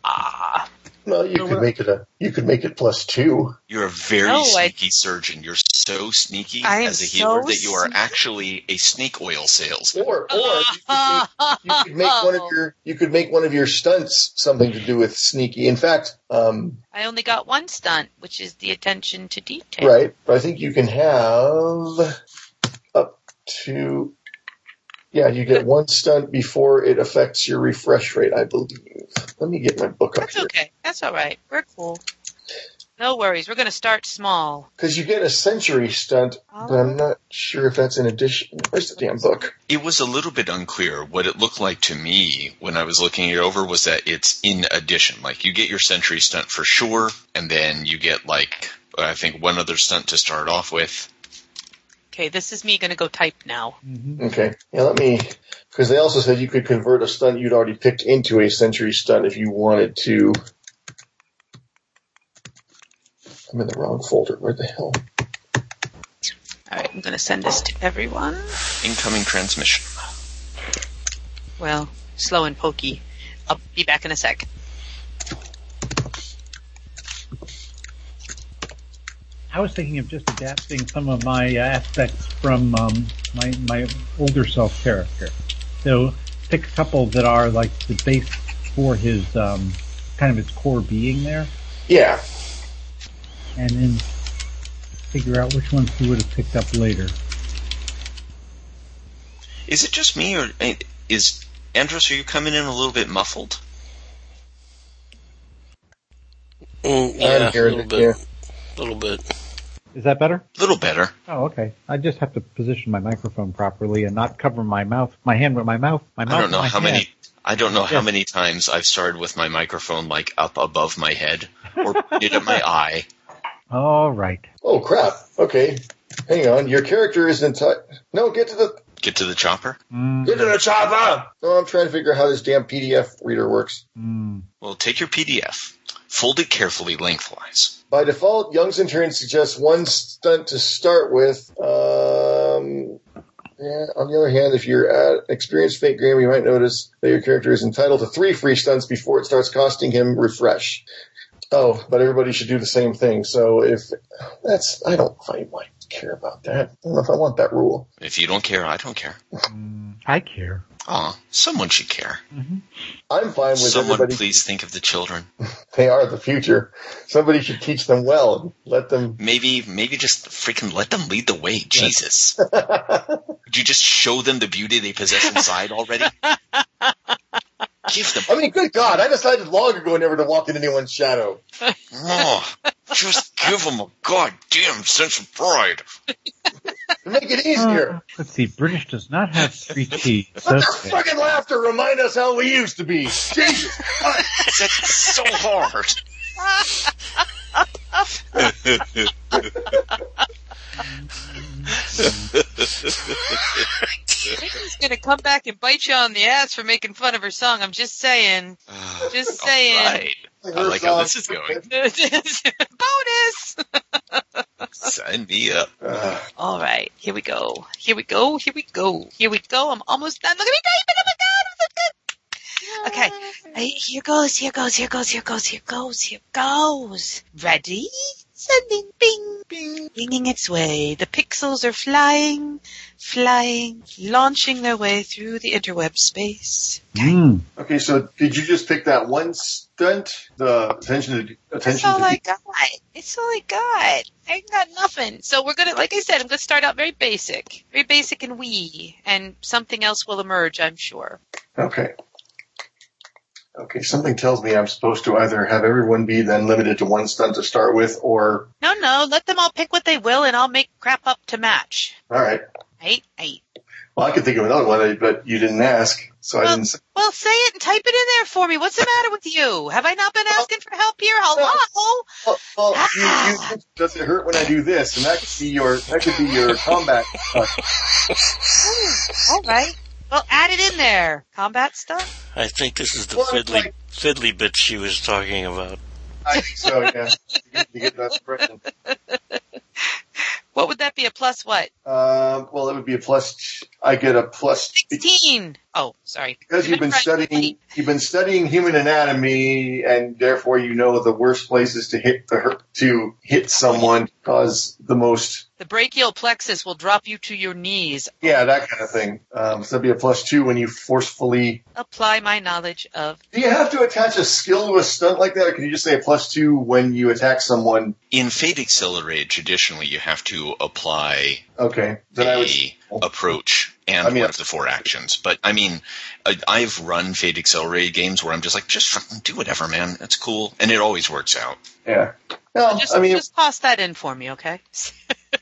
[SPEAKER 2] Ah,
[SPEAKER 5] Well, you could make it a you could make it plus two.
[SPEAKER 4] You're a very
[SPEAKER 2] No, I-
[SPEAKER 4] sneaky surgeon. You're so sneaky
[SPEAKER 2] I am
[SPEAKER 4] as a healer
[SPEAKER 2] so
[SPEAKER 4] that you are
[SPEAKER 2] sneaky.
[SPEAKER 4] actually a snake oil salesman.
[SPEAKER 5] Or or you could make- you could make one of your you could make one of your stunts something to do with sneaky. In fact, um,
[SPEAKER 2] I only got one stunt, which is the attention to detail.
[SPEAKER 5] right? But I think you can have up to yeah. You get one stunt before it affects your refresh rate, I believe. Let me get my book up
[SPEAKER 2] That's
[SPEAKER 5] here
[SPEAKER 2] okay. That's all right. We're cool. No worries. We're going to start small.
[SPEAKER 5] because you get a century stunt, but I'm not sure if that's in addition. Where's the damn book?
[SPEAKER 4] It was a little bit unclear. What it looked like to me when I was looking it over was that it's in addition. Like you get your sentry stunt for sure, and then you get like I think one other stunt to start off with.
[SPEAKER 2] Okay, this is me going to go type now.
[SPEAKER 5] Okay, yeah. Let me because they also said you could convert a stunt you'd already picked into a century stunt if you wanted to. I'm in the wrong folder. Where the hell?
[SPEAKER 2] All right, I'm going to send this to everyone.
[SPEAKER 4] Incoming transmission.
[SPEAKER 2] Well, slow and pokey. I'll be back in a sec.
[SPEAKER 1] I was thinking of just adapting some of my uh, aspects from um, my my older self character. So pick a couple that are like the base for his um, kind of his core being there,
[SPEAKER 5] Yeah,
[SPEAKER 1] and then figure out which ones he would have picked up later.
[SPEAKER 4] Is it just me or eh, is Andros? Are you coming in a little bit muffled?
[SPEAKER 3] Mm,
[SPEAKER 5] I'm
[SPEAKER 3] yeah, a
[SPEAKER 5] hearing
[SPEAKER 3] little
[SPEAKER 5] it,
[SPEAKER 3] bit. little bit.
[SPEAKER 1] Is that better?
[SPEAKER 4] A little better.
[SPEAKER 1] Oh, okay. I just have to position my microphone properly and not cover my mouth, my hand with my mouth. My mouth
[SPEAKER 4] I don't know
[SPEAKER 1] with my
[SPEAKER 4] how
[SPEAKER 1] hand.
[SPEAKER 4] many. I don't know
[SPEAKER 1] Yeah.
[SPEAKER 4] how many times I've started with my microphone like up above my head or pointed at my eye.
[SPEAKER 1] All right.
[SPEAKER 5] Oh crap! Okay, hang on. Your character is enti- No, get to the
[SPEAKER 4] Get to the chopper.
[SPEAKER 1] Mm,
[SPEAKER 5] get to the chopper. No, I'm trying to figure out how this damn PDF reader works.
[SPEAKER 1] mm.
[SPEAKER 4] Well, take your PDF, fold it carefully lengthwise.
[SPEAKER 5] By default, Young Centurion suggests one stunt to start with. Um, yeah, on the other hand, if you're at experienced fate gamer, you might notice that your character is entitled to three free stunts before it starts costing him refresh. Oh, but everybody should do the same thing. So if that's, I don't, I might care about that. I don't know if I want that rule.
[SPEAKER 4] If you don't care, I don't care.
[SPEAKER 1] Mm. I care.
[SPEAKER 4] Aw, someone should care.
[SPEAKER 5] I'm fine with
[SPEAKER 4] Someone,
[SPEAKER 5] everybody.
[SPEAKER 4] please think of the children.
[SPEAKER 5] They are the future. Somebody should teach them well. and Let them.
[SPEAKER 4] Maybe, maybe just freaking let them lead the way. Jesus, would you just show them the beauty they possess inside already? Give them.
[SPEAKER 5] I mean, good God, I decided long ago never to walk in anyone's shadow.
[SPEAKER 4] Oh, just give them a goddamn sense of pride.
[SPEAKER 5] Make it easier.
[SPEAKER 1] Uh, let's see. British does not have three T's. Okay.
[SPEAKER 5] Fucking laughter remind us how we used to be. Jesus.
[SPEAKER 4] That's so hard.
[SPEAKER 2] Nikki's gonna come back and bite you on the ass for making fun of her song. I'm just saying. Just saying.
[SPEAKER 6] Right. I like how this is going.
[SPEAKER 2] Bonus.
[SPEAKER 4] Sign me up.
[SPEAKER 2] All right, here we go. Here we go. Here we go. Here we go. I'm almost done. Look at me typing. Oh my god, I'm so good. Okay, Hey, here goes. Here goes. Here goes. Here goes. Here goes. Here goes. Ready? Sending bing bing winging its way. The pixels are flying, flying, launching their way through the interweb space.
[SPEAKER 1] Mm.
[SPEAKER 5] Okay, so did you just pick that one stunt? The attention to
[SPEAKER 2] It's
[SPEAKER 5] attention
[SPEAKER 2] all
[SPEAKER 5] to
[SPEAKER 2] I got. It's all I got. I ain't got nothing. So we're gonna, like I said, I'm gonna start out very basic, very basic and wee, and something else will emerge, I'm sure.
[SPEAKER 5] Okay. Okay, something tells me I'm supposed to either have everyone be then limited to one stunt to start with, or
[SPEAKER 2] No, no, let them all pick what they will, and I'll make crap up to match.
[SPEAKER 5] all right.
[SPEAKER 2] Right, right.
[SPEAKER 5] Well, I could think of another one, but you didn't ask, so I didn't. Say.
[SPEAKER 2] Well, say it and type it in there for me. What's the matter with you? Have I not been asking for help here? Hello?
[SPEAKER 5] Well, well, you, you, does it hurt when I do this? And that could be your that could be your combat. stunt.
[SPEAKER 2] All right. Well, add it in there. Combat stuff.
[SPEAKER 3] I think this is the
[SPEAKER 5] Well, it's
[SPEAKER 3] fiddly
[SPEAKER 5] like-
[SPEAKER 3] fiddly bit she was talking about.
[SPEAKER 5] I think so. Yeah, you get that impression.
[SPEAKER 2] What would that be? A plus what?
[SPEAKER 5] Um, well, it would be a plus. t- I get a plus t-
[SPEAKER 2] Sixteen. Oh, sorry.
[SPEAKER 5] because you've been studying. You've been studying human anatomy, and therefore you know the worst places to hit the hurt- to hit someone to cause the most.
[SPEAKER 2] The brachial plexus will drop you to your knees.
[SPEAKER 5] Yeah, that kind of thing. Um, so that'd be a plus two when you forcefully.
[SPEAKER 2] Apply my knowledge of.
[SPEAKER 5] Do you have to attach a skill to a stunt like that, or can you just say a plus two when you attack someone?
[SPEAKER 4] In Fate Accelerated, traditionally you have to apply
[SPEAKER 5] Okay, then I would.
[SPEAKER 4] a approach and
[SPEAKER 5] I mean-
[SPEAKER 4] one of the four actions. But I mean, I, I've run Fate Accelerated games where I'm just like, just fucking do whatever, man. It's cool, and it always works out.
[SPEAKER 5] Yeah. Well,
[SPEAKER 2] Just,
[SPEAKER 5] Oh, I mean,
[SPEAKER 2] just toss that in for me, okay?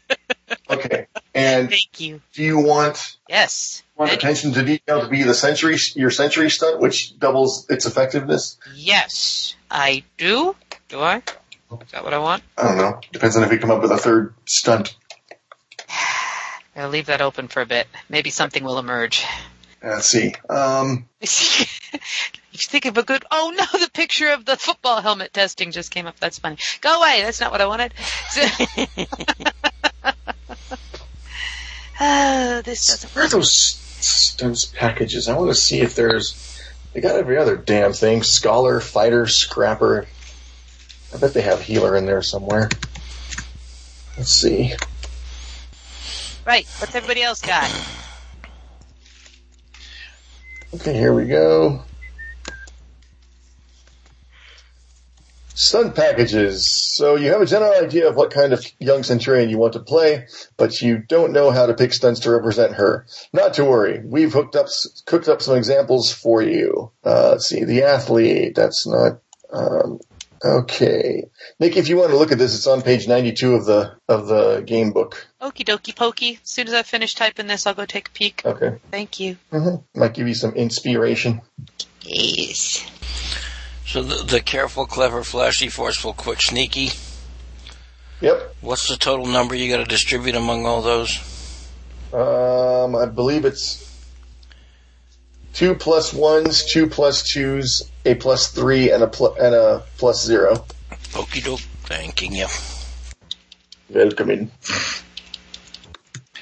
[SPEAKER 5] okay. And
[SPEAKER 2] Thank you.
[SPEAKER 5] do you want
[SPEAKER 2] Yes.
[SPEAKER 5] want
[SPEAKER 2] Ed-
[SPEAKER 5] attention to detail to be the century your century stunt, which doubles its effectiveness.
[SPEAKER 2] Yes, I do. Do I? Is that what I want?
[SPEAKER 5] I don't know. Depends on if we come up with a third stunt.
[SPEAKER 2] I'll leave that open for a bit. Maybe something will emerge.
[SPEAKER 5] Uh, Let's see. Um,
[SPEAKER 2] you think of a good. Oh no, the picture of the football helmet testing just came up. That's funny. Go away. That's not what I wanted. Ah, this doesn't
[SPEAKER 5] where are
[SPEAKER 2] work.
[SPEAKER 5] those stunts packages? I want to see if there's. They got every other damn thing: scholar, fighter, scrapper. I bet they have healer in there somewhere. Let's see.
[SPEAKER 2] Right. What's everybody else got?
[SPEAKER 5] Okay, here we go. Stunt packages. So you have a general idea of what kind of young centurion you want to play, but you don't know how to pick stunts to represent her. Not to worry. We've hooked up, cooked up some examples for you. Uh, let's see. The athlete. That's not, um, okay. Nick, if you want to look at this, it's on page 92 of the, of the game book.
[SPEAKER 2] Okie dokie pokey. As soon as I finish typing this, I'll go take a peek.
[SPEAKER 5] Okay.
[SPEAKER 2] Thank you.
[SPEAKER 5] hmm Might give you some inspiration.
[SPEAKER 2] Yes.
[SPEAKER 3] So the, the careful, clever, flashy, forceful, quick, sneaky.
[SPEAKER 5] Yep.
[SPEAKER 3] What's the total number you got to distribute among all those?
[SPEAKER 5] Um, I believe it's two plus ones, two plus twos, a plus three, and a pl- and a plus zero.
[SPEAKER 3] Okie doke. Thanking you.
[SPEAKER 5] Welcome in.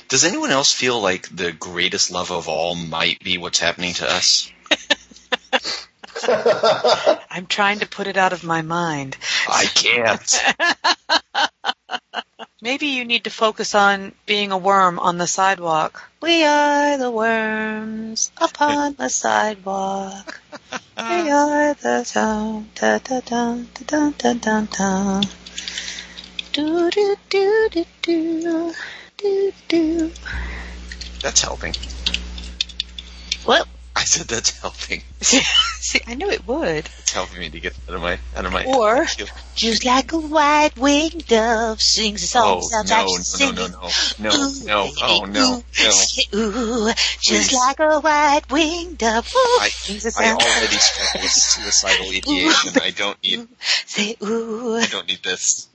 [SPEAKER 4] Does anyone else feel like the greatest love of all might be what's happening to us?
[SPEAKER 2] I'm trying to put it out of my mind.
[SPEAKER 4] I can't.
[SPEAKER 2] Maybe you need to focus on being a worm on the sidewalk. We are the worms upon the sidewalk. We are the dun dun dun dun dun dun dun dun. Do do do do do do do.
[SPEAKER 4] That's helping.
[SPEAKER 2] What?
[SPEAKER 4] I said that's helping.
[SPEAKER 2] See, I knew it would.
[SPEAKER 4] It's helping me to get out of my out of my.
[SPEAKER 2] Or just like a white-winged dove sings a song.
[SPEAKER 4] Oh
[SPEAKER 2] sometimes she's
[SPEAKER 4] no no no no
[SPEAKER 2] singing.
[SPEAKER 4] no no no oh no no.
[SPEAKER 2] Ooh, just
[SPEAKER 4] Please.
[SPEAKER 2] like a white winged dove. Ooh,
[SPEAKER 4] I,
[SPEAKER 2] sings a
[SPEAKER 4] I
[SPEAKER 2] song.
[SPEAKER 4] already struggle with suicidal ideation. I don't need
[SPEAKER 2] Say ooh.
[SPEAKER 4] I don't need this.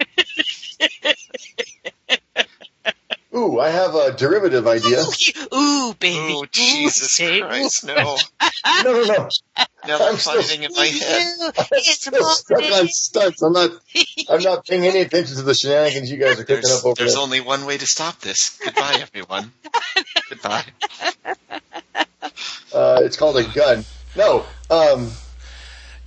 [SPEAKER 5] Ooh, I have a derivative idea.
[SPEAKER 2] Ooh, baby.
[SPEAKER 4] Oh, Jesus Christ, no.
[SPEAKER 5] No, no, no.
[SPEAKER 4] Now I'm
[SPEAKER 5] I'm still-
[SPEAKER 4] fighting in my head.
[SPEAKER 2] Ooh,
[SPEAKER 5] I'm still
[SPEAKER 2] it's
[SPEAKER 5] stuck on stunts. I'm not. I'm not paying any attention to the shenanigans you guys are cooking
[SPEAKER 4] There's,
[SPEAKER 5] up over
[SPEAKER 4] there's
[SPEAKER 5] there.
[SPEAKER 4] only one way to stop this. Goodbye, everyone. Goodbye.
[SPEAKER 5] Uh, it's called a gun. No. Um,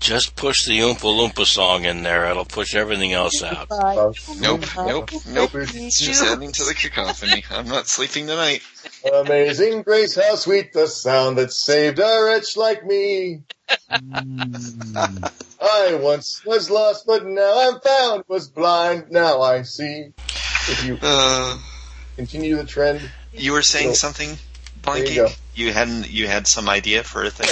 [SPEAKER 3] Just push the Oompa Loompa song in there. It'll push everything else out.
[SPEAKER 5] uh,
[SPEAKER 4] Nope, nope, nope.
[SPEAKER 5] Nope.
[SPEAKER 4] She's adding to the cacophony. I'm not sleeping tonight.
[SPEAKER 5] amazing grace, how sweet the sound that saved a wretch like me. I once was lost, but now I'm found. Was blind, now I see. If you
[SPEAKER 4] Uh,
[SPEAKER 5] continue the trend,
[SPEAKER 4] you were saying
[SPEAKER 5] Nope.
[SPEAKER 4] something, Blanky?
[SPEAKER 5] There you go.
[SPEAKER 4] You hadn't. You had some idea for a thing.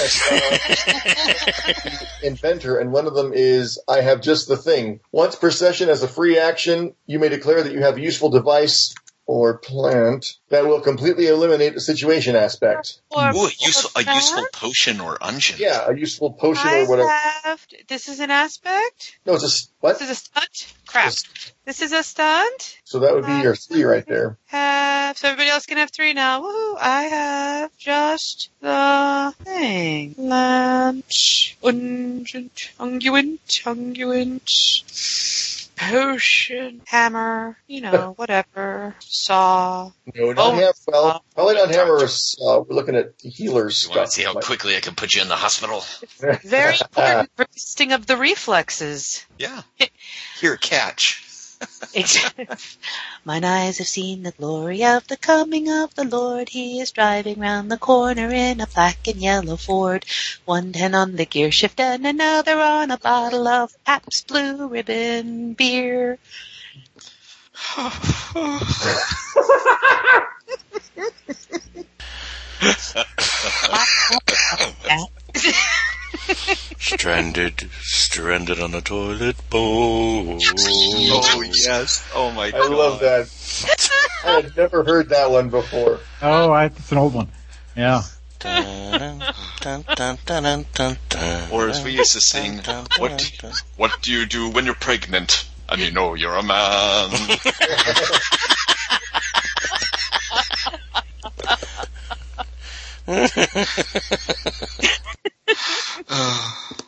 [SPEAKER 5] inventor, and one of them is I have just the thing. Once per session, as a free action, you may declare that you have a useful device or plant that will completely eliminate the situation aspect.
[SPEAKER 2] Or-
[SPEAKER 4] Ooh, a, useful,
[SPEAKER 2] or
[SPEAKER 4] a useful
[SPEAKER 2] that.
[SPEAKER 4] potion or unguent.
[SPEAKER 5] Yeah, a useful potion
[SPEAKER 2] I
[SPEAKER 5] or whatever.
[SPEAKER 2] have. This is an aspect.
[SPEAKER 5] No, it's a s- what?
[SPEAKER 2] This is a stunt. Crap. This is a stunt.
[SPEAKER 5] So that would be your three right there.
[SPEAKER 2] Have so everybody else can have three now. Woohoo! I have just the thing. Lunch. Ungent. Unguent. Unguent. Potion. Hammer. You know, whatever. Saw.
[SPEAKER 5] No, not
[SPEAKER 2] Oh.
[SPEAKER 5] ham- well, probably not hammer. or saw. uh, we're looking at healers.
[SPEAKER 4] You want to
[SPEAKER 5] stuff.
[SPEAKER 4] see how
[SPEAKER 5] Like-
[SPEAKER 4] quickly I can put you in the hospital?
[SPEAKER 2] Very important for testing of the reflexes.
[SPEAKER 4] Yeah. Here, catch.
[SPEAKER 2] Except, Mine eyes have seen the glory of the coming of the Lord. He is driving round the corner in a black and yellow Ford. One hand on the gear shift and another on a bottle of Pabst Blue Ribbon beer.
[SPEAKER 3] stranded, stranded on a toilet bowl.
[SPEAKER 4] Oh yes. Oh my
[SPEAKER 5] I love that. I had never heard that one before.
[SPEAKER 1] Oh, I, it's an old one. Yeah.
[SPEAKER 3] Dun, dun, dun, dun, dun, dun, dun.
[SPEAKER 4] Or
[SPEAKER 5] Uh,
[SPEAKER 4] as we used to sing, what what do you do when you're pregnant? And you know you're a man.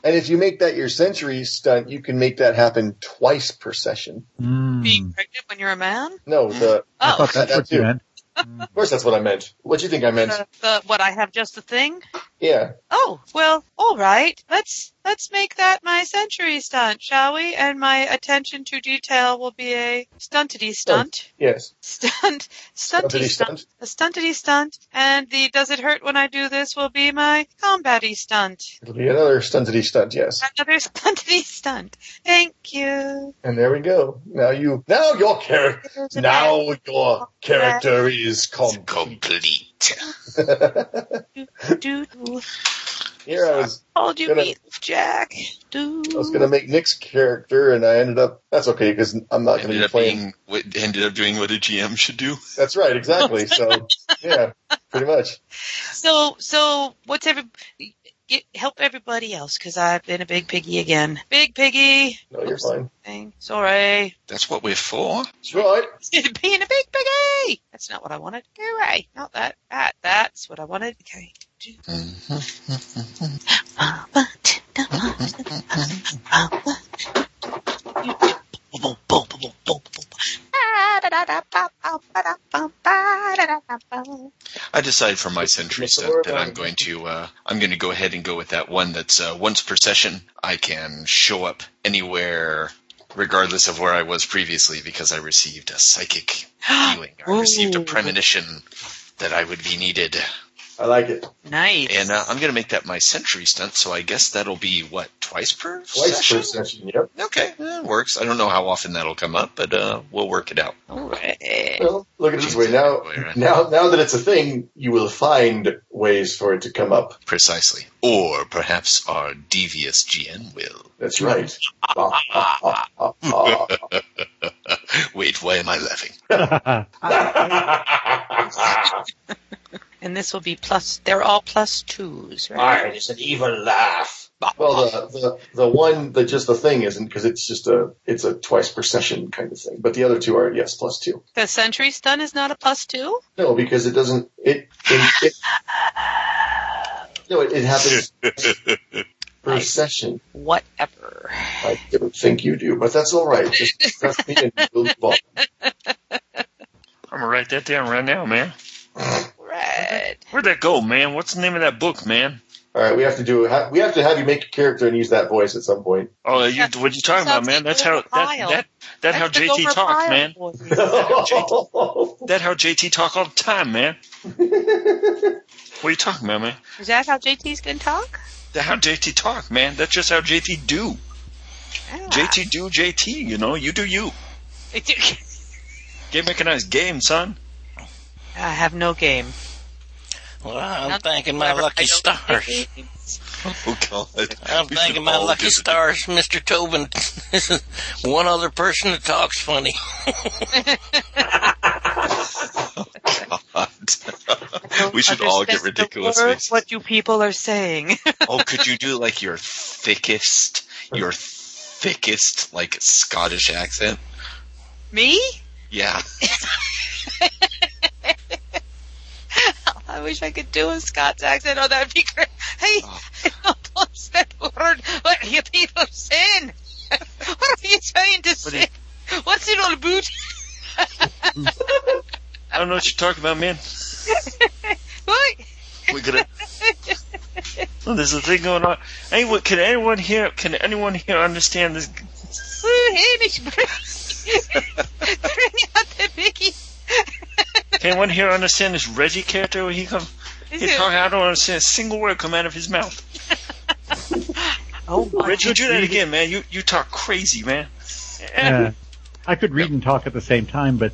[SPEAKER 5] And if you make that your century stunt, you can make that happen twice per session.
[SPEAKER 1] Mm.
[SPEAKER 2] pregnant when you're a man? Oh,
[SPEAKER 5] No,
[SPEAKER 4] Hmm.
[SPEAKER 5] the
[SPEAKER 1] I thought Oh, that's
[SPEAKER 5] that
[SPEAKER 1] what you
[SPEAKER 5] too.
[SPEAKER 1] meant.
[SPEAKER 5] of course that's what I meant. What do you think I meant?
[SPEAKER 2] uh, what I have just the thing?
[SPEAKER 5] Yeah.
[SPEAKER 2] Oh, well, all right. Let's let's make that my century stunt, shall we? And my attention to detail will be a stuntity stunt.
[SPEAKER 5] Yes.
[SPEAKER 2] Stunt
[SPEAKER 5] Stuntity
[SPEAKER 2] stunty stunt.
[SPEAKER 5] stunt.
[SPEAKER 2] A stuntity stunt. And the does it hurt when I do this will be my combatty stunt.
[SPEAKER 5] It'll be another stuntity stunt. Yes.
[SPEAKER 2] Another stuntity stunt. Thank you.
[SPEAKER 5] And there we go. Now you. Now your character. Now your character is complete.
[SPEAKER 4] Complete.
[SPEAKER 2] Do do.
[SPEAKER 5] Here I was.
[SPEAKER 2] Hold you
[SPEAKER 5] Gonna-
[SPEAKER 2] meat, Jack. Do.
[SPEAKER 5] I was gonna make Nick's character, and I ended up. That's okay because I'm not gonna
[SPEAKER 4] Ended
[SPEAKER 5] be
[SPEAKER 4] up
[SPEAKER 5] playing.
[SPEAKER 4] being what ended up doing what a GM should do.
[SPEAKER 5] That's right, exactly. So yeah, pretty much.
[SPEAKER 2] So, so what's every get, help everybody else because I've been a big piggy again. Big piggy.
[SPEAKER 5] No, you're fine.
[SPEAKER 2] Thing. Sorry,
[SPEAKER 4] That's what we're for.
[SPEAKER 5] That's right.
[SPEAKER 2] being a big piggy. That's not what I wanted. Go away. Not that. That. That's what I wanted. Okay.
[SPEAKER 5] Mm-hmm.
[SPEAKER 2] Robert, don't want to- Robert.
[SPEAKER 4] I decide for my century
[SPEAKER 5] Mr.
[SPEAKER 4] stuff that I'm going to uh, I'm going to go ahead and go with that one that's uh, once per session. I can show up anywhere, regardless of where I was previously, because I received a psychic feeling. I received a
[SPEAKER 2] Ooh.
[SPEAKER 4] premonition that I would be needed,
[SPEAKER 5] I like it.
[SPEAKER 2] Nice.
[SPEAKER 4] and uh, I'm going to make that my century stunt. So I guess that'll be what twice per
[SPEAKER 5] Twice
[SPEAKER 4] session.
[SPEAKER 5] per session. Yep.
[SPEAKER 4] Okay, that works. I don't know how often that'll come up, but uh, we'll work it out.
[SPEAKER 2] All right.
[SPEAKER 5] Well, look at it this way now. Now, now that it's a thing, you will find ways for it to come up.
[SPEAKER 4] Precisely. Or perhaps our devious GM will.
[SPEAKER 5] That's right. Ah, ah, ah, ah, ah.
[SPEAKER 4] Wait, why am I laughing?
[SPEAKER 2] And this will be plus. They're all plus twws, right?
[SPEAKER 8] Mine is an evil laugh.
[SPEAKER 5] Well, the, the the one that just the thing isn't because it's just a it's a twice per session kind of thing. But the other two are yes plus two.
[SPEAKER 2] The sentry stun is not a plus two?
[SPEAKER 5] No, because it doesn't it it, it no it, it happens per session.
[SPEAKER 2] Whatever.
[SPEAKER 5] I don't think you do, but that's all right. Just trust me and we'll move on.
[SPEAKER 8] I'm gonna write that down right now, man.
[SPEAKER 2] Right.
[SPEAKER 8] Where'd that go, man? What's the name of that book, man?
[SPEAKER 5] All right, we have to do ha- we have to have you make a character and use that voice at some point.
[SPEAKER 8] Oh, you, what you talking about, man? That's how that that that how
[SPEAKER 2] Took over
[SPEAKER 8] JT talks,
[SPEAKER 2] Pyle
[SPEAKER 8] man.
[SPEAKER 2] for you.
[SPEAKER 8] That how JT talk all the time, man. what are you talking about, man?
[SPEAKER 2] Is that how JT's gonna talk?
[SPEAKER 8] That how JT talk, man. That's just how JT do. JT do JT. You know, you do you.
[SPEAKER 2] I do-
[SPEAKER 8] Get make a nice game, son.
[SPEAKER 2] I have no game.
[SPEAKER 3] Well, I'm thanking my lucky stars.
[SPEAKER 4] Oh God! Oh,
[SPEAKER 3] I'm
[SPEAKER 4] We
[SPEAKER 3] thanking
[SPEAKER 4] should
[SPEAKER 3] my
[SPEAKER 4] all do
[SPEAKER 3] lucky
[SPEAKER 4] it.
[SPEAKER 3] stars, Mr. Tobin. This is one other person that talks funny.
[SPEAKER 2] Don't
[SPEAKER 4] we should all get
[SPEAKER 2] understand the
[SPEAKER 4] ridiculous
[SPEAKER 2] word
[SPEAKER 4] faces.
[SPEAKER 2] What you people are saying.
[SPEAKER 4] oh, could you do like your thickest, your thickest like Scottish accent?
[SPEAKER 2] Me?
[SPEAKER 4] Yeah.
[SPEAKER 2] I wish I could do a Scots accent. Oh, that'd be great. Hey,
[SPEAKER 4] Oh.
[SPEAKER 2] I don't understand the word. What are you people saying? What are you trying to say? What's it all about?
[SPEAKER 8] I don't know what you're talking about, man.
[SPEAKER 2] What?
[SPEAKER 8] We could. Well, there's a thing going on. Anyone? Can anyone here? Can anyone here understand this?
[SPEAKER 2] Ooh, Hamish, bring, bring out the Mickey.
[SPEAKER 8] Can anyone here understand this Reggie character? Where he come? He talking. I don't understand a single word come out of his mouth.
[SPEAKER 2] Oh my
[SPEAKER 8] Reggie, do that again, man. You you talk crazy, man.
[SPEAKER 1] Yeah. I could read and talk at the same time, but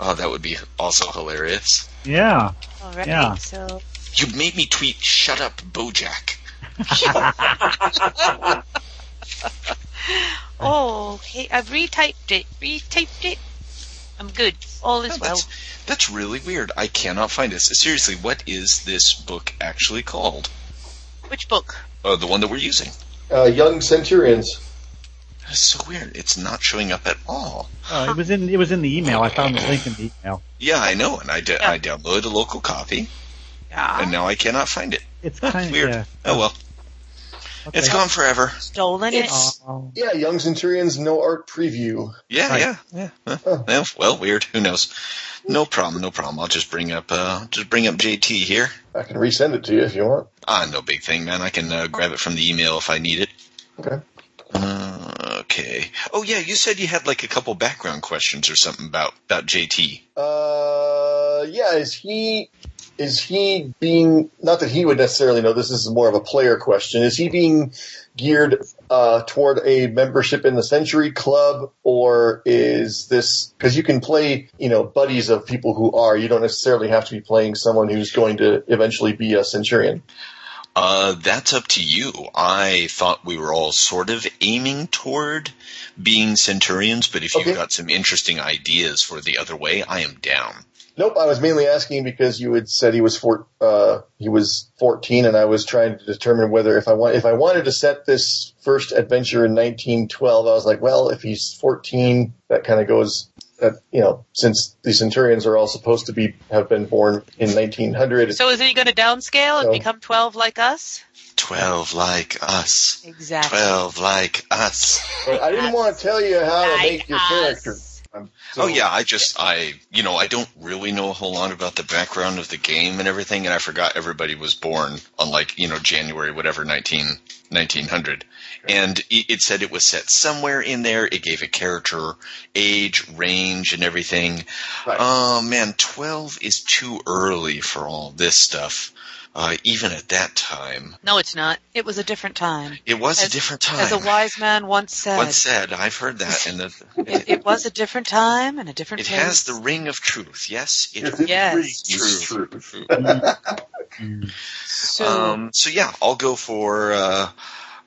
[SPEAKER 4] Oh, that would be also hilarious.
[SPEAKER 1] yeah.
[SPEAKER 2] All right,
[SPEAKER 1] Yeah.
[SPEAKER 2] so
[SPEAKER 4] You made me tweet, "Shut up, BoJack."
[SPEAKER 2] oh, hey, I've retyped it, retyped it. I'm good. All
[SPEAKER 5] Oh,
[SPEAKER 2] is well.
[SPEAKER 4] That's, that's really weird. I cannot find this. Seriously, what is this book actually called?
[SPEAKER 2] Which book?
[SPEAKER 4] Oh, the one that we're using.
[SPEAKER 5] Uh, young centurions.
[SPEAKER 4] That's so weird. It's not showing up at all.
[SPEAKER 1] Uh, it was in it was in the email. I found the link in the email.
[SPEAKER 4] Yeah, I know, and I, d- I downloaded a local copy,
[SPEAKER 2] Yeah.
[SPEAKER 4] and now I cannot find it.
[SPEAKER 1] It's kind of
[SPEAKER 4] Weird. Oh well, it's gone forever.
[SPEAKER 2] Stolen it.
[SPEAKER 1] Oh,
[SPEAKER 5] Yeah, young centurions. No art preview.
[SPEAKER 4] Yeah,
[SPEAKER 1] Right.
[SPEAKER 4] yeah, yeah. Huh. Well, well, weird. Who knows? No problem. No problem. I'll just bring up uh, just bring up JT here.
[SPEAKER 5] I can resend it to you if you want.
[SPEAKER 4] Ah, no big thing, man. I can uh, grab it from the email if I need it.
[SPEAKER 5] Okay.
[SPEAKER 4] Uh, okay. Oh yeah, you said you had like a couple background questions or something about about JT.
[SPEAKER 5] Uh, yeah, is he is he being not that he would necessarily know this is more of a player question. Is he being geared uh, toward a membership in the Century Club or is this cuz you can play, you know, buddies of people who are. You don't necessarily have to be playing someone who's going to eventually be a centurion.
[SPEAKER 4] Uh, that's up to you. I thought we were all sort of aiming toward being centurions, but if
[SPEAKER 5] Okay.
[SPEAKER 4] you've got some interesting ideas for the other way, I am down.
[SPEAKER 5] Nope, I was mainly asking because you had said he was four, uh, he was 14 and I was trying to determine whether if I want, if I wanted to set this first adventure in 1912, I was like, well, if he's 14, that kind of goes that, you know, since the Centurions are all supposed to be, have been born in 1900.
[SPEAKER 2] So is he going to downscale and
[SPEAKER 5] No.
[SPEAKER 2] become 12 like us?
[SPEAKER 4] Twelve like us.
[SPEAKER 2] Exactly.
[SPEAKER 4] Twelve like us.
[SPEAKER 5] I didn't want to tell you how to make your character. Um, so-
[SPEAKER 4] oh yeah, I just I you know I don't really know a whole lot about the background of the game and everything, and I forgot everybody was born on like you know January whatever 19, 1900. and it, it said it was set somewhere in there. It gave a character age, range, and everything.
[SPEAKER 5] Right.
[SPEAKER 4] Oh man, twelve is too early for all this stuff. Uh, even at that time,
[SPEAKER 2] No, it's not. It was a different time.
[SPEAKER 4] it was a
[SPEAKER 2] As-
[SPEAKER 4] different time.
[SPEAKER 2] As a wise man once said,
[SPEAKER 4] Once said, I've heard that, and the,
[SPEAKER 2] it, it was a different time and a different
[SPEAKER 4] it
[SPEAKER 2] place.
[SPEAKER 4] has the ring of truth. Yes, it
[SPEAKER 5] If it
[SPEAKER 2] Yes.
[SPEAKER 5] rings
[SPEAKER 4] It's
[SPEAKER 5] true.
[SPEAKER 4] true.
[SPEAKER 2] so,
[SPEAKER 4] Um, so yeah, I'll go for. Uh,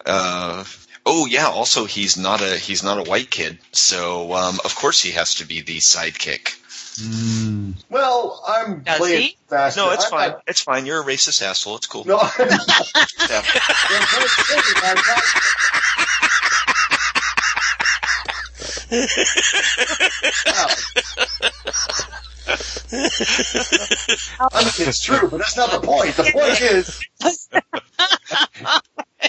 [SPEAKER 4] uh, oh yeah, also he's not a he's not a white kid, so um, of course he has to be the sidekick.
[SPEAKER 1] Mm.
[SPEAKER 5] Well, I'm playing faster.
[SPEAKER 4] No, it's
[SPEAKER 5] I'm
[SPEAKER 4] fine.
[SPEAKER 5] not-
[SPEAKER 4] It's fine. You're a racist asshole. It's cool.
[SPEAKER 5] No, I'm
[SPEAKER 4] Yeah.
[SPEAKER 5] I mean, it's true, but that's not the point. The point is,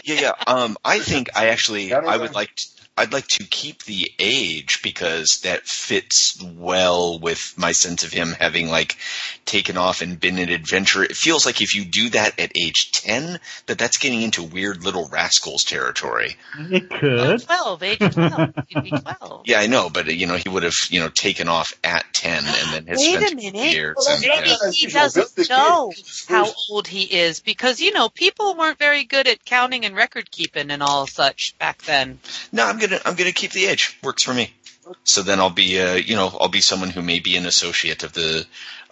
[SPEAKER 4] yeah, yeah. Um, I think I actually
[SPEAKER 5] Got it
[SPEAKER 4] I would
[SPEAKER 5] right.
[SPEAKER 4] like to, I'd like to keep the age because that fits well with my sense of him having like taken off and been an adventurer. It feels like if you do that at age ten, that that's getting into weird little rascals territory.
[SPEAKER 1] It could.
[SPEAKER 2] Twelve, age twelve. You'd be twelve.
[SPEAKER 4] Yeah, I know, but uh, you know he would have you know taken off at ten and then has
[SPEAKER 2] Wait
[SPEAKER 4] spent
[SPEAKER 2] a minute.
[SPEAKER 4] years. and,
[SPEAKER 2] Maybe
[SPEAKER 4] yeah.
[SPEAKER 2] he
[SPEAKER 5] unusual. That's the
[SPEAKER 2] doesn't
[SPEAKER 5] kid.
[SPEAKER 2] know how
[SPEAKER 5] First.
[SPEAKER 2] old he is because you know people weren't very good at counting and record keeping and all such back then.
[SPEAKER 4] No, I'm gonna I'm gonna keep the age. Works for me. So then I'll be uh, you know I'll be someone who may be an associate of the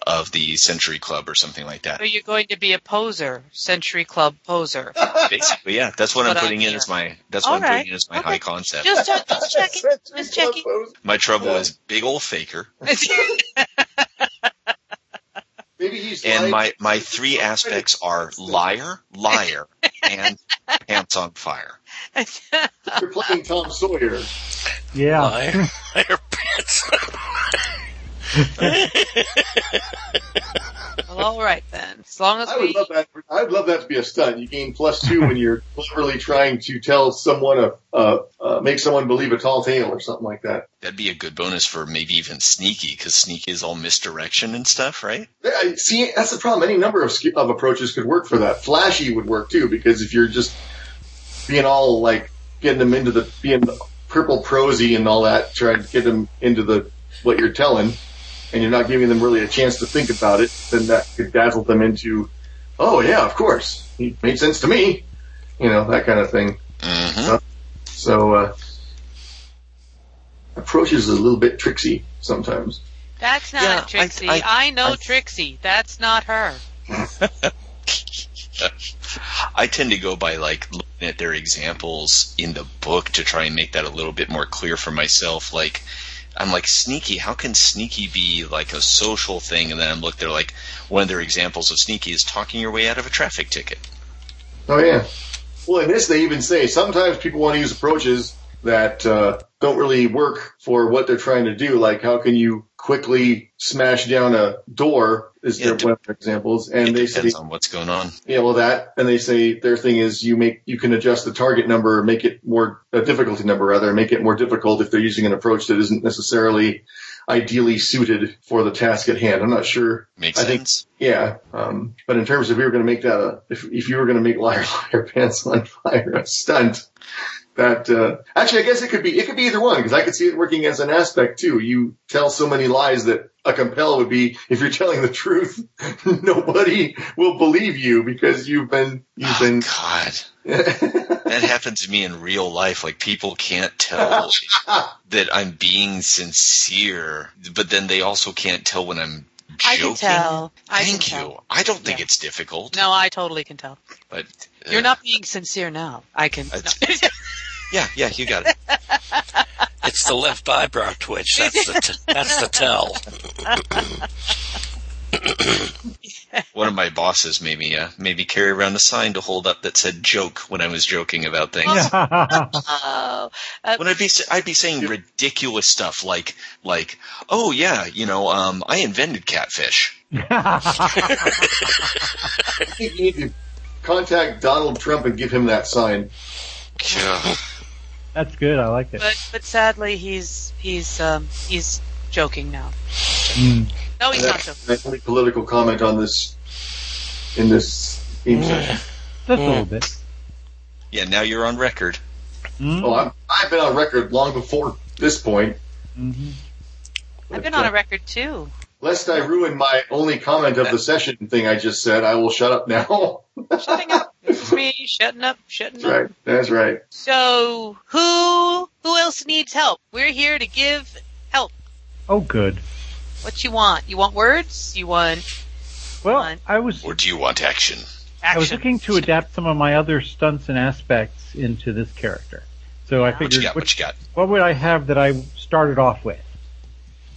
[SPEAKER 4] of the Century Club or something like that.
[SPEAKER 2] So you're going to be a poser, Century Club poser.
[SPEAKER 4] Basically, yeah, that's what
[SPEAKER 2] But
[SPEAKER 4] I'm
[SPEAKER 2] I'm
[SPEAKER 4] putting in
[SPEAKER 2] here.
[SPEAKER 4] as my that's what I'm
[SPEAKER 2] Alright.
[SPEAKER 4] putting in as my
[SPEAKER 2] Okay.
[SPEAKER 4] high concept.
[SPEAKER 2] Just check, just checking. Just checking.
[SPEAKER 4] my trouble
[SPEAKER 5] Yeah.
[SPEAKER 4] is big old faker,
[SPEAKER 5] maybe he's lying.
[SPEAKER 4] and my my three aspects are liar, liar, and pants on fire.
[SPEAKER 5] You're playing Tom Sawyer.
[SPEAKER 7] Yeah.
[SPEAKER 3] Liar, liar pants.
[SPEAKER 2] well, all right then. As long as
[SPEAKER 5] I
[SPEAKER 2] we
[SPEAKER 5] would love that. I would love that to be a stunt. You gain plus two when you're cleverly trying to tell someone a, uh, uh, make someone believe a tall tale or something like that.
[SPEAKER 4] That'd be a good bonus for maybe even sneaky because sneaky is all misdirection and stuff, right?
[SPEAKER 5] There- I- See, that's the problem. Any number of sk- of approaches could work for that. Flashy would work too, because if you're just being all like getting them into the being purple prosy and all that, trying to get them into the what you're telling, and you're not giving them really a chance to think about it, then that could dazzle them into, oh yeah, of course, it made sense to me, you know, that kind of thing.
[SPEAKER 4] hmm
[SPEAKER 5] So uh, approaches is a little bit tricksy sometimes.
[SPEAKER 2] That's not
[SPEAKER 4] Yeah, I-
[SPEAKER 2] Trixie. I,
[SPEAKER 4] I-
[SPEAKER 2] know
[SPEAKER 4] I-
[SPEAKER 2] Trixie. That's not her.
[SPEAKER 4] I tend to go by like looking at their examples in the book to try and make that a little bit more clear for myself. Like, I'm like sneaky. How can sneaky be like a social thing? And then I'm look, they're like one of their examples of sneaky is talking your way out of a traffic ticket.
[SPEAKER 5] Oh yeah. Well, in this they even say sometimes people want to use approaches that uh, don't really work for what they're trying to do. Like how can you quickly smash down a door? Is
[SPEAKER 4] Yeah,
[SPEAKER 5] their
[SPEAKER 4] it
[SPEAKER 5] one of their examples? And
[SPEAKER 4] it
[SPEAKER 5] they say,
[SPEAKER 4] depends on what's going on.
[SPEAKER 5] yeah, well that, and they say their thing is you make you can adjust the target number, make it more a difficulty number rather, make it more difficult if they're using an approach that isn't necessarily ideally suited for the task at hand. I'm not sure
[SPEAKER 4] Makes
[SPEAKER 5] I think-
[SPEAKER 4] sense.
[SPEAKER 5] yeah, um, but in terms of if you were going to make that a if if you were going to make liar liar pants on fire a stunt, that uh, actually I guess it could be it could be either one because I could see it working as an aspect too. You tell so many lies that a compel would be if you're telling the truth, nobody will believe you because you've been you've
[SPEAKER 4] Oh,
[SPEAKER 5] been.
[SPEAKER 4] God, that happened to me in real life. Like people can't tell that I'm being sincere, but then they also can't tell when I'm joking.
[SPEAKER 2] I can tell. I
[SPEAKER 4] Thank
[SPEAKER 2] can
[SPEAKER 4] you. I don't think
[SPEAKER 2] Yeah.
[SPEAKER 4] it's difficult.
[SPEAKER 2] No, I totally can tell.
[SPEAKER 4] But uh,
[SPEAKER 2] You're not being sincere now. I can.
[SPEAKER 4] I-
[SPEAKER 2] no.
[SPEAKER 4] Yeah, yeah, you got it.
[SPEAKER 3] It's the left eyebrow twitch. That's the t- that's the tell.
[SPEAKER 4] One of my bosses made me uh, made me carry around a sign to hold up that said "joke" when I was joking about things.
[SPEAKER 2] oh, uh,
[SPEAKER 4] When I'd be sa- I'd be saying ridiculous stuff like like oh yeah you know um I invented catfish.
[SPEAKER 5] I think you need to contact Donald Trump and give him that sign.
[SPEAKER 7] That's good. I like it.
[SPEAKER 2] but but sadly, he's he's um he's joking now. Hmm.
[SPEAKER 1] Mm.
[SPEAKER 2] No, he's not joking.
[SPEAKER 5] That's my only political comment on this in this theme session.
[SPEAKER 7] Just a little bit.
[SPEAKER 4] Yeah, now you're on record.
[SPEAKER 5] Oh, I'm, I've been on record long before this point.
[SPEAKER 1] Mm-hmm.
[SPEAKER 7] Mhm.
[SPEAKER 2] I've been on a record too.
[SPEAKER 5] Lest I ruin my only comment of the session thing I just said, I will shut up now.
[SPEAKER 2] Shutting up. It's me shutting up. Shutting
[SPEAKER 5] That's
[SPEAKER 2] up.
[SPEAKER 5] right. That's right.
[SPEAKER 2] So who who else needs help? We're here to give help.
[SPEAKER 1] Oh, good.
[SPEAKER 2] What you want? You want words? You want
[SPEAKER 1] Well,
[SPEAKER 2] Fine.
[SPEAKER 1] I was
[SPEAKER 4] Or do you want action?
[SPEAKER 1] I was
[SPEAKER 2] action?
[SPEAKER 1] looking to adapt some of my other stunts and aspects into this character. So I
[SPEAKER 4] What you
[SPEAKER 1] figured,
[SPEAKER 4] got?
[SPEAKER 1] what,
[SPEAKER 4] What you got?
[SPEAKER 1] what would I have that I started off with?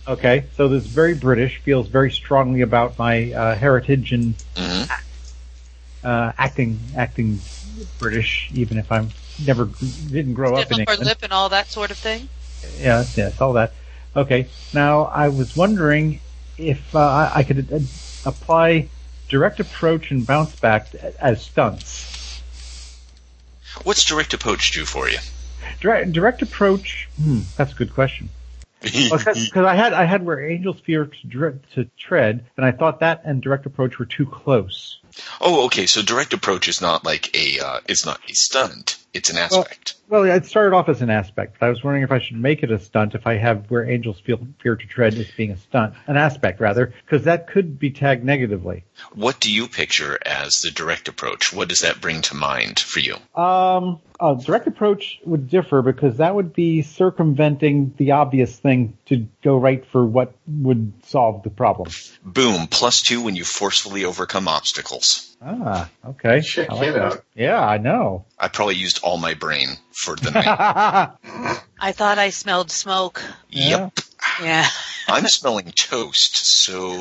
[SPEAKER 1] Okay, so this is very British feels very strongly about my uh, heritage and
[SPEAKER 4] Mm-hmm.
[SPEAKER 1] uh, acting acting British, even if I'm never didn't grow up in
[SPEAKER 2] Upper
[SPEAKER 1] England.
[SPEAKER 2] lip and all that sort of thing.
[SPEAKER 1] Yes, yes, all that. Okay. Now, I was wondering if uh, I- I could uh, apply direct approach and bounce back as stunts.
[SPEAKER 4] What's direct approach do for you?
[SPEAKER 1] Direct, direct approach. Hmm, that's a good question. Because I had I had where angels fear to, dre- to tread, and I thought that and direct approach were too close.
[SPEAKER 4] Oh, okay. So direct approach is not like a uh, it's not a stunt. It's an aspect.
[SPEAKER 1] Well, yeah, it started off as an aspect, but I was wondering if I should make it a stunt if I have where angels feel fear to tread as being a stunt, an aspect rather, because that could be tagged negatively.
[SPEAKER 4] What do you picture as the direct approach? What does that bring to mind for you?
[SPEAKER 1] Um, uh, direct approach would differ because that would be circumventing the obvious thing to go right for what would solve the problem.
[SPEAKER 4] Boom, plus two when you forcefully overcome obstacles.
[SPEAKER 1] Ah, okay.
[SPEAKER 4] Check
[SPEAKER 1] I like
[SPEAKER 4] it
[SPEAKER 1] that.
[SPEAKER 4] out.
[SPEAKER 1] Yeah, I know.
[SPEAKER 4] I probably used all my brain for the night.
[SPEAKER 1] I
[SPEAKER 2] thought I smelled smoke.
[SPEAKER 4] Yep.
[SPEAKER 2] Yeah.
[SPEAKER 4] I'm smelling toast, so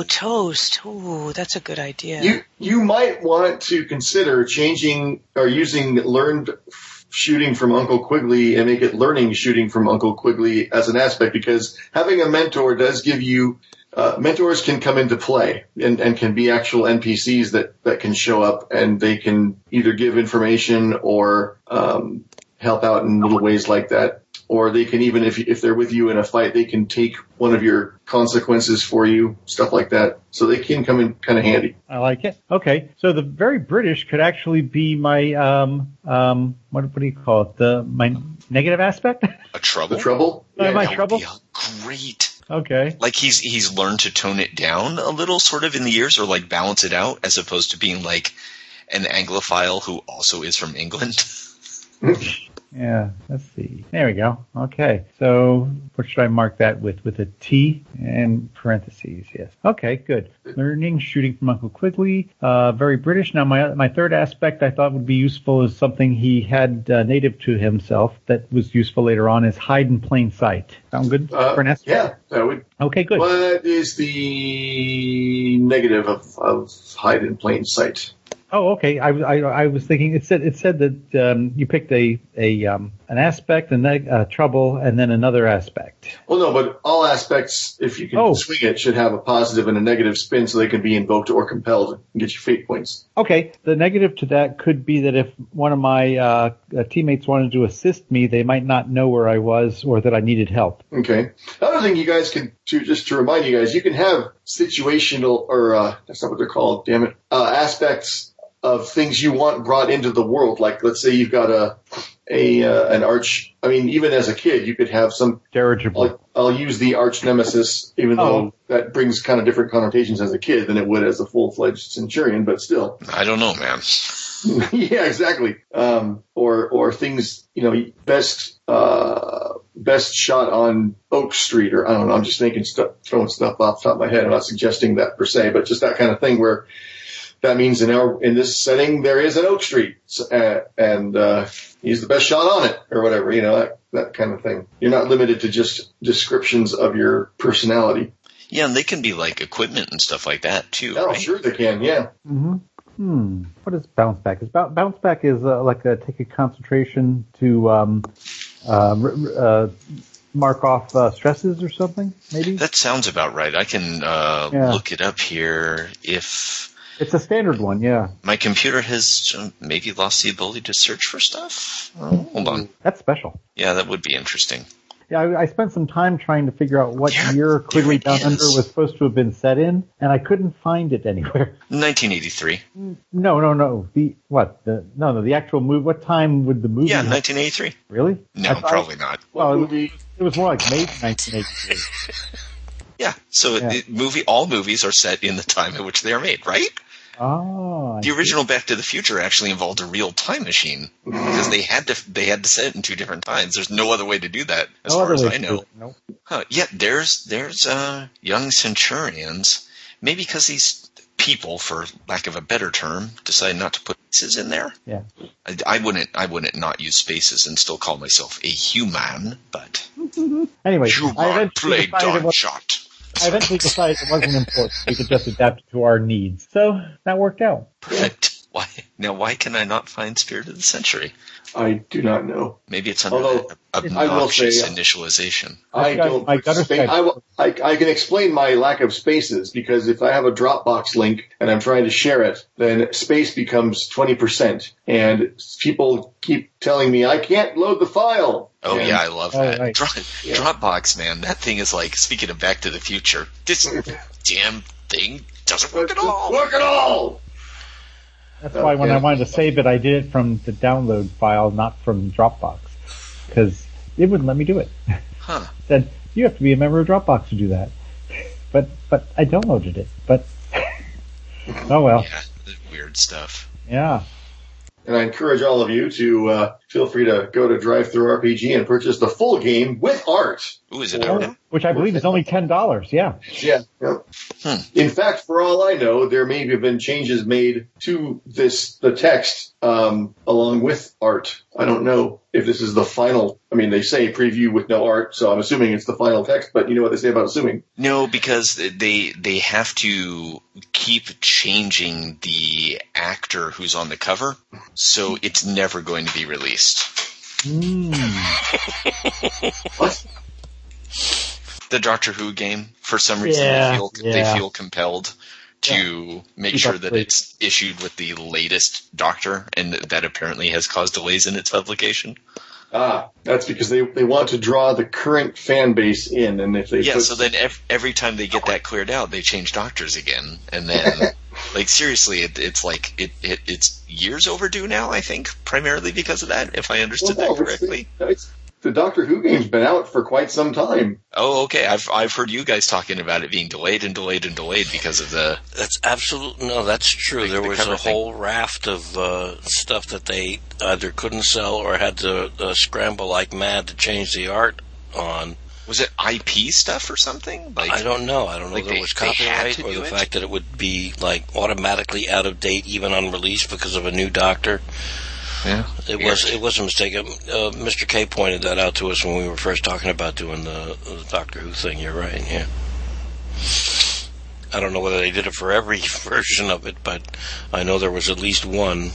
[SPEAKER 2] Ooh, toast. Ooh, that's a good idea.
[SPEAKER 5] You you might want to consider changing or using learned f- shooting from Uncle Quigley and make it learning shooting from Uncle Quigley as an aspect because having a mentor does give you uh, mentors can come into play and, and can be actual NPCs that, that can show up and they can either give information or um, help out in little ways like that. Or they can even if if they're with you in a fight, they can take one of your consequences for you, stuff like that. So they can come in kind of handy.
[SPEAKER 1] like it. Okay, so the very British could actually be my um um what, what do you call it? The my negative aspect.
[SPEAKER 4] a trouble.
[SPEAKER 5] The trouble?
[SPEAKER 1] Uh, my
[SPEAKER 4] That would
[SPEAKER 1] trouble?
[SPEAKER 4] be Great.
[SPEAKER 1] Okay.
[SPEAKER 4] Like he's he's learned to tone it down a little, sort of in the years, or like balance it out, as opposed to being like an Anglophile who also is from England.
[SPEAKER 1] Yeah. Let's see. There we go. Okay. So what should I mark that with? With a T and parentheses. Yes. Okay. Good. Learning shooting from Uncle Quigley. Uh, very British. Now my my third aspect I thought would be useful is something he had uh, native to himself that was useful later on is hide in plain sight. Sound good
[SPEAKER 5] Uh,
[SPEAKER 1] for an aspect?
[SPEAKER 5] Yeah, that would.
[SPEAKER 1] Okay. Good.
[SPEAKER 5] Well, that is the negative of, of hide in plain sight.
[SPEAKER 1] Oh, okay. I, was- I, I was thinking it said it said that um, you picked a a um, an aspect and then uh, trouble and then another aspect.
[SPEAKER 5] Well, no, but all aspects, if you can
[SPEAKER 1] Oh.
[SPEAKER 5] swing it, should have a positive and a negative spin so they can be invoked or compelled and get you fate points.
[SPEAKER 1] Okay. The negative to that could be that if one of my uh, uh, teammates wanted to assist me, they might not know where I was or that I needed help.
[SPEAKER 5] Okay. Another thing you guys can do, just to remind you guys, you can have situational, or uh, that's not what they're called, damn it, uh, aspects of things you want brought into the world. Like, let's say you've got a, a uh, an arch, I mean, even as a kid, you could have some
[SPEAKER 1] Dirigible.
[SPEAKER 5] I'll, I'll use the arch nemesis, even though that brings kind of different connotations as a kid than it would as a full fledged centurion, but still.
[SPEAKER 4] I don't know, man.
[SPEAKER 5] yeah, exactly. Um, or or things, you know, best uh, best shot on Oak Street, or I don't know. I'm just thinking stuff, throwing stuff off the top of my head. I'm not suggesting that per se, but just that kind of thing where. That means in our in this setting there is an Oak Street, s- uh, and uh, he's the best shot on it, or whatever, you know, that, that kind of thing. You're not limited to just descriptions of your personality.
[SPEAKER 4] Yeah, and they can be like equipment and stuff like that too.
[SPEAKER 5] Oh,
[SPEAKER 4] right?
[SPEAKER 5] sure they can, yeah.
[SPEAKER 1] hmm Hmm. What is bounce back? Is bou- bounce back is uh, like a, take a concentration to um, um, r- r- uh, mark off uh, stresses or something? Maybe
[SPEAKER 4] That sounds about right. I can uh,
[SPEAKER 1] Yeah.
[SPEAKER 4] look it up here if
[SPEAKER 1] it's a standard one. Yeah.
[SPEAKER 4] my computer has uh, maybe lost the ability to search for stuff. Oh, hold on.
[SPEAKER 1] That's special.
[SPEAKER 4] Yeah, that would be interesting.
[SPEAKER 1] Yeah, I, I spent some time trying to figure out what year Quigley Down
[SPEAKER 4] is.
[SPEAKER 1] Under was supposed to have been set in, and I couldn't find it anywhere.
[SPEAKER 4] 1983.
[SPEAKER 1] Mm-hmm. No, no, no. The what? The no, no. The actual movie. What time would the movie?
[SPEAKER 4] Yeah, 1983.
[SPEAKER 1] really? I
[SPEAKER 4] No,
[SPEAKER 1] thought-
[SPEAKER 4] probably not.
[SPEAKER 1] Well, it was,
[SPEAKER 5] movie?
[SPEAKER 1] it was more like May 1983.
[SPEAKER 4] Yeah. So
[SPEAKER 1] Yeah.
[SPEAKER 4] It, movie, all movies are set in the time in which they are made, right?
[SPEAKER 1] oh, I
[SPEAKER 4] The original Back to the Future actually involved a real time machine because they had to they had to set it in two different times. There's no other way to do that, as
[SPEAKER 1] no
[SPEAKER 4] far
[SPEAKER 1] other
[SPEAKER 4] as
[SPEAKER 1] way to
[SPEAKER 4] I
[SPEAKER 1] do
[SPEAKER 4] know.
[SPEAKER 1] it. Nope.
[SPEAKER 4] Huh, yeah, there's there's uh, young centurions. Maybe because these people, for lack of a better term, decided not to put spaces in there.
[SPEAKER 7] Yeah.
[SPEAKER 4] I, I wouldn't. I wouldn't not use spaces and still call myself a human, but
[SPEAKER 7] Anyway, I
[SPEAKER 4] human
[SPEAKER 7] eventually
[SPEAKER 4] play
[SPEAKER 7] decided
[SPEAKER 4] Don
[SPEAKER 7] it was-
[SPEAKER 4] shot.
[SPEAKER 7] I eventually decided it wasn't important. We could just adapt to our needs. So that worked out.
[SPEAKER 4] Perfect. Why now? Why can I not find Spirit of the Century?
[SPEAKER 5] I do not know.
[SPEAKER 4] Maybe it's under
[SPEAKER 5] Although,
[SPEAKER 4] the
[SPEAKER 5] I will say-
[SPEAKER 4] obnoxious initialization.
[SPEAKER 5] I
[SPEAKER 7] got-
[SPEAKER 5] don't.
[SPEAKER 7] I got a
[SPEAKER 5] participate. I, will- I, I can explain my lack of spaces because if I have a Dropbox link and I'm trying to share it, then space becomes 20%. And people keep telling me, I can't load the file.
[SPEAKER 4] Oh
[SPEAKER 5] And
[SPEAKER 4] yeah, I love
[SPEAKER 7] Oh,
[SPEAKER 4] that.
[SPEAKER 7] right.
[SPEAKER 4] Dro- Dropbox, man, that thing is like speaking of Back to the Future. This damn thing doesn't work at all.
[SPEAKER 5] Work at all!
[SPEAKER 7] That's why when I
[SPEAKER 5] Okay.
[SPEAKER 7] wanted to save it, I did it from the download file, not from Dropbox, because it wouldn't let me do it.
[SPEAKER 4] Huh.
[SPEAKER 7] Said you have to be a member of Dropbox to do that. But but I downloaded it. But oh well,
[SPEAKER 4] Yeah, the weird stuff.
[SPEAKER 7] yeah.
[SPEAKER 5] And I encourage all of you to uh, feel free to go to Drive Through RPG and purchase the full game with art.
[SPEAKER 4] Ooh, is it
[SPEAKER 5] Or-
[SPEAKER 4] out?
[SPEAKER 7] Which I believe is only ten dollars. Yeah.
[SPEAKER 5] Yeah. Yep.
[SPEAKER 4] Hmm.
[SPEAKER 5] In fact, for all I know, there may have been changes made to this the text um, along with art. I don't know if this is the final. I mean, they say preview with no art, so I'm assuming it's the final text. But you know what they say about assuming?
[SPEAKER 4] No, because they they have to keep changing the actor who's on the cover, so it's never going to be released.
[SPEAKER 7] Hmm,
[SPEAKER 5] What?
[SPEAKER 4] The Doctor Who game, for some reason,
[SPEAKER 7] Yeah,
[SPEAKER 4] they, feel,
[SPEAKER 7] yeah.
[SPEAKER 4] they feel compelled to make
[SPEAKER 7] Keep
[SPEAKER 4] sure
[SPEAKER 7] up
[SPEAKER 4] that
[SPEAKER 7] with-
[SPEAKER 4] it's issued with the latest Doctor, and th- that apparently has caused delays in its publication.
[SPEAKER 5] Ah, that's because they they want to draw the current fan base in, and if they
[SPEAKER 4] Yeah,
[SPEAKER 5] put-
[SPEAKER 4] so then ev- every time they get that cleared out, they change doctors again, and then like seriously, it, it's like it, it it's years overdue now. I think primarily because of that, if I understood
[SPEAKER 5] Well, no, Oh,
[SPEAKER 4] that
[SPEAKER 5] it's-
[SPEAKER 4] correctly.
[SPEAKER 5] it's- the Doctor Who game's been out for quite some time.
[SPEAKER 4] Oh, okay. I've I've heard you guys talking about it being delayed and delayed and delayed because of the
[SPEAKER 3] That's absolute. No, that's true.
[SPEAKER 4] Like
[SPEAKER 3] there
[SPEAKER 4] the
[SPEAKER 3] was
[SPEAKER 4] cover
[SPEAKER 3] a
[SPEAKER 4] thing.
[SPEAKER 3] whole raft of uh, stuff that they either couldn't sell or had to uh, scramble like mad to change the art on.
[SPEAKER 4] was it IP stuff or something? Like
[SPEAKER 3] I don't know. I don't know
[SPEAKER 4] like
[SPEAKER 3] if it
[SPEAKER 4] they-
[SPEAKER 3] was
[SPEAKER 4] they had
[SPEAKER 3] copyright
[SPEAKER 4] to
[SPEAKER 3] or
[SPEAKER 4] do
[SPEAKER 3] the
[SPEAKER 4] it?
[SPEAKER 3] fact that it would be like automatically out of date even on release because of a new doctor.
[SPEAKER 4] yeah.
[SPEAKER 3] It
[SPEAKER 4] Weird.
[SPEAKER 3] was it was a mistake. Um, Uh, Mr. K pointed that out to us when we were first talking about doing the, the Doctor Who thing. You're right. Yeah. I don't know whether they did it for every version of it, but I know there was at least one,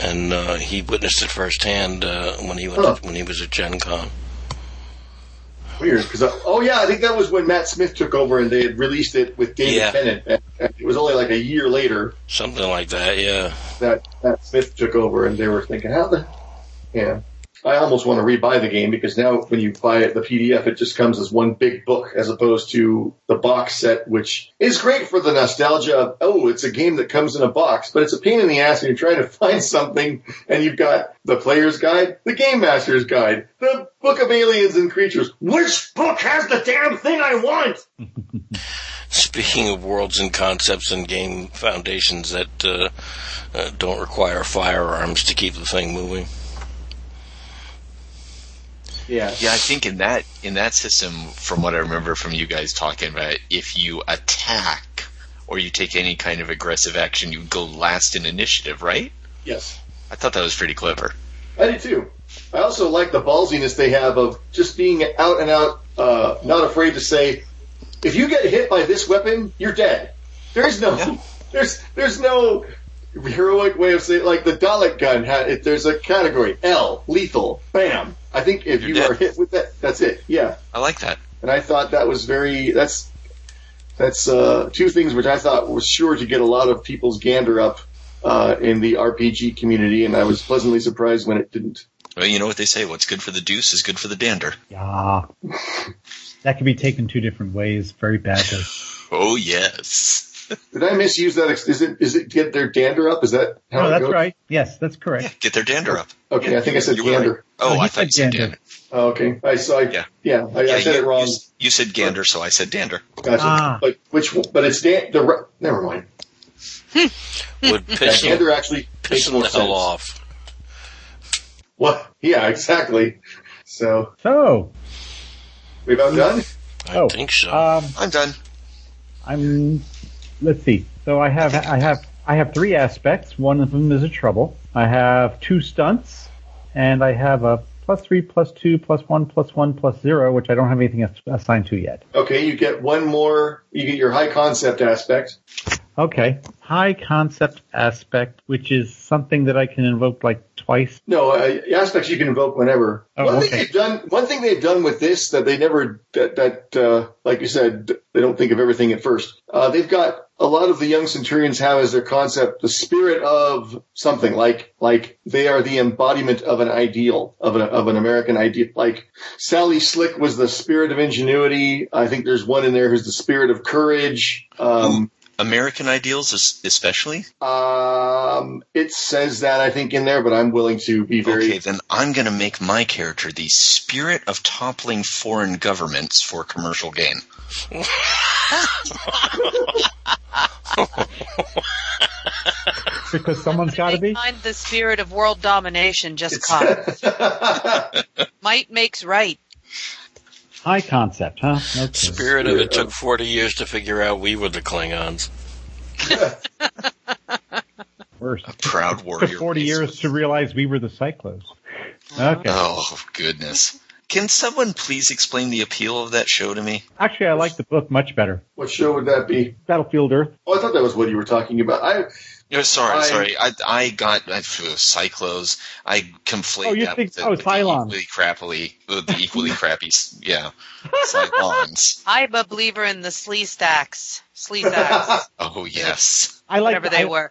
[SPEAKER 3] and uh, he witnessed it firsthand uh, when he went
[SPEAKER 5] Huh.
[SPEAKER 3] when he was at Gen Con.
[SPEAKER 5] Weird, because oh yeah, I think that was when Matt Smith took over and they had released it with David
[SPEAKER 3] Yeah.
[SPEAKER 5] Tennant. And, and it was only like a year later
[SPEAKER 3] Something like that. Yeah.
[SPEAKER 5] that Matt Smith took over, and they were thinking, how the yeah. I almost want to rebuy the game because now when you buy it, the PDF, it just comes as one big book as opposed to the box set, which is great for the nostalgia of, oh, it's a game that comes in a box, but it's a pain in the ass when you're trying to find something and you've got the player's guide, the game master's guide, the book of aliens and creatures. Which book has the damn thing I want?
[SPEAKER 3] Speaking of worlds and concepts and game foundations that uh, uh, don't require firearms to keep the thing moving.
[SPEAKER 5] Yeah.
[SPEAKER 4] Yeah, I think in that in that system, from what I remember from you guys talking about, it, if you attack or you take any kind of aggressive action, you go last in initiative, right?
[SPEAKER 5] Yes.
[SPEAKER 4] I thought that was pretty clever.
[SPEAKER 5] I do too. I also like the ballsiness they have of just being out and out, uh, not afraid to say, if you get hit by this weapon, you're dead. There's no, there's there's no heroic way of saying like the Dalek gun. Ha- it, there's a category L lethal. Bam. I think if
[SPEAKER 4] You're
[SPEAKER 5] you
[SPEAKER 4] dead.
[SPEAKER 5] are hit with that, that's it. Yeah.
[SPEAKER 4] I like that.
[SPEAKER 5] And I thought that was very that's that's uh, two things which I thought was sure to get a lot of people's gander up uh, in the RPG community, and I was pleasantly surprised when it didn't.
[SPEAKER 4] Well, you know what they say: what's good for the deuce is good for the dander.
[SPEAKER 7] Yeah. That could be taken two different ways very badly.
[SPEAKER 4] Oh yes,
[SPEAKER 5] Did I misuse that? ex- Is it is it get their dander up? Is that how
[SPEAKER 7] No,
[SPEAKER 5] it
[SPEAKER 7] Oh, that's
[SPEAKER 5] goes?
[SPEAKER 7] right. Yes, that's correct.
[SPEAKER 4] get their dander up.
[SPEAKER 5] Okay, I think I said
[SPEAKER 4] You were right.
[SPEAKER 5] gander.
[SPEAKER 4] Oh,
[SPEAKER 7] No, he
[SPEAKER 4] I thought
[SPEAKER 7] said
[SPEAKER 4] you said
[SPEAKER 7] dander.
[SPEAKER 4] dander.
[SPEAKER 5] Oh, okay, I saw. I,
[SPEAKER 4] Yeah.
[SPEAKER 5] yeah, I,
[SPEAKER 4] Yeah,
[SPEAKER 5] I said
[SPEAKER 4] you-
[SPEAKER 5] it wrong.
[SPEAKER 4] You, you said gander, so I said dander.
[SPEAKER 5] Gotcha.
[SPEAKER 7] Ah.
[SPEAKER 5] But which? one- But it's dan- the. re- Never mind.
[SPEAKER 3] Would
[SPEAKER 5] Yeah,
[SPEAKER 3] piss him,
[SPEAKER 5] gander actually
[SPEAKER 3] piss
[SPEAKER 5] makes
[SPEAKER 3] him
[SPEAKER 5] more
[SPEAKER 3] the hell
[SPEAKER 5] sense.
[SPEAKER 3] off.
[SPEAKER 5] What? Yeah, exactly. So
[SPEAKER 7] So,
[SPEAKER 5] we about done.
[SPEAKER 3] I
[SPEAKER 7] Oh,
[SPEAKER 1] uh,
[SPEAKER 3] think so.
[SPEAKER 7] um,
[SPEAKER 4] I'm done.
[SPEAKER 7] I'm
[SPEAKER 1] let's see. So I have I have I have three aspects. One of them is a trouble. I have two stunts, and I have a plus three, plus two, plus one, plus one, plus zero, which I don't have anything ass- assigned to yet.
[SPEAKER 5] Okay, you get one more. You get your high concept aspect.
[SPEAKER 1] Okay, high concept aspect, which is something that I can invoke like twice.
[SPEAKER 5] No, uh, aspects you can invoke whenever.
[SPEAKER 1] Oh,
[SPEAKER 5] One
[SPEAKER 1] okay.
[SPEAKER 5] thing they've done, one thing they've done with this that they never that, that uh, like you said, they don't think of everything at first. Uh, they've got a lot of the young centurions have as their concept the spirit of something like like they are the embodiment of an ideal of an of an American ideal. Like Sally Slick was the spirit of ingenuity. I think there's one in there who's the spirit of courage. Um,
[SPEAKER 4] American ideals, es- especially.
[SPEAKER 5] um, it says that I think in there, but I'm willing to be very.
[SPEAKER 4] Okay, then I'm going to make my character the spirit of toppling foreign governments for commercial gain.
[SPEAKER 1] Because someone's got to be.
[SPEAKER 2] Find the spirit of world domination just caught. Might makes right.
[SPEAKER 1] High concept, huh? Okay.
[SPEAKER 3] Spirit of it took 40 years to figure out we were the Klingons.
[SPEAKER 1] Worse.
[SPEAKER 4] Proud
[SPEAKER 1] Took
[SPEAKER 4] warrior.
[SPEAKER 1] 40 years to realize we were the Cyclos.
[SPEAKER 2] Uh-huh.
[SPEAKER 1] Okay.
[SPEAKER 4] Oh, goodness. Can someone please explain the appeal of that show to me?
[SPEAKER 1] Actually, I like the book much better.
[SPEAKER 5] What show would that be?
[SPEAKER 1] Battlefield Earth.
[SPEAKER 5] Oh, I thought that was what you were talking about. I
[SPEAKER 4] No, Oh, sorry,
[SPEAKER 5] I-
[SPEAKER 4] sorry. I, I got I, Cyclos. I conflate
[SPEAKER 1] Oh, you
[SPEAKER 4] that
[SPEAKER 1] think-
[SPEAKER 4] with the,
[SPEAKER 1] oh,
[SPEAKER 4] with the
[SPEAKER 1] Cylons.
[SPEAKER 4] equally crappily, with the equally crappy, s- yeah, Cylons.
[SPEAKER 2] I'm a believer in the slee stacks. Slee stacks.
[SPEAKER 4] Oh yes,
[SPEAKER 1] I like
[SPEAKER 2] whatever they
[SPEAKER 1] I,
[SPEAKER 2] were.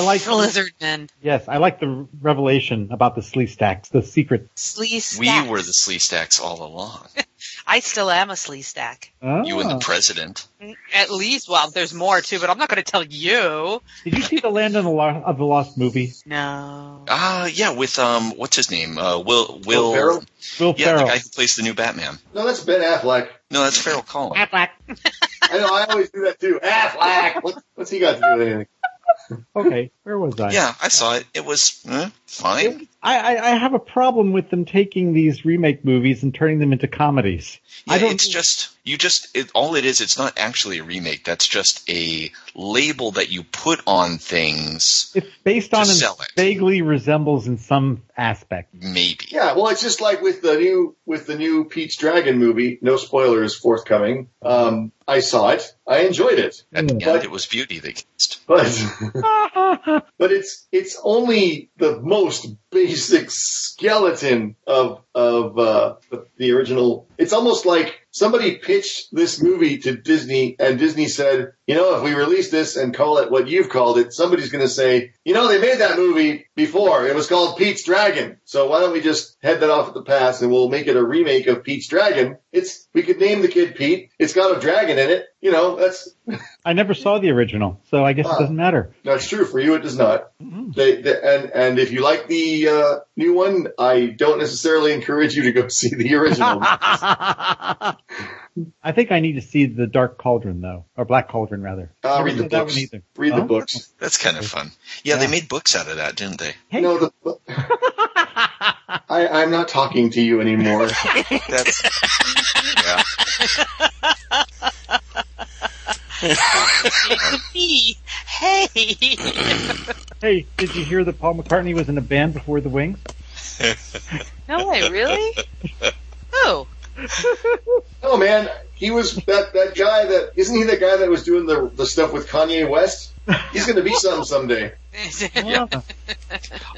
[SPEAKER 1] like
[SPEAKER 2] The lizard men.
[SPEAKER 1] Yes, I like the revelation about the slee stacks, the secret.
[SPEAKER 2] Slee stacks.
[SPEAKER 4] we were the Slee Stacks all along.
[SPEAKER 2] I still am a slee stack.
[SPEAKER 4] You and the
[SPEAKER 1] Ah.
[SPEAKER 4] president.
[SPEAKER 2] At least, well, there's more too, but I'm not going to tell you.
[SPEAKER 1] Did you see the Land of the, Lo- of the Lost movie?
[SPEAKER 2] No.
[SPEAKER 4] Ah, yeah, with um, what's his name? Uh, Will Will.
[SPEAKER 5] Will Ferrell?
[SPEAKER 1] Will
[SPEAKER 4] yeah, the
[SPEAKER 1] Ferrell.
[SPEAKER 4] guy who plays the new Batman.
[SPEAKER 5] no, that's Ben Affleck.
[SPEAKER 4] No, that's Ferrell Collins.
[SPEAKER 5] I know. I always do that too. Affleck. What, what's he got to do with anything?
[SPEAKER 1] Okay, where was I?
[SPEAKER 4] Yeah, I saw it. It was eh, fine.
[SPEAKER 1] I, I, I have a problem with them taking these remake movies and turning them into comedies. I
[SPEAKER 4] Yeah,
[SPEAKER 1] don't.
[SPEAKER 4] it's just you just it, all it is. It's not actually a remake. That's just a label that you put on things.
[SPEAKER 1] it's based on
[SPEAKER 4] to
[SPEAKER 1] and
[SPEAKER 4] sell it.
[SPEAKER 1] vaguely resembles in some aspect.
[SPEAKER 4] Maybe.
[SPEAKER 5] Yeah, well, it's just like with the new with the new Pete's Dragon movie. No spoilers forthcoming. Um, I saw it. I enjoyed it,
[SPEAKER 4] At the
[SPEAKER 1] Mm.
[SPEAKER 4] end, it was beauty they kissed.
[SPEAKER 5] but but it's it's only the most basic skeleton of of uh, the original. It's almost like somebody pitched this movie to Disney, and Disney said, "You know, if we release this and call it what you've called it, somebody's going to say, you know, they made that movie before. It was called Pete's Dragon. So why don't we just head that off at the pass, and we'll make it a remake of Pete's Dragon? It's we could name the kid Pete. It's got a dragon in it. You know, that's
[SPEAKER 1] I never saw the original, so I guess
[SPEAKER 5] Ah.
[SPEAKER 1] it doesn't matter.
[SPEAKER 5] that's true. For you, it does not. They, they, and and if you like the uh, new one, I don't necessarily encourage you to go see the original.
[SPEAKER 1] I think I need to see the Dark Cauldron though, or Black Cauldron rather.
[SPEAKER 5] Uh, read the
[SPEAKER 1] Never saw that
[SPEAKER 5] books.
[SPEAKER 1] one either.
[SPEAKER 5] Read the
[SPEAKER 1] Huh?
[SPEAKER 5] books.
[SPEAKER 4] That's kind of fun. Yeah,
[SPEAKER 1] Yeah.
[SPEAKER 4] they made books out of that, didn't they?
[SPEAKER 1] Hey.
[SPEAKER 5] No, the, I, I'm not talking to you anymore.
[SPEAKER 4] That's yeah.
[SPEAKER 2] Me. Hey.
[SPEAKER 1] Hey, did you hear that Paul McCartney was in a band before the Wings?
[SPEAKER 2] No way, really? Who?
[SPEAKER 5] oh man, he was that that guy that isn't he the guy that was doing the the stuff with Kanye West? He's going to be something someday.
[SPEAKER 1] Ah.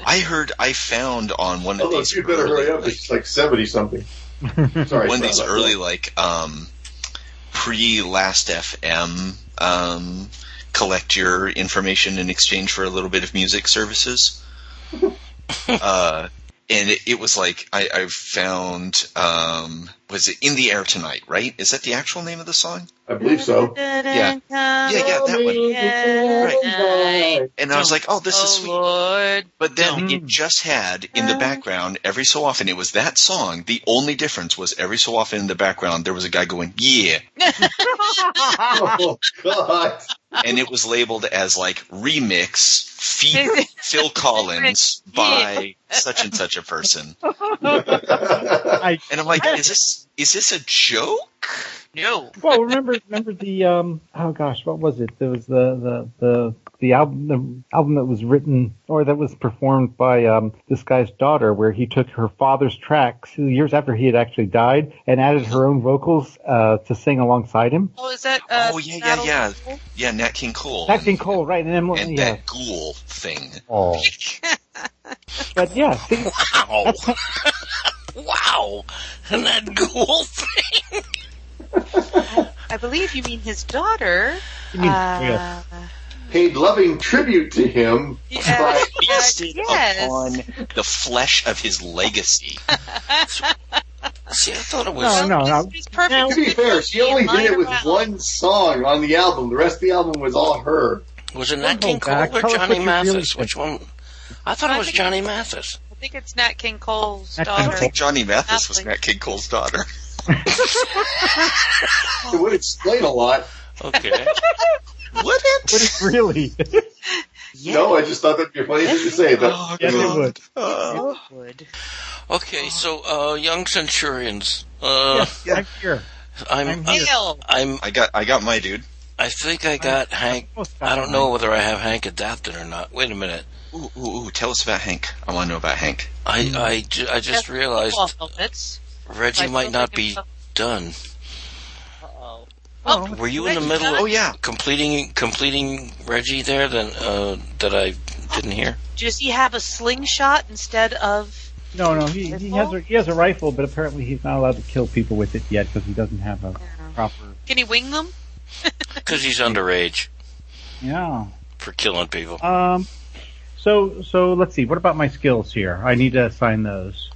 [SPEAKER 4] I heard. I found on one of
[SPEAKER 5] Although
[SPEAKER 4] these.
[SPEAKER 5] you better
[SPEAKER 4] early,
[SPEAKER 5] hurry up.
[SPEAKER 4] like,
[SPEAKER 5] He's like seventy something. Sorry,
[SPEAKER 4] one of these
[SPEAKER 5] Sean.
[SPEAKER 4] early like um, pre last FM um, collect your information in exchange for a little bit of music services. uh, and it, it was like I, I found um, was it in the air tonight? Right? Is that the actual name of the song?
[SPEAKER 5] I believe so.
[SPEAKER 2] Yeah.
[SPEAKER 4] Yeah, yeah, that one.
[SPEAKER 2] Right.
[SPEAKER 4] And I was like, oh, this
[SPEAKER 2] Oh,
[SPEAKER 4] is sweet.
[SPEAKER 2] Lord.
[SPEAKER 4] But then
[SPEAKER 1] Don't.
[SPEAKER 4] it just had in the
[SPEAKER 2] Uh.
[SPEAKER 4] background every so often it was that song. The only difference was every so often in the background there was a guy going yeah,
[SPEAKER 5] Oh God!
[SPEAKER 4] and it was labeled as like remix feat Phil Collins by such and such a person.
[SPEAKER 1] I
[SPEAKER 4] And I'm like, is this is this a joke?
[SPEAKER 2] No.
[SPEAKER 1] well, remember, remember the um, oh gosh, what was it? There was the the the the album, the album that was written or that was performed by um, this guy's daughter, where he took her father's tracks years after he had actually died and added her own vocals uh, to sing alongside him.
[SPEAKER 2] Oh, is that? Uh,
[SPEAKER 4] oh yeah, yeah, yeah, yeah. Nat King Cole.
[SPEAKER 1] Nat King Cole, right? And, Emily,
[SPEAKER 4] and
[SPEAKER 1] yeah.
[SPEAKER 4] that ghoul thing.
[SPEAKER 1] Oh. but yeah, see,
[SPEAKER 3] Wow. wow. And that ghoul thing.
[SPEAKER 2] I believe you mean his daughter.
[SPEAKER 1] You mean-
[SPEAKER 2] Uh,
[SPEAKER 5] Paid loving tribute to him
[SPEAKER 2] Yeah.
[SPEAKER 5] by
[SPEAKER 4] Feasted
[SPEAKER 2] yes.
[SPEAKER 4] upon the flesh of his legacy.
[SPEAKER 3] See, I thought it was.
[SPEAKER 1] no, no, no.
[SPEAKER 2] He's perfect.
[SPEAKER 5] To be fair, she only did it with
[SPEAKER 2] Mine around.
[SPEAKER 5] one song on the album. The rest of the album was all her.
[SPEAKER 3] Was it Nat
[SPEAKER 1] Don't
[SPEAKER 3] King
[SPEAKER 1] hold back.
[SPEAKER 3] Cole or
[SPEAKER 1] Tell us
[SPEAKER 3] Johnny
[SPEAKER 1] what you really
[SPEAKER 3] Mathis?
[SPEAKER 1] think.
[SPEAKER 3] Which one? I thought it
[SPEAKER 2] I
[SPEAKER 3] was
[SPEAKER 2] think-
[SPEAKER 3] Johnny Mathis.
[SPEAKER 2] I think it's Nat King Cole's
[SPEAKER 1] Nat King
[SPEAKER 4] I don't
[SPEAKER 2] daughter.
[SPEAKER 4] think Johnny Mathis was
[SPEAKER 2] Nothing.
[SPEAKER 4] Nat King Cole's daughter.
[SPEAKER 5] It would explain a lot.
[SPEAKER 3] Okay.
[SPEAKER 4] Would
[SPEAKER 1] But
[SPEAKER 4] it?
[SPEAKER 1] it's really,
[SPEAKER 5] No, I just thought that'd be a funny thing to say. But
[SPEAKER 4] Oh,
[SPEAKER 1] yes,
[SPEAKER 4] God.
[SPEAKER 1] it would.
[SPEAKER 4] Oh.
[SPEAKER 2] It would.
[SPEAKER 3] okay, so uh, Young Centurions. Uh,
[SPEAKER 4] Yeah.
[SPEAKER 1] I'm here.
[SPEAKER 3] I'm,
[SPEAKER 1] I'm
[SPEAKER 3] I'm,
[SPEAKER 1] here.
[SPEAKER 2] Hell.
[SPEAKER 3] I'm.
[SPEAKER 4] I got, I got my dude.
[SPEAKER 3] I think I got Hank.
[SPEAKER 1] Almost got
[SPEAKER 3] I don't
[SPEAKER 1] it.
[SPEAKER 3] know whether I have Hank adapted or not. Wait a minute.
[SPEAKER 4] Ooh, ooh, ooh! Tell us about Hank. I want to know about Hank.
[SPEAKER 3] I
[SPEAKER 1] Hmm.
[SPEAKER 3] I, ju- I just realized
[SPEAKER 2] Football helmets.
[SPEAKER 3] Reggie
[SPEAKER 2] Like,
[SPEAKER 3] might not
[SPEAKER 2] like
[SPEAKER 3] be
[SPEAKER 2] himself.
[SPEAKER 3] done.
[SPEAKER 2] Uh-oh.
[SPEAKER 1] Oh,
[SPEAKER 3] Were you in the
[SPEAKER 2] Reggie's
[SPEAKER 3] middle
[SPEAKER 2] done?
[SPEAKER 3] of
[SPEAKER 4] Oh yeah,
[SPEAKER 3] completing completing Reggie there? Then uh, that I didn't hear.
[SPEAKER 2] Does he have a slingshot instead of?
[SPEAKER 1] No, no, he, he has a, he has a rifle, but apparently he's not allowed to kill people with it yet because he doesn't have a proper.
[SPEAKER 2] Can he wing them?
[SPEAKER 3] Because he's underage
[SPEAKER 1] Yeah.
[SPEAKER 3] for killing people.
[SPEAKER 1] Um. So so let's see. What about my skills here? I need to assign those.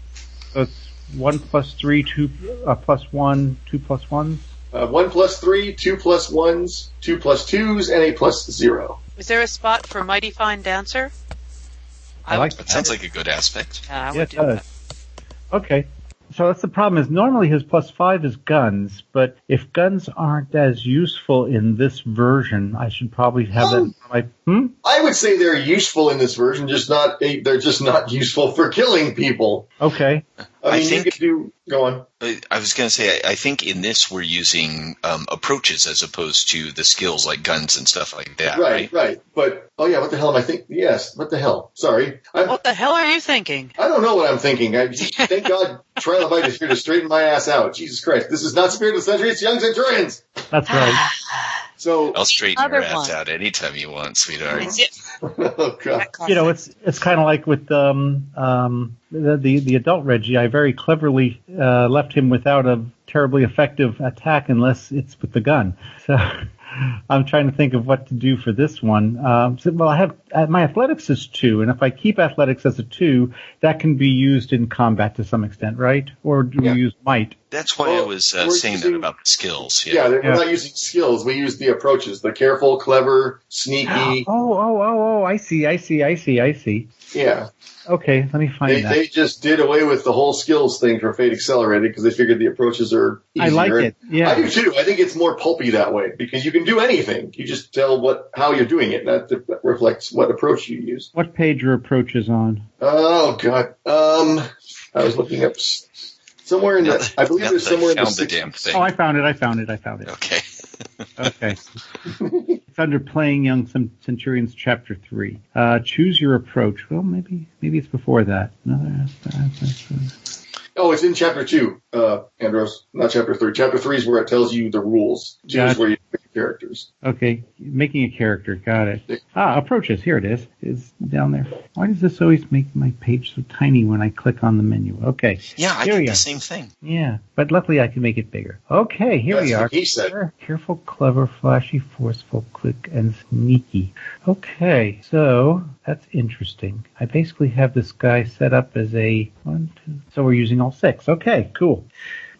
[SPEAKER 1] So it's one plus three, two uh, plus one, two plus ones.
[SPEAKER 5] uh, one plus three, two plus ones, two plus twos, and a plus zero.
[SPEAKER 2] Is there a spot for mighty fine dancer?
[SPEAKER 1] I like
[SPEAKER 2] would-
[SPEAKER 4] that sounds like a good aspect.
[SPEAKER 2] Yeah, I
[SPEAKER 1] Yeah,
[SPEAKER 2] would
[SPEAKER 1] it
[SPEAKER 2] do that.
[SPEAKER 1] does. Okay. So that's the problem is normally his plus five is guns, but if guns aren't as useful in this version, I should probably have
[SPEAKER 2] Oh.
[SPEAKER 1] that. My, hmm?
[SPEAKER 5] I would say they're useful in this version, just not eh, they're just not useful for killing people.
[SPEAKER 1] Okay.
[SPEAKER 5] I
[SPEAKER 4] I
[SPEAKER 5] mean,
[SPEAKER 4] think-
[SPEAKER 5] you could do go on.
[SPEAKER 4] I I was going to say, I, I think in this we're using um, approaches as opposed to the skills like guns and stuff like that.
[SPEAKER 5] Right, right. But oh yeah, what the hell am I thinking? Yes, what the hell? Sorry, I
[SPEAKER 2] What the hell are you thinking?
[SPEAKER 5] I don't know what I'm thinking. I thank God Trilobite is here to straighten my ass out. Jesus Christ, this is not Spirit of the Century. It's Young Centurions.
[SPEAKER 1] That's right.
[SPEAKER 5] So
[SPEAKER 4] I'll straighten
[SPEAKER 2] Other
[SPEAKER 4] your ass
[SPEAKER 2] one.
[SPEAKER 4] out anytime you want, sweetheart.
[SPEAKER 5] oh god.
[SPEAKER 1] You know, it's it's kind of like with um um the the, the adult Reggie. I very cleverly uh, left him without a terribly effective attack unless it's with the gun. So I'm trying to think of what to do for this one. Um, so, well, I have uh, my athletics is two, and if I keep athletics as a two, that can be used in combat to some extent, right? Or do
[SPEAKER 5] Yeah.
[SPEAKER 1] we use might?
[SPEAKER 4] That's why I
[SPEAKER 5] Well,
[SPEAKER 4] was uh,
[SPEAKER 5] we're
[SPEAKER 4] saying
[SPEAKER 5] using-
[SPEAKER 4] that about the skills.
[SPEAKER 5] Yeah,
[SPEAKER 4] Yeah.
[SPEAKER 5] we're
[SPEAKER 1] Yeah.
[SPEAKER 5] not using skills. We use the approaches: the careful, clever,
[SPEAKER 1] Oh,
[SPEAKER 5] sneaky.
[SPEAKER 1] oh, oh, oh! I see, I see, I see, I see.
[SPEAKER 5] yeah,
[SPEAKER 1] Okay, let me find
[SPEAKER 5] they,
[SPEAKER 1] that.
[SPEAKER 5] they just did away with the whole skills thing for Fate Accelerated because they figured the approaches are. Easier.
[SPEAKER 1] I like it. Yeah.
[SPEAKER 5] I do too. I think it's more pulpy that way because you can do anything. You just tell what how you're doing it. That, that reflects what approach you use.
[SPEAKER 1] What page your approach is on?
[SPEAKER 5] Oh god. Um, I was looking up s- somewhere in the. I believe
[SPEAKER 4] Yep,
[SPEAKER 5] there's somewhere in the.
[SPEAKER 4] found the
[SPEAKER 5] six-
[SPEAKER 4] damn thing.
[SPEAKER 1] Oh, I found it. I found it. I found it.
[SPEAKER 4] okay.
[SPEAKER 1] Okay. it's under Playing Young Cen- Centurions, Chapter 3. Uh, choose your approach. Well, maybe maybe it's before that. Another aspect- aspect-
[SPEAKER 5] oh, it's in chapter two, uh, Andros. Not chapter three. Chapter three is where it tells you the rules. Two is
[SPEAKER 1] Gotcha.
[SPEAKER 5] where you pick the characters.
[SPEAKER 1] Okay, making a character. Got it. Ah, approaches. Here it is. It's down there. Why does this always make my page so tiny when I click on the menu? Okay.
[SPEAKER 4] Yeah, I
[SPEAKER 1] Here we
[SPEAKER 4] did the
[SPEAKER 1] are.
[SPEAKER 4] same thing.
[SPEAKER 1] Yeah, but luckily I can make it bigger. Okay, here we
[SPEAKER 5] That's
[SPEAKER 1] are.
[SPEAKER 5] what he said.
[SPEAKER 1] Care- Careful, clever, flashy, forceful, quick, and sneaky. Okay, so that's interesting. I basically have this guy set up as a one, two. So we're using all six. Okay, cool.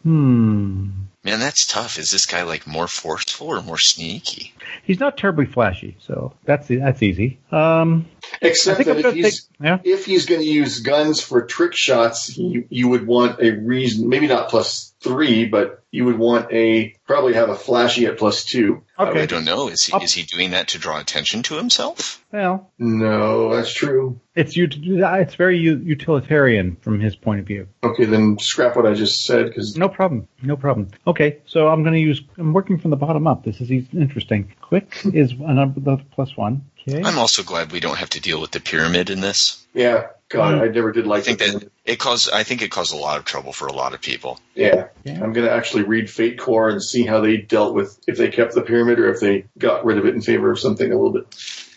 [SPEAKER 1] Hmm.
[SPEAKER 4] Man, that's tough. Is this guy like more forceful or more sneaky?
[SPEAKER 1] He's not terribly flashy, so that's that's easy. Um, I
[SPEAKER 5] Except
[SPEAKER 1] think
[SPEAKER 5] that
[SPEAKER 1] I'm
[SPEAKER 5] if
[SPEAKER 1] gonna take.
[SPEAKER 5] he's
[SPEAKER 1] Yeah.
[SPEAKER 5] if he's going to use guns for trick shots, you, you would want a reason. Maybe not plus three, but you would want a probably have a flashy at plus two.
[SPEAKER 4] I don't know. Is he is he doing that to draw attention to himself?
[SPEAKER 1] Well,
[SPEAKER 5] No, that's true.
[SPEAKER 1] it's ut- it's very u- utilitarian from his point of view.
[SPEAKER 5] Okay, then scrap what I just said because
[SPEAKER 1] No problem. No problem. Okay, so I'm going to use. I'm working from the bottom up. This is e- interesting. Quick is another plus one. Okay.
[SPEAKER 4] I'm also glad we don't have to deal with the pyramid in this.
[SPEAKER 5] yeah, God,
[SPEAKER 1] Hmm.
[SPEAKER 5] I never did like
[SPEAKER 4] I think
[SPEAKER 5] it.
[SPEAKER 4] that it caused I think it caused a lot of trouble for a lot of people.
[SPEAKER 5] Yeah.
[SPEAKER 1] Yeah.
[SPEAKER 5] I'm going to actually read Fate Core and see how they dealt with if they kept the pyramid or if they got rid of it in favor of something a little bit.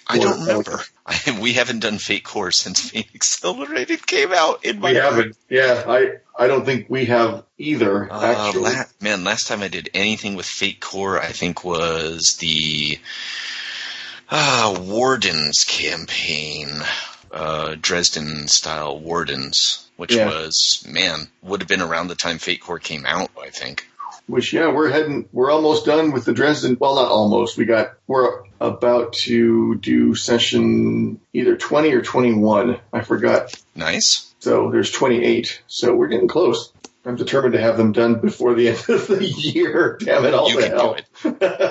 [SPEAKER 4] I
[SPEAKER 5] Or-
[SPEAKER 4] don't remember. I, we haven't done Fate Core since Phoenix Accelerated came out in my
[SPEAKER 5] We haven't. Yeah, I I don't think we have either.
[SPEAKER 4] Uh,
[SPEAKER 5] actually,
[SPEAKER 4] la- man, last time I did anything with Fate Core, I think was the uh, Wardens campaign, uh, Dresden style Wardens, which
[SPEAKER 5] Yeah.
[SPEAKER 4] was man would have been around the time Fate Core came out. I think.
[SPEAKER 5] which yeah, we're heading. We're almost done with the Dresden. Well, not almost. We got. We're about to do session either 20 or 21. I forgot.
[SPEAKER 4] Nice.
[SPEAKER 5] So there's 28. So we're getting close. I'm determined to have them done before the end of the year. Damn it all
[SPEAKER 4] You
[SPEAKER 5] to
[SPEAKER 4] can do
[SPEAKER 5] hell.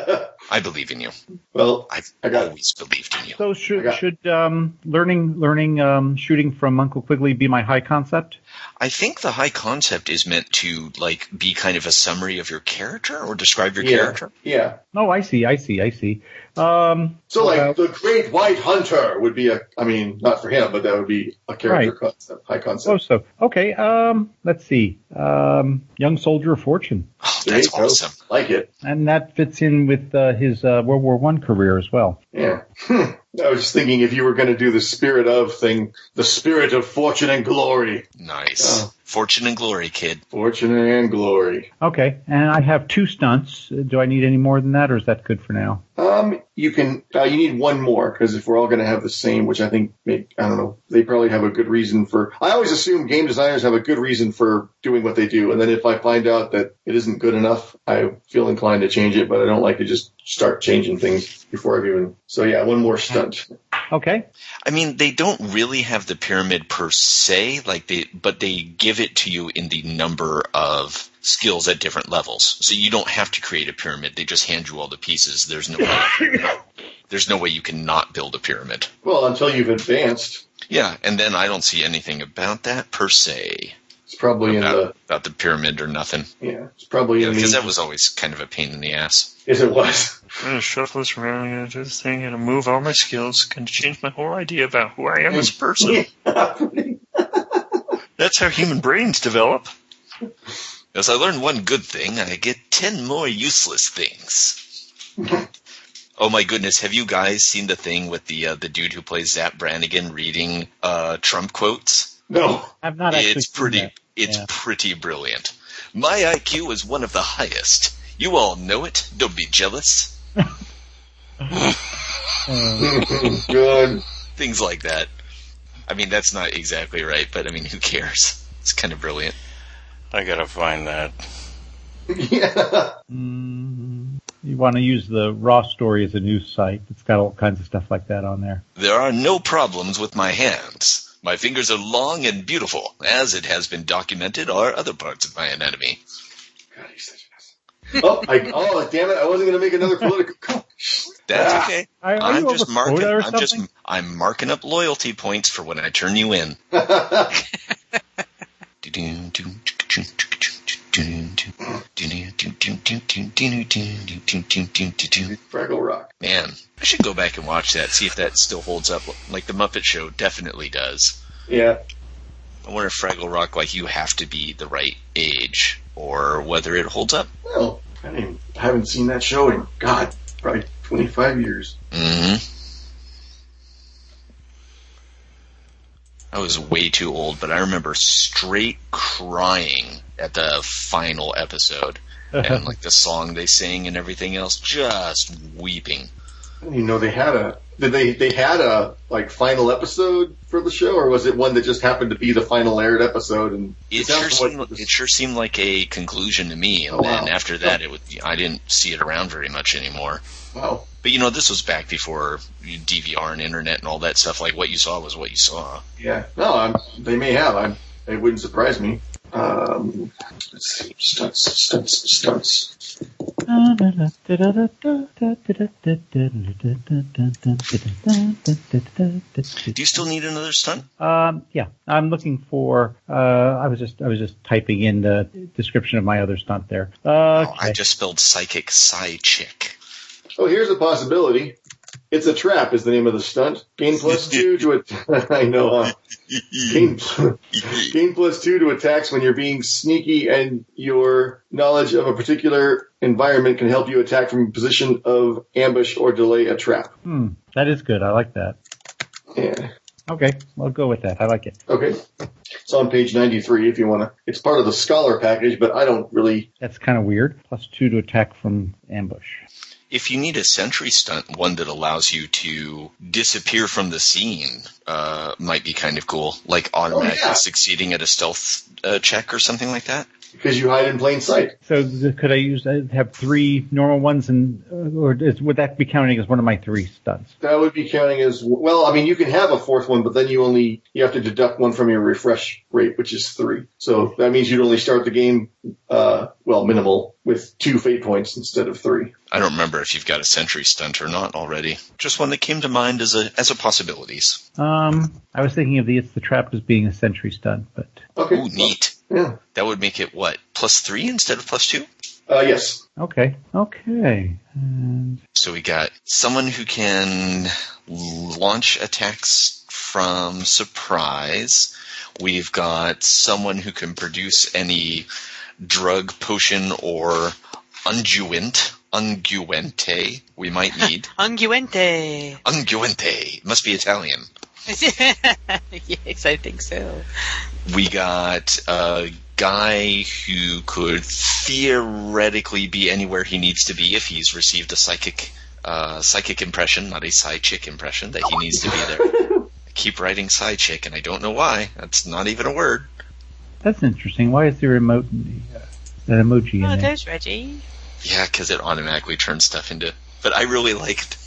[SPEAKER 4] it. I believe in you.
[SPEAKER 5] well,
[SPEAKER 4] I've
[SPEAKER 5] I got it.
[SPEAKER 4] always believed in you.
[SPEAKER 1] So
[SPEAKER 5] I
[SPEAKER 1] should
[SPEAKER 5] got-
[SPEAKER 1] should um, learning learning um, shooting from Uncle Quigley be my high concept?
[SPEAKER 4] I think the high concept is meant to like be kind of a summary of your character or describe your
[SPEAKER 5] Yeah.
[SPEAKER 4] character.
[SPEAKER 5] yeah.
[SPEAKER 1] Oh, I see, I see, I see. Um,
[SPEAKER 5] So like
[SPEAKER 1] Well-
[SPEAKER 5] the Great White Hunter would be a. I mean, not for him, but that would be a character
[SPEAKER 1] Right.
[SPEAKER 5] concept, high
[SPEAKER 1] oh,
[SPEAKER 5] concept.
[SPEAKER 1] so okay. Um, let's see. Um, young soldier of fortune,
[SPEAKER 4] Oh,
[SPEAKER 5] There
[SPEAKER 4] that's
[SPEAKER 5] you go.
[SPEAKER 4] awesome.
[SPEAKER 5] Like it.
[SPEAKER 1] and that fits in with uh, his uh, World War One career as well.
[SPEAKER 5] Yeah. Hmm. I was just thinking if you were going to do the spirit of thing, the spirit of fortune and glory.
[SPEAKER 4] Nice.
[SPEAKER 5] Oh.
[SPEAKER 4] Fortune and glory, kid.
[SPEAKER 5] Fortune and glory.
[SPEAKER 1] Okay, and I have two stunts. Do I need any more than that, or is that good for now?
[SPEAKER 5] Um, you can, uh, you need one more because if we're all going to have the same, which I think make, I don't know, they probably have a good reason for, I always assume game designers have a good reason for doing what they do. And then if I find out that it isn't good enough, I feel inclined to change it, but I don't like to just start changing things before I've even, so yeah, one more stunt.
[SPEAKER 1] Okay,
[SPEAKER 4] I mean, they don't really have the pyramid per se, like they, but they give it to you in the number of skills at different levels. So you don't have to create a pyramid. They just hand you all the pieces. There's no, way, there's no way you can not build a pyramid.
[SPEAKER 5] Well, until you've advanced,
[SPEAKER 4] Yeah, and then I don't see anything about that per se
[SPEAKER 5] it's probably in the,
[SPEAKER 4] about, about the pyramid or nothing,
[SPEAKER 5] yeah, it's probably in
[SPEAKER 4] because that
[SPEAKER 5] the,
[SPEAKER 4] was always kind of a pain in the ass.
[SPEAKER 5] yes, it was.
[SPEAKER 8] I'm gonna shuffle this around. I'm gonna do this thing. I'm gonna move all my skills. Gonna change my whole idea about who I am as a person. That's how human brains develop.
[SPEAKER 4] As I learn one good thing, I get ten more useless things. oh my goodness! Have you guys seen the thing with the uh, the dude who plays Zap Brannigan reading uh, Trump quotes?
[SPEAKER 5] no.
[SPEAKER 1] I've not actually.
[SPEAKER 4] It's
[SPEAKER 1] seen
[SPEAKER 4] pretty.
[SPEAKER 1] that.
[SPEAKER 4] It's
[SPEAKER 1] Yeah.
[SPEAKER 4] pretty brilliant. My IQ is one of the highest. You all know it. Don't be jealous.
[SPEAKER 5] good.
[SPEAKER 4] Things like that. I mean, that's not exactly right, but I mean, who cares? It's kind of brilliant.
[SPEAKER 3] I gotta find that.
[SPEAKER 5] Yeah.
[SPEAKER 1] Mm, you want to use the raw story as a news site? It's got all kinds of stuff like that on there.
[SPEAKER 4] There are no problems with my hands. My fingers are long and beautiful, as it has been documented are other parts of my anatomy.
[SPEAKER 5] God, he's such an asshole. Oh, I, oh, damn it! I wasn't going to make another political. call.
[SPEAKER 4] That's
[SPEAKER 5] Ah.
[SPEAKER 4] okay.
[SPEAKER 1] Are, are
[SPEAKER 4] I'm
[SPEAKER 1] you
[SPEAKER 4] just
[SPEAKER 1] over
[SPEAKER 4] marking
[SPEAKER 1] quota or
[SPEAKER 4] I'm just
[SPEAKER 1] something?
[SPEAKER 4] I'm marking up loyalty points for when I turn you in.
[SPEAKER 5] Fraggle Rock.
[SPEAKER 4] Man, I should go back and watch that, see if that still holds up. Like the Muppet Show definitely does.
[SPEAKER 5] Yeah.
[SPEAKER 4] I wonder if Fraggle Rock, like you have to be the right age, or whether it holds up.
[SPEAKER 5] Well, I, didn't, even- I haven't seen that show in God, probably twenty-five years.
[SPEAKER 4] hmm I was way too old, but I remember straight crying at the final episode. and like the song they sing and everything else, just weeping.
[SPEAKER 5] I didn't even know they had a. Did they? They had a like final episode for the show, or was it one that just happened to be the final aired episode? And
[SPEAKER 4] It
[SPEAKER 5] sounds
[SPEAKER 4] sure,
[SPEAKER 5] like
[SPEAKER 4] seemed,
[SPEAKER 5] this-
[SPEAKER 4] it sure seemed like a conclusion to me, and
[SPEAKER 5] Oh,
[SPEAKER 4] then
[SPEAKER 5] wow.
[SPEAKER 4] after that, it was, I didn't see it around very much anymore.
[SPEAKER 5] wow,
[SPEAKER 4] But you know, this was back before DVR and internet and all that stuff. Like what you saw was what you saw.
[SPEAKER 5] yeah. No, I'm, they may have. I'm, it wouldn't surprise me. Um, let's see. Stunts, stunts, stunts.
[SPEAKER 4] Do you still need another stunt?
[SPEAKER 7] Um, yeah, I'm looking for. Uh, I was just I was just typing in the description of my other stunt there. Uh,
[SPEAKER 4] Oh, I just spelled psychic psy chick.
[SPEAKER 5] Oh, here's a possibility. It's a trap is the name of the stunt. Gain plus two to it. I know. Huh? Gain, gain plus two to attacks when you're being sneaky, and your knowledge of a particular environment can help you attack from a position of ambush or delay a trap.
[SPEAKER 7] hmm, that is good. I like that.
[SPEAKER 5] Yeah.
[SPEAKER 7] Okay, I'll go with that. I like it.
[SPEAKER 5] Okay. It's on page 93 if you want to. It's part of the scholar package, but I don't really.
[SPEAKER 7] That's kind of weird. Plus two to attack from ambush.
[SPEAKER 4] If you need a sentry stunt, one that allows you to disappear from the scene uh, might be kind of cool, like automatically
[SPEAKER 5] Oh, yeah.
[SPEAKER 4] succeeding at a stealth uh, check or something like that.
[SPEAKER 5] Because you hide in plain sight.
[SPEAKER 7] So th- could I use I have three normal ones and uh, or is, would that be counting as one of my three stunts?
[SPEAKER 5] That would be counting as well. I mean, you can have a fourth one, but then you only you have to deduct one from your refresh rate, which is three. So that means you'd only start the game, uh, well, minimal with two fate points instead of three.
[SPEAKER 4] I don't remember if you've got a sentry stunt or not already. Just one that came to mind as a as a possibilities.
[SPEAKER 7] Um, I was thinking of the it's the trap as being a sentry stunt, but
[SPEAKER 5] Okay.
[SPEAKER 4] Ooh, neat.
[SPEAKER 5] Yeah.
[SPEAKER 4] That would make it what plus three instead of plus two.
[SPEAKER 5] Uh, yes.
[SPEAKER 7] okay, okay, and
[SPEAKER 4] So we got someone who can launch attacks from surprise. We've got someone who can produce any drug, potion, or unguent, unguente we might need.
[SPEAKER 2] Unguente.
[SPEAKER 4] unguente must be Italian.
[SPEAKER 2] yes, I think so.
[SPEAKER 4] we got a guy who could theoretically be anywhere he needs to be if he's received a psychic uh, psychic impression, not a psychic impression, that he needs to be there. I keep writing psychic, and I don't know why. That's not even a word.
[SPEAKER 7] that's interesting. Why is there remote in the, uh, that emoji
[SPEAKER 2] Oh,
[SPEAKER 7] in there?
[SPEAKER 2] there's Reggie.
[SPEAKER 4] Yeah, because it automatically turns stuff into. But I really liked.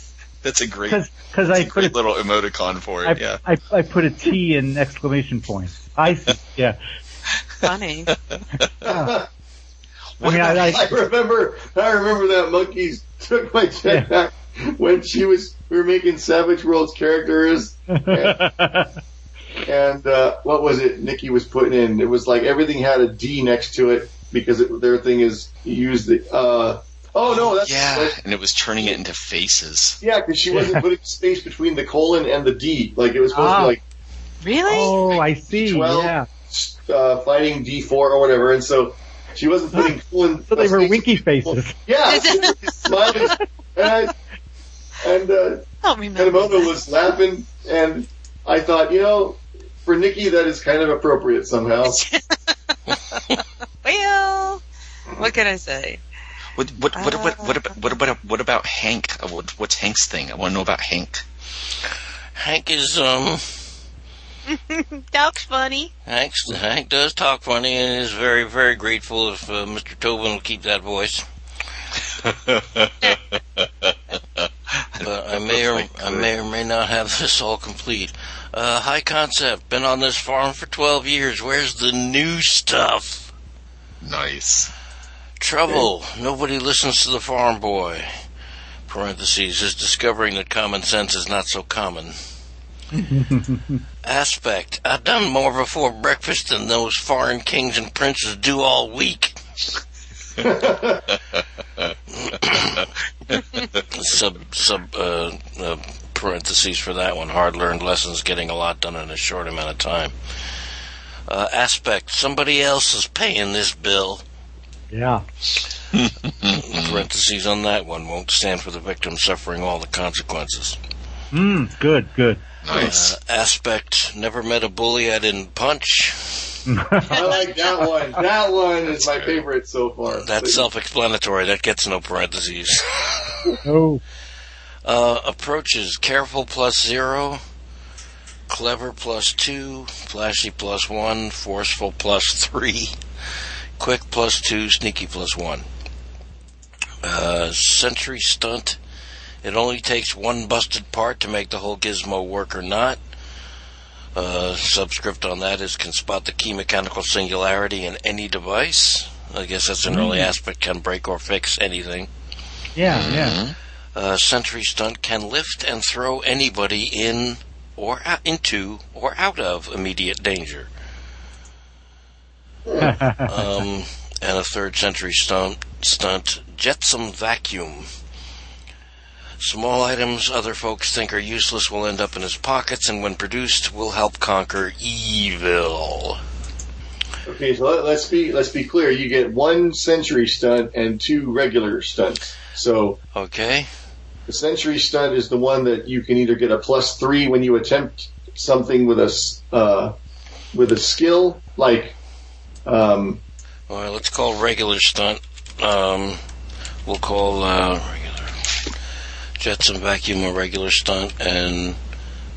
[SPEAKER 4] That's a great, that's
[SPEAKER 7] Because
[SPEAKER 4] a
[SPEAKER 7] I put
[SPEAKER 4] great
[SPEAKER 7] it,
[SPEAKER 4] little emoticon for
[SPEAKER 7] I,
[SPEAKER 4] it. Yeah,
[SPEAKER 7] I, I put a T in exclamation point. I see. Yeah.
[SPEAKER 2] Funny.
[SPEAKER 7] I mean, I, I,
[SPEAKER 5] I remember. I remember that monkeys took my check back when she was. We were making Savage World's characters, and uh, what was it? Nikki was putting in. It was like everything had a D next to it because it, their thing is you use the. Uh, oh no, that's
[SPEAKER 4] yeah, and it was turning it into faces.
[SPEAKER 5] yeah, because she wasn't putting space between the colon and the D. Like it was supposed
[SPEAKER 7] Ah.
[SPEAKER 5] to be like
[SPEAKER 2] really?
[SPEAKER 7] oh, I see.
[SPEAKER 5] Twelve.
[SPEAKER 7] Yeah.
[SPEAKER 5] uh, fighting D four or whatever, and so she wasn't putting colon.
[SPEAKER 7] So they
[SPEAKER 5] uh,
[SPEAKER 7] were
[SPEAKER 5] space
[SPEAKER 7] winky
[SPEAKER 5] Well,
[SPEAKER 7] faces.
[SPEAKER 5] yeah, she was smiling, and I, and uh,
[SPEAKER 2] I don't remember.
[SPEAKER 5] Kanemoto was laughing, and I thought, you know, for Nikki that is kind of appropriate somehow.
[SPEAKER 2] Well, what can I say?
[SPEAKER 4] What what what what what about what about what about Hank? Uh, What, what's Hank's thing? I want to know about Hank.
[SPEAKER 3] Hank is um
[SPEAKER 2] Doc's funny.
[SPEAKER 3] Hank's, Hank does talk funny and is very very grateful if uh, Mr. Tobin will keep that voice. But I may or I may or may not have this all complete. Uh, high concept. Been on this farm for 12 years. Where's the new stuff?
[SPEAKER 4] Nice.
[SPEAKER 3] Trouble. Nobody listens to the farm boy. Parentheses is discovering that common sense is not so common. Aspect. I've done more before breakfast than those foreign kings and princes do all week. sub sub uh, uh, parentheses for that one. Hard learned lessons, getting a lot done in a short amount of time. Uh, aspect. Somebody else is paying this bill
[SPEAKER 7] Yeah.
[SPEAKER 3] parentheses on that one won't stand for the victim suffering all the consequences.
[SPEAKER 7] Mm, good, good.
[SPEAKER 4] Nice.
[SPEAKER 3] Uh, aspect never met a bully I didn't punch.
[SPEAKER 5] I like that one. That one is my favorite so far.
[SPEAKER 3] That's self-explanatory. That gets no parentheses.
[SPEAKER 7] Oh,
[SPEAKER 3] Uh, approaches careful plus zero, clever plus two, flashy plus one, forceful plus three, quick plus two, sneaky plus one. Uh, sentry stunt. It only takes one busted part to make the whole gizmo work or not. Uh, subscript on that is can spot the key mechanical singularity in any device. I guess that's an early aspect, can break or fix anything.
[SPEAKER 1] Yeah, yeah.
[SPEAKER 3] Uh, sentry stunt can lift and throw anybody in or out, into or out of immediate danger. um, and a third century stunt, stunt jetsam vacuum. Small items other folks think are useless will end up in his pockets, and when produced, will help conquer evil.
[SPEAKER 5] Okay, so let, us be let's be clear. You get one century stunt and two regular stunts. So
[SPEAKER 3] Okay,
[SPEAKER 5] the century stunt is the one that you can either get a plus three when you attempt something with a s- uh, with a skill like um,
[SPEAKER 3] all right, let's call regular stunt. Um, we'll call uh, regular jetsam vacuum a regular stunt, and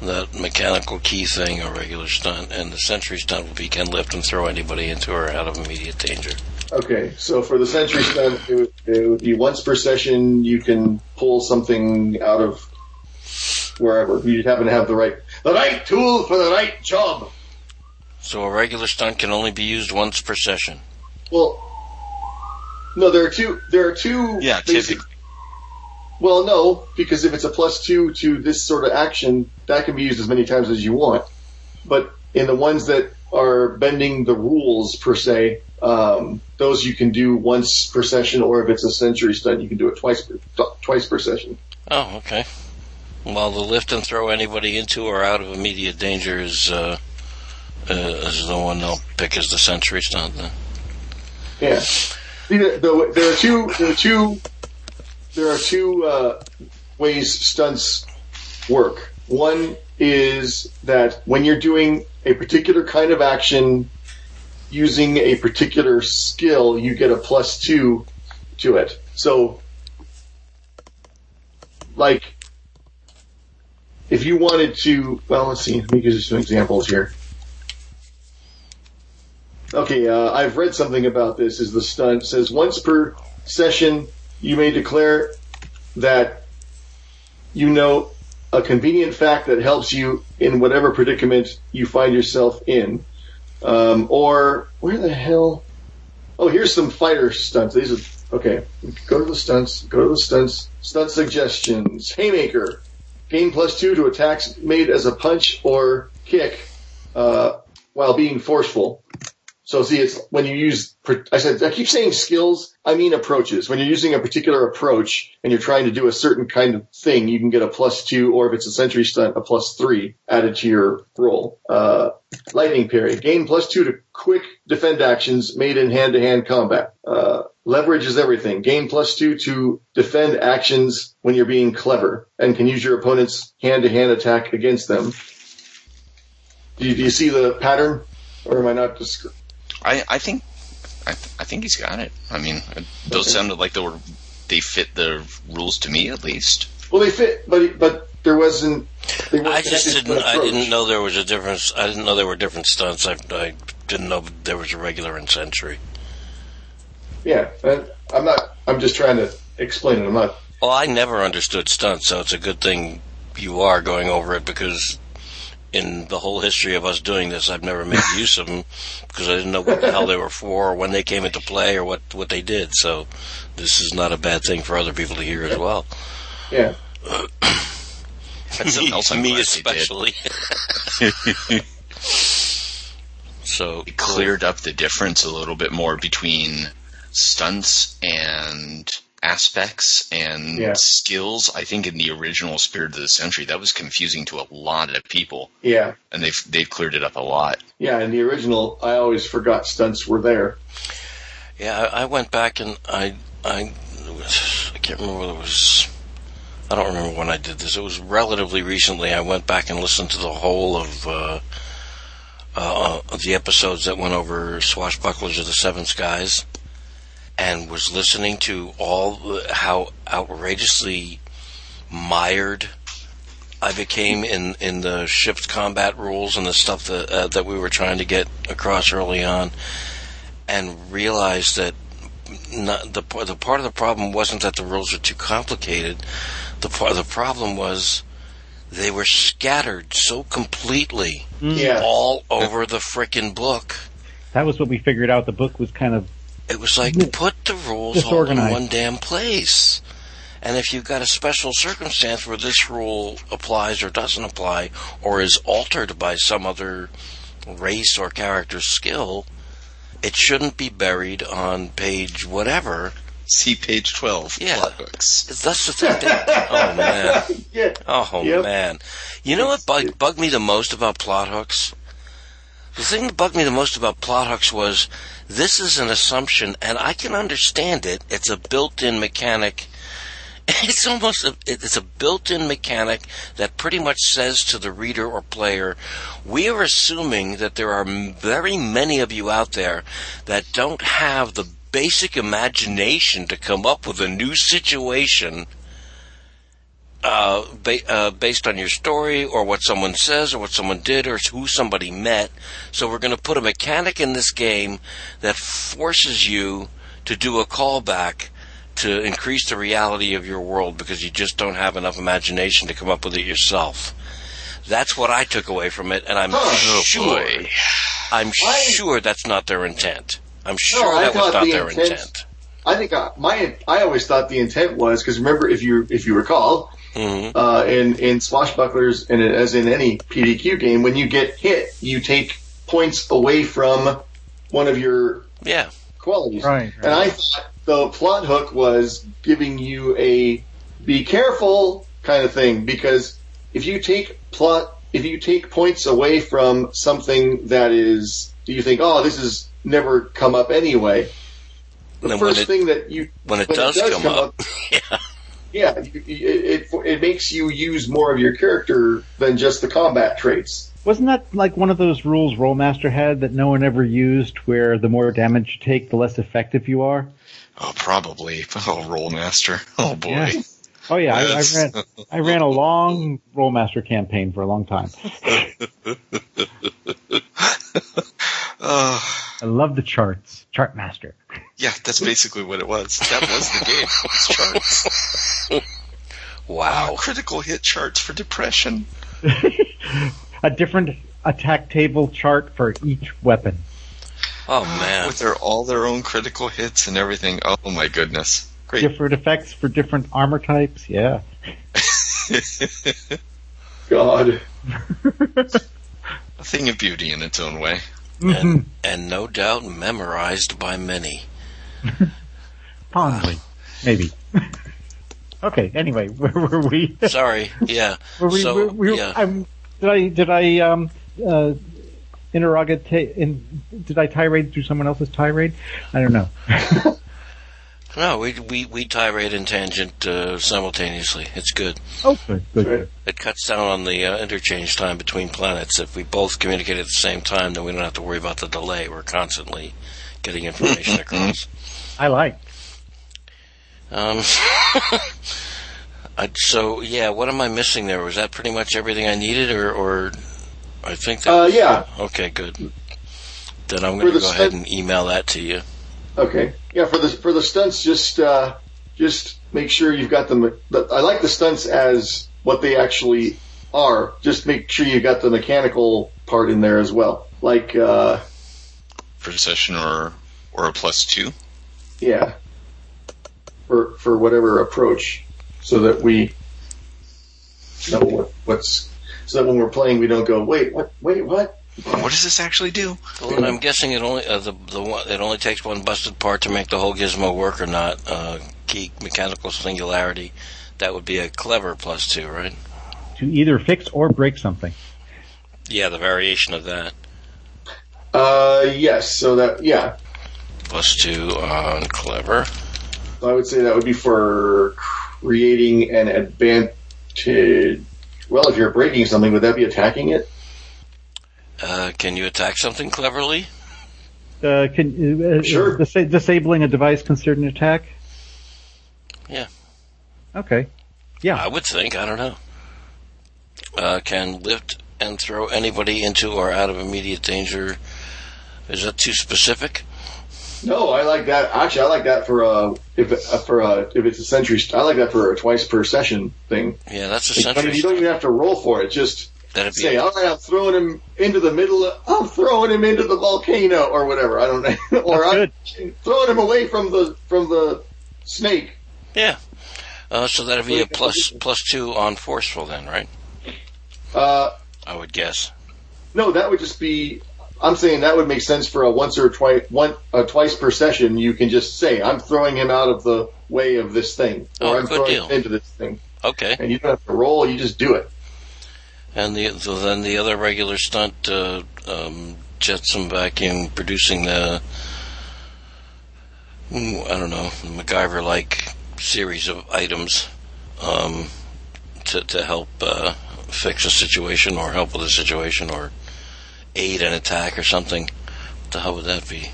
[SPEAKER 3] that mechanical key thing a regular stunt, and the sentry stunt will be can lift and throw anybody into or out of immediate danger.
[SPEAKER 5] Okay, so for the century stunt, it would, it would be once per session you can pull something out of wherever you happen to have the right the right tool for the right job.
[SPEAKER 3] So a regular stunt can only be used once per session.
[SPEAKER 5] Well, no, there are two. There are two.
[SPEAKER 4] Yeah,
[SPEAKER 5] basic-
[SPEAKER 4] typically.
[SPEAKER 5] Well, no, because if it's a plus two to this sort of action, that can be used as many times as you want. But in the ones that are bending the rules per se, um, those you can do once per session, or if it's a century stunt, you can do it twice per, twice per session.
[SPEAKER 3] Oh, okay. Well, the lift and throw anybody into or out of immediate danger is uh, uh, is the one they'll pick as the century stunt. Then.
[SPEAKER 5] Yeah. See, the- the- there are two. There are two. There are two uh, ways stunts work. One is that when you're doing a particular kind of action using a particular skill, you get a plus two to it. So, like, if you wanted to, well, let's see. Let me give you some examples here. Okay, uh, I've read something about this. Is the stunt It says once per session you may declare that you know a convenient fact that helps you in whatever predicament you find yourself in, um, or where the hell? Oh, here's some fighter stunts. These are okay. Go to the stunts. Go to the stunts. Stunt suggestions. Haymaker. Gain plus two to attacks made as a punch or kick uh, while being forceful. So see, it's when you use. per- I said I keep saying skills. I mean approaches. When you're using a particular approach and you're trying to do a certain kind of thing, you can get a plus two, or if it's a century stunt, a plus three added to your roll. Uh, lightning parry, gain plus two to quick defend actions made in hand-to-hand combat. Uh, leverage is everything. Gain plus two to defend actions when you're being clever and can use your opponent's hand-to-hand attack against them. Do you, do you see the pattern, or am I not describing?
[SPEAKER 4] I, I think I, th- I think he's got it. I mean, uh, those sounded like they were they fit the rules to me at least.
[SPEAKER 5] Well, they fit, but but there wasn't. They weren't
[SPEAKER 3] I just
[SPEAKER 5] connected to
[SPEAKER 3] didn't.
[SPEAKER 5] an
[SPEAKER 3] I
[SPEAKER 5] approach.
[SPEAKER 3] didn't know there was a difference. I didn't know there were different stunts. I, I didn't know there was a regular and century.
[SPEAKER 5] Yeah, and I'm not. I'm just trying to explain it. I'm not.
[SPEAKER 3] Well, I never understood stunts, so it's a good thing you are going over it because in the whole history of us doing this, I've never made use of them because I didn't know what the hell they were for or when they came into play or what, what they did. So this is not a bad thing for other people to hear as well.
[SPEAKER 5] Yeah.
[SPEAKER 4] That's something else I'm
[SPEAKER 3] me
[SPEAKER 4] glad they did.
[SPEAKER 3] especially. so
[SPEAKER 4] It cleared up the difference a little bit more between stunts and aspects and
[SPEAKER 5] Yeah.
[SPEAKER 4] skills. I think in the original Spirit of the Century, that was confusing to a lot of people,
[SPEAKER 5] Yeah.
[SPEAKER 4] and they've they've cleared it up a lot.
[SPEAKER 5] Yeah. In the original, I always forgot stunts were there.
[SPEAKER 3] Yeah, I, I went back and I I I can't remember whether it was I don't remember when I did this. It was relatively recently. I went back and listened to the whole of uh, uh, of the episodes that went over Swashbucklers of the Seven Skies, and was listening to all the- how outrageously mired I became in, in the ship's combat rules and the stuff that uh, that we were trying to get across early on and realized that not, the par- the part of the problem wasn't that the rules were too complicated. The part the problem was they were scattered so completely
[SPEAKER 5] Yeah.
[SPEAKER 3] all over the frickin' book.
[SPEAKER 7] That was what we figured out. The book was kind of
[SPEAKER 3] It was like put the rules all in
[SPEAKER 7] Disorganized.
[SPEAKER 3] one damn place. And if you've got a special circumstance where this rule applies or doesn't apply or is altered by some other race or character's skill, it shouldn't be buried on page whatever.
[SPEAKER 4] See page 12,
[SPEAKER 3] Yeah.
[SPEAKER 4] plot books.
[SPEAKER 3] That's the thing. that- oh man.
[SPEAKER 5] yeah.
[SPEAKER 3] Oh
[SPEAKER 5] Yep.
[SPEAKER 3] man, you know what bug, bugged me the most about plot hooks? The thing that bugged me the most about plot hooks was this is an assumption, and I can understand it. It's a built-in mechanic. It's almost a, it- it's a built-in mechanic that pretty much says to the reader or player, we are assuming that there are m- very many of you out there that don't have the basic imagination to come up with a new situation uh, ba- uh, based on your story or what someone says or what someone did or who somebody met. So we're going to put a mechanic in this game that forces you to do a callback to increase the reality of your world because you just don't have enough imagination to come up with it yourself. That's what I took away from it, and I'm
[SPEAKER 8] Oh,
[SPEAKER 3] sure
[SPEAKER 4] boy.
[SPEAKER 3] I'm
[SPEAKER 5] I-
[SPEAKER 3] sure that's not their intent. I'm sure
[SPEAKER 5] I
[SPEAKER 3] that was
[SPEAKER 5] thought
[SPEAKER 3] not
[SPEAKER 5] the
[SPEAKER 3] their
[SPEAKER 5] intent-
[SPEAKER 3] intent.
[SPEAKER 5] I think I, my I always thought the intent was because remember if you if you recall
[SPEAKER 3] Mhm.
[SPEAKER 5] uh, in in swashbucklers and as in any PDQ game when you get hit you take points away from one of your
[SPEAKER 3] Yeah.
[SPEAKER 5] qualities
[SPEAKER 7] right.
[SPEAKER 5] and I thought the plot hook was giving you a be careful kind of thing because if you take plot if you take points away from something that is you think oh this is never come up anyway the
[SPEAKER 3] And when
[SPEAKER 5] first
[SPEAKER 3] it-
[SPEAKER 5] thing that you
[SPEAKER 3] When it
[SPEAKER 5] when
[SPEAKER 3] does, come, up, yeah.
[SPEAKER 5] yeah, you- you- it, it it makes you use more of your character than just the combat traits.
[SPEAKER 7] Wasn't that like one of those rules Rollmaster had that no one ever used, where the more damage you take, the less effective you are?
[SPEAKER 4] Oh, probably. Oh, Rollmaster. Oh, boy.
[SPEAKER 7] Yeah. Oh yeah, I, I
[SPEAKER 4] Yes.
[SPEAKER 7] ran. I ran a long Rollmaster campaign for a long time.
[SPEAKER 4] Uh,
[SPEAKER 7] I love the charts, Chart Master.
[SPEAKER 4] yeah, that's basically what it was. That was the game. It was charts.
[SPEAKER 3] Wow.
[SPEAKER 4] Critical hit charts for depression.
[SPEAKER 7] A different attack table chart for each weapon.
[SPEAKER 3] Oh man.
[SPEAKER 4] With their all their own critical hits and everything. Oh, my goodness. Great.
[SPEAKER 7] Different effects for different armor types. Yeah.
[SPEAKER 5] God,
[SPEAKER 4] A thing of beauty in its own way.
[SPEAKER 7] Mhm.
[SPEAKER 3] and no doubt memorized by many.
[SPEAKER 7] Fondly, maybe. okay. Anyway, where were we?
[SPEAKER 3] Sorry, yeah.
[SPEAKER 7] Were we,
[SPEAKER 3] so,
[SPEAKER 7] were, we-
[SPEAKER 3] yeah.
[SPEAKER 7] I'm, did I did I um uh interrogate in, did I tirade through someone else's tirade? I don't know.
[SPEAKER 3] No, we we we tirade and tangent uh, simultaneously. It's good.
[SPEAKER 7] Oh, good, good. good.
[SPEAKER 3] It cuts down on the uh, interchange time between planets. If we both communicate at the same time, then we don't have to worry about the delay. We're constantly getting information across.
[SPEAKER 7] I like.
[SPEAKER 3] Um, I, so yeah, what am I missing there? Was that pretty much everything I needed, or or I think that
[SPEAKER 5] uh, yeah,
[SPEAKER 3] okay, good. Then I'm
[SPEAKER 5] For
[SPEAKER 3] going to
[SPEAKER 5] the
[SPEAKER 3] go ahead
[SPEAKER 5] sec-
[SPEAKER 3] and email that to you.
[SPEAKER 5] okay, yeah. For the for the stunts, just uh, just make sure you've got them. The, I like the stunts as what they actually are. Just make sure you got the mechanical part in there as well. Like, uh,
[SPEAKER 4] Procession or or a plus two.
[SPEAKER 5] yeah, for for whatever approach, so that we know what, what's so that when we're playing, we don't go wait, what, wait, what.
[SPEAKER 4] What does this actually do?
[SPEAKER 3] Well, and I'm guessing it only uh, the the one, it only takes one busted part to make the whole gizmo work or not. Uh, geek mechanical singularity, that would be a clever plus two, right?
[SPEAKER 7] To either fix or break something.
[SPEAKER 3] Yeah, the variation of that
[SPEAKER 5] Uh, yes. So that, yeah,
[SPEAKER 3] plus two on clever.
[SPEAKER 5] I would say that would be for creating an advantage. Well, if you're breaking something, would that be attacking it?
[SPEAKER 3] Uh, can you attack something cleverly?
[SPEAKER 7] Uh, can, uh, is
[SPEAKER 5] Sure.
[SPEAKER 7] disa- disabling a device considered an attack?
[SPEAKER 3] Yeah.
[SPEAKER 7] Okay.
[SPEAKER 3] I would think. I don't know. Uh, can lift and throw anybody into or out of immediate danger. Is that too specific?
[SPEAKER 5] No, I like that. Actually, I like that for uh if uh, for uh if it's a century. I like that for a twice per session thing.
[SPEAKER 3] Yeah, that's a
[SPEAKER 5] Like, I mean,
[SPEAKER 3] century.
[SPEAKER 5] you don't even have to roll for it. Just
[SPEAKER 3] That'd be
[SPEAKER 5] say, all right, I'm throwing him into the middle. Of, I'm throwing him into the volcano or whatever. I don't know. or I'm throwing him away from the from the snake.
[SPEAKER 3] Yeah. Uh, so that'd be a plus plus two on forceful then, right?
[SPEAKER 5] Uh,
[SPEAKER 3] I would guess.
[SPEAKER 5] No, that would just be. I'm saying that would make sense for a once or twice, one uh, twice per session. You can just say, "I'm throwing him out of the way of this thing,"
[SPEAKER 3] Oh,
[SPEAKER 5] or "I'm
[SPEAKER 3] good
[SPEAKER 5] throwing
[SPEAKER 3] deal.
[SPEAKER 5] him into this thing,"
[SPEAKER 3] Okay.
[SPEAKER 5] and you don't have to roll. You just do it.
[SPEAKER 3] And the so then the other regular stunt, uh, um, Jetsam vacuum producing the mm, I don't know MacGyver like series of items um, to to help uh, fix a situation or help with a situation or aid an attack or something. What the hell would that be?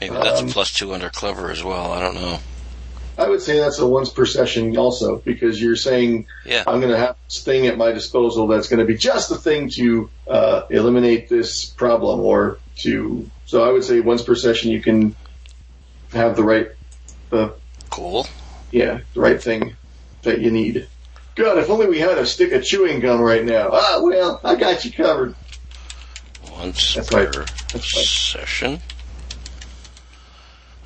[SPEAKER 3] Maybe that's
[SPEAKER 5] Um,
[SPEAKER 3] a plus two under clever as well. I don't know.
[SPEAKER 5] I would say that's a once per session also because you're saying
[SPEAKER 3] Yeah.
[SPEAKER 5] I'm going to have this thing at my disposal that's going to be just the thing to uh, eliminate this problem or to. So I would say once per session you can have the right, the
[SPEAKER 3] Cool.
[SPEAKER 5] yeah, the right thing that you need. God, if only we had a stick of chewing gum right now. Ah, well, I got you covered.
[SPEAKER 3] Once
[SPEAKER 5] That's
[SPEAKER 3] per
[SPEAKER 5] right.
[SPEAKER 3] session.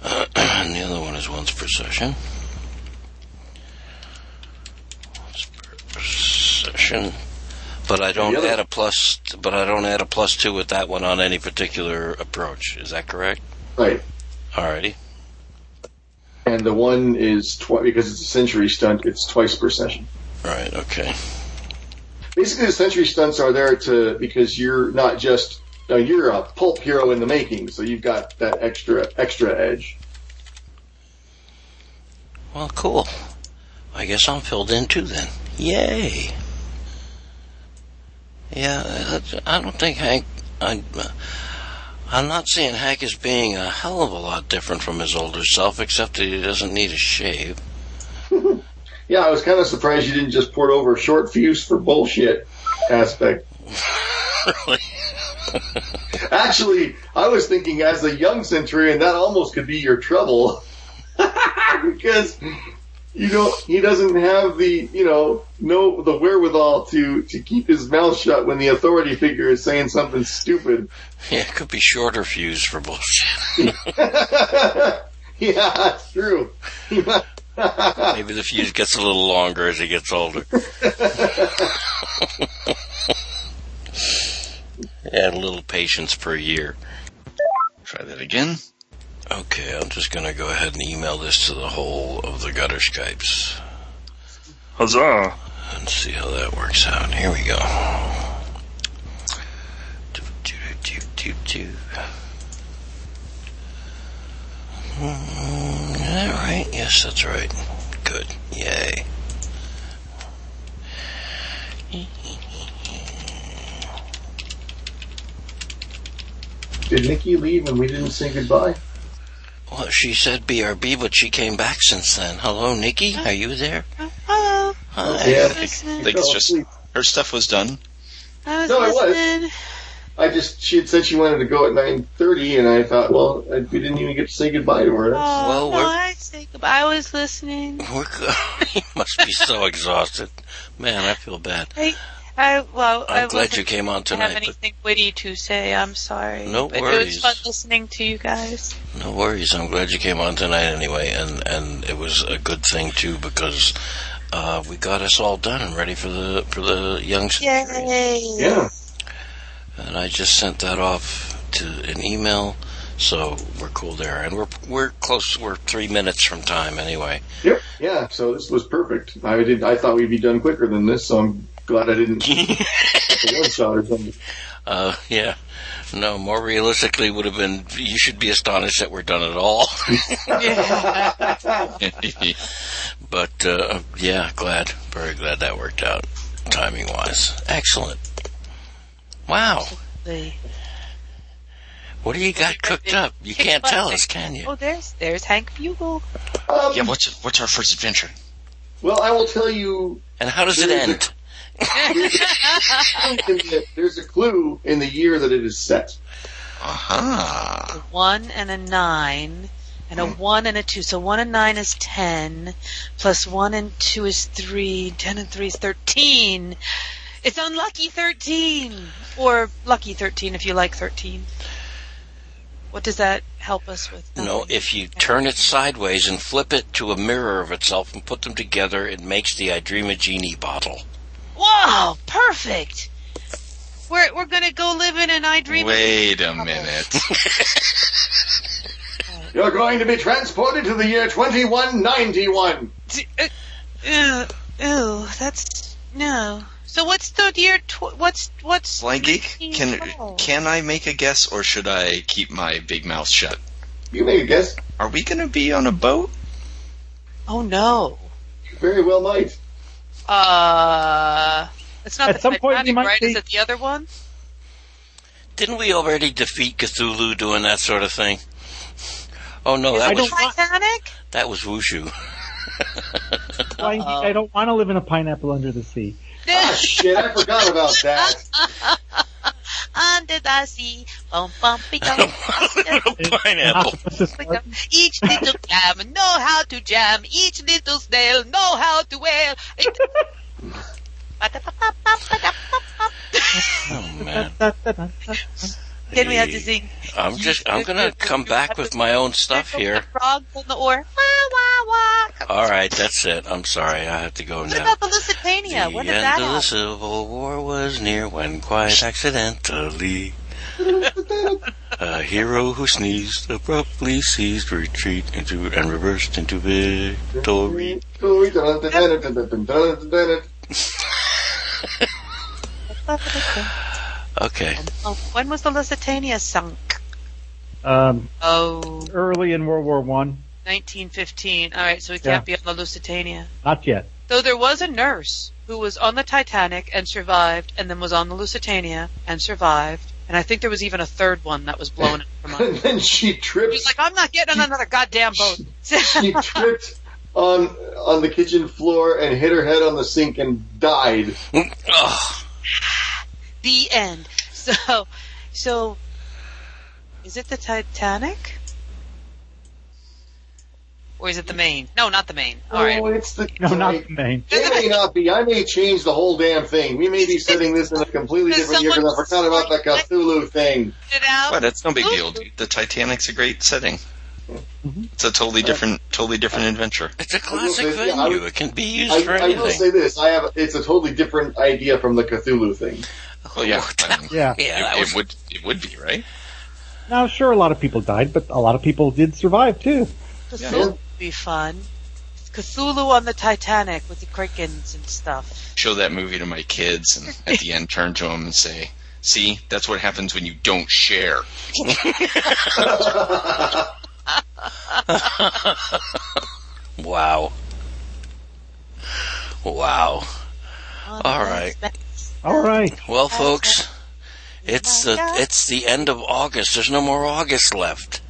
[SPEAKER 3] Uh, and the other one is once per session. Once per session. But I don't
[SPEAKER 5] The other-
[SPEAKER 3] add a plus. But I don't add a plus two with that one on any particular approach. Is that correct?
[SPEAKER 5] Right.
[SPEAKER 3] Alrighty.
[SPEAKER 5] And the one is twice because it's a century stunt. It's twice per session.
[SPEAKER 3] Right. Okay.
[SPEAKER 5] basically the century stunts are there to because you're not just now you're a pulp hero in the making, so you've got that extra extra edge.
[SPEAKER 3] Well, cool. I guess I'm filled in too then. Yay. Yeah, that's- I don't think Hank. I, I'm not seeing Hank as being a hell of a lot different from his older self, except that he doesn't need a shave.
[SPEAKER 5] Yeah, I was kind of surprised you didn't just port over short fuse for bullshit aspect.
[SPEAKER 3] really?
[SPEAKER 5] Actually, I was thinking as a young centurion that almost could be your trouble because you don't he doesn't have the you know no the wherewithal to to keep his mouth shut when the authority figure is saying something stupid.
[SPEAKER 3] Yeah, it could be shorter fuse for bullshit.
[SPEAKER 5] yeah, that's true.
[SPEAKER 3] Maybe the fuse gets a little longer as he gets older. Add a little patience per year.
[SPEAKER 4] Try that again.
[SPEAKER 3] Okay, I'm just going to go ahead and email this to the whole of the gutter Skypes
[SPEAKER 8] Huzzah!
[SPEAKER 3] and see how that works out. Here we go. Do, do, do, do, do. Mm, Is that right? Yes, that's right. Good. Yay.
[SPEAKER 5] Did Nikki leave and we didn't say goodbye?
[SPEAKER 3] Well, she said BRB, but she came back since then. Hello, Nikki. Are you there?
[SPEAKER 9] Hello.
[SPEAKER 3] Hi.
[SPEAKER 5] Yeah.
[SPEAKER 9] I was
[SPEAKER 4] I
[SPEAKER 9] listening.
[SPEAKER 4] think it's just her stuff was done.
[SPEAKER 9] I was
[SPEAKER 5] No, it was.
[SPEAKER 9] listening.
[SPEAKER 5] I just she had said she wanted to go at nine thirty, and I thought, well, I, we didn't even get to say goodbye to her. That's-
[SPEAKER 9] Oh,
[SPEAKER 3] Well,
[SPEAKER 9] no,
[SPEAKER 3] we're-
[SPEAKER 9] I, say goodbye. I was listening.
[SPEAKER 3] We're good. you must be so exhausted. Man, I feel bad.
[SPEAKER 9] I, I well, I
[SPEAKER 3] I'm glad you
[SPEAKER 9] wasn't-
[SPEAKER 3] came on
[SPEAKER 9] I
[SPEAKER 3] tonight.
[SPEAKER 9] have
[SPEAKER 3] but-
[SPEAKER 9] anything witty to say. I'm sorry.
[SPEAKER 3] No
[SPEAKER 9] but It
[SPEAKER 3] worries.
[SPEAKER 9] was fun listening to you guys.
[SPEAKER 3] No worries. I'm glad you came on tonight anyway, and and it was a good thing too because uh, we got us all done and ready for the for the young. centurion.
[SPEAKER 9] Yay!
[SPEAKER 5] yeah,
[SPEAKER 3] And I just sent that off to an email, so we're cool there, and we're we're close. We're three minutes from time anyway.
[SPEAKER 5] yep, yeah. So this was perfect. I did. I thought we'd be done quicker than this, so I'm glad I didn't take a one shot or something.
[SPEAKER 3] Uh, yeah. No, more realistically would have been you should be astonished that we're done at all. But uh, yeah, glad, very glad that worked out timing wise. Excellent. Wow,
[SPEAKER 9] Yay.
[SPEAKER 3] what do you got cooked up? You can't tell us, can you?
[SPEAKER 9] Oh, there's there's Hank Bugle.
[SPEAKER 5] Um,
[SPEAKER 4] Yeah, what's what's our first adventure?
[SPEAKER 5] well, I will tell you
[SPEAKER 3] And how does it end?
[SPEAKER 5] in the- there's a clue in the year that it is set.
[SPEAKER 4] Aha.
[SPEAKER 9] A one and a nine, and
[SPEAKER 3] Hmm.
[SPEAKER 9] a one and a two. So one and nine is ten, plus one and two is three. Ten and three is thirteen. It's unlucky thirteen, or lucky thirteen if you like thirteen. What does that help us with?
[SPEAKER 3] No, if you turn it sideways and flip it to a mirror of itself and put them together, it makes the Idrima Genie bottle.
[SPEAKER 2] Wow, perfect. We're we're gonna go live in an I Dream.
[SPEAKER 4] Wait a minute.
[SPEAKER 5] You're going to be transported to the year 2191.
[SPEAKER 9] Ew, ew, that's no.
[SPEAKER 2] So what's the year? Tw- what's what's?
[SPEAKER 4] Blind Geek, can can I make a guess or should I keep my big mouth shut?
[SPEAKER 5] You make a guess.
[SPEAKER 4] Are we going to be on a boat?
[SPEAKER 9] Oh no.
[SPEAKER 5] Very well might.
[SPEAKER 2] Uh, it's not
[SPEAKER 7] At
[SPEAKER 2] the
[SPEAKER 7] some point,
[SPEAKER 2] Titanic,
[SPEAKER 7] you might
[SPEAKER 2] right?
[SPEAKER 7] be-
[SPEAKER 2] Is it the other one?
[SPEAKER 3] Didn't we already defeat Cthulhu doing that sort of thing? Oh no, that was
[SPEAKER 2] Titanic.
[SPEAKER 3] that was Wushu.
[SPEAKER 7] Why,
[SPEAKER 3] uh,
[SPEAKER 7] I don't want to live in a pineapple under the sea.
[SPEAKER 5] Ah, shit, I forgot about that.
[SPEAKER 9] Under the sea, bum bum be dum.
[SPEAKER 3] pineapple.
[SPEAKER 9] Each little clam know how to jam. Each little snail know how to wail. It-
[SPEAKER 3] Oh man,
[SPEAKER 9] then we have to sing
[SPEAKER 3] I'm just I'm gonna come back with my own stuff here.
[SPEAKER 9] frogs on the oar. Wah wah wah.
[SPEAKER 3] All right, that's it. I'm sorry, I have to go
[SPEAKER 9] What
[SPEAKER 3] now.
[SPEAKER 9] about Lusitania?
[SPEAKER 3] the
[SPEAKER 9] When did
[SPEAKER 3] end
[SPEAKER 9] that
[SPEAKER 3] of the
[SPEAKER 9] happen?
[SPEAKER 3] Civil War was near when, quite accidentally, a hero who sneezed abruptly seized retreat into and reversed into victory. Okay.
[SPEAKER 9] Oh, when was the Lusitania sunk?
[SPEAKER 7] Um,
[SPEAKER 2] Oh,
[SPEAKER 7] early in World War One,
[SPEAKER 2] 1915. All right, so we
[SPEAKER 7] Yeah.
[SPEAKER 2] can't be on the Lusitania.
[SPEAKER 7] not yet.
[SPEAKER 2] Though there was a nurse who was on the Titanic and survived, and then was on the Lusitania and survived, and I think there was even a third one that was blown up from
[SPEAKER 5] And
[SPEAKER 2] under.
[SPEAKER 5] then she tripped.
[SPEAKER 2] She's like, I'm not getting on another goddamn boat.
[SPEAKER 5] She tripped on on the kitchen floor and hit her head on the sink and died.
[SPEAKER 3] Ugh.
[SPEAKER 9] The end. So, so, is it the Titanic?
[SPEAKER 2] or is it the Maine? No, not the Maine. All
[SPEAKER 5] Oh,
[SPEAKER 2] right.
[SPEAKER 5] it's the
[SPEAKER 7] No, not the main.
[SPEAKER 5] It may not be. I may change the whole damn thing. We may be setting this in a completely
[SPEAKER 2] Does
[SPEAKER 5] different year because I forgot about the Cthulhu thing.
[SPEAKER 2] Get out.
[SPEAKER 4] Well, that's no big deal, dude. The Titanic's a great setting. It's a totally different, totally different adventure.
[SPEAKER 3] It's a
[SPEAKER 5] will
[SPEAKER 3] classic
[SPEAKER 5] say- yeah, I
[SPEAKER 3] venue.
[SPEAKER 5] would-
[SPEAKER 3] It can be
[SPEAKER 5] I,
[SPEAKER 3] used for
[SPEAKER 5] I will say
[SPEAKER 3] anything.
[SPEAKER 5] this: I have it's a totally different idea from the Cthulhu thing.
[SPEAKER 4] Well, yeah, I mean,
[SPEAKER 7] Yeah.
[SPEAKER 3] Yeah, that
[SPEAKER 4] it,
[SPEAKER 3] was-
[SPEAKER 4] it would, it would be right.
[SPEAKER 7] Now, sure, a lot of people died, but a lot of people did survive too.
[SPEAKER 9] Cthulhu would be fun. Cthulhu on the Titanic with the Crickens and stuff.
[SPEAKER 4] Show that movie to my kids, and at the end, turn to them and say, "See, that's what happens when you don't share."
[SPEAKER 3] Wow. Wow. All right.
[SPEAKER 7] All right.
[SPEAKER 3] Well, folks, it's
[SPEAKER 9] Oh
[SPEAKER 3] the it's the end of August. There's no more August left.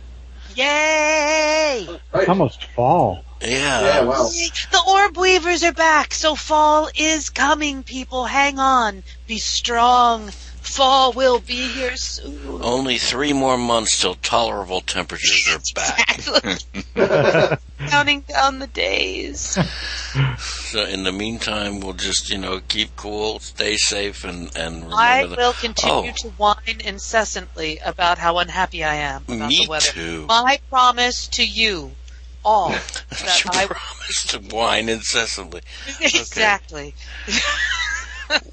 [SPEAKER 9] Yay!
[SPEAKER 5] Right?
[SPEAKER 7] Almost fall.
[SPEAKER 5] Yeah.
[SPEAKER 3] Yeah.
[SPEAKER 5] Wow.
[SPEAKER 9] The Orb Weavers are back, so fall is coming, people. Hang on. Be strong. Fall will be here soon.
[SPEAKER 3] Only three more months till tolerable temperatures are back.
[SPEAKER 9] Counting down the days.
[SPEAKER 3] So in the meantime, we'll just you know keep cool, stay safe, and and remember
[SPEAKER 2] I
[SPEAKER 3] that-
[SPEAKER 2] will continue
[SPEAKER 3] Oh.
[SPEAKER 2] to whine incessantly about how unhappy I am about
[SPEAKER 3] Me
[SPEAKER 2] the weather.
[SPEAKER 3] too.
[SPEAKER 2] My promise to you all that
[SPEAKER 3] you
[SPEAKER 2] I
[SPEAKER 3] promise to whine incessantly.
[SPEAKER 2] exactly.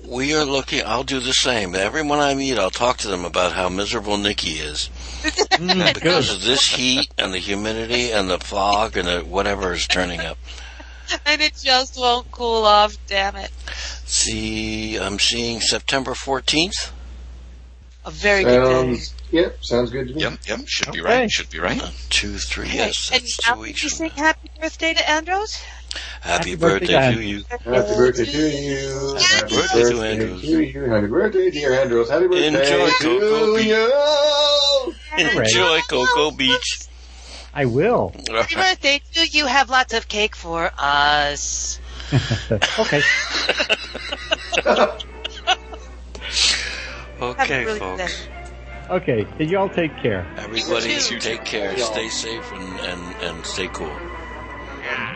[SPEAKER 3] We are looking. I'll do the same. Everyone I meet, I'll talk to them about how miserable Nikki is
[SPEAKER 7] Mm,
[SPEAKER 3] because
[SPEAKER 7] good.
[SPEAKER 3] of this heat and the humidity and the fog and the whatever is turning up.
[SPEAKER 2] And it just won't cool off, damn it.
[SPEAKER 3] See, I'm seeing September 14th.
[SPEAKER 2] A very good day.
[SPEAKER 5] Sounds, yep, Um, sounds good to me.
[SPEAKER 4] Yep, yep, should be right.
[SPEAKER 7] Okay.
[SPEAKER 4] Should be right.
[SPEAKER 3] One, Two, three. Yes,
[SPEAKER 2] and
[SPEAKER 3] that's
[SPEAKER 2] now
[SPEAKER 3] two
[SPEAKER 2] can
[SPEAKER 3] weeks.
[SPEAKER 2] you
[SPEAKER 3] from
[SPEAKER 2] sing
[SPEAKER 3] now.
[SPEAKER 2] happy birthday to Andros?
[SPEAKER 3] Happy
[SPEAKER 7] Happy birthday,
[SPEAKER 3] birthday to
[SPEAKER 7] Dan.
[SPEAKER 3] you.
[SPEAKER 5] Happy birthday to you. Happy
[SPEAKER 3] birthday to
[SPEAKER 5] birthday
[SPEAKER 3] Andrews.
[SPEAKER 5] to you. Happy birthday, dear Andros. Happy birthday
[SPEAKER 3] Enjoy,
[SPEAKER 5] to
[SPEAKER 3] Cocoa Beach.
[SPEAKER 5] you.
[SPEAKER 3] Enjoy Cocoa Beach.
[SPEAKER 7] I will.
[SPEAKER 9] Happy birthday to you. Have lots of cake for us.
[SPEAKER 7] Okay.
[SPEAKER 3] okay,
[SPEAKER 9] really good
[SPEAKER 3] folks.
[SPEAKER 1] Okay, y'all take care.
[SPEAKER 3] Everybody, take care. Stay safe and, and, and stay cool. All right.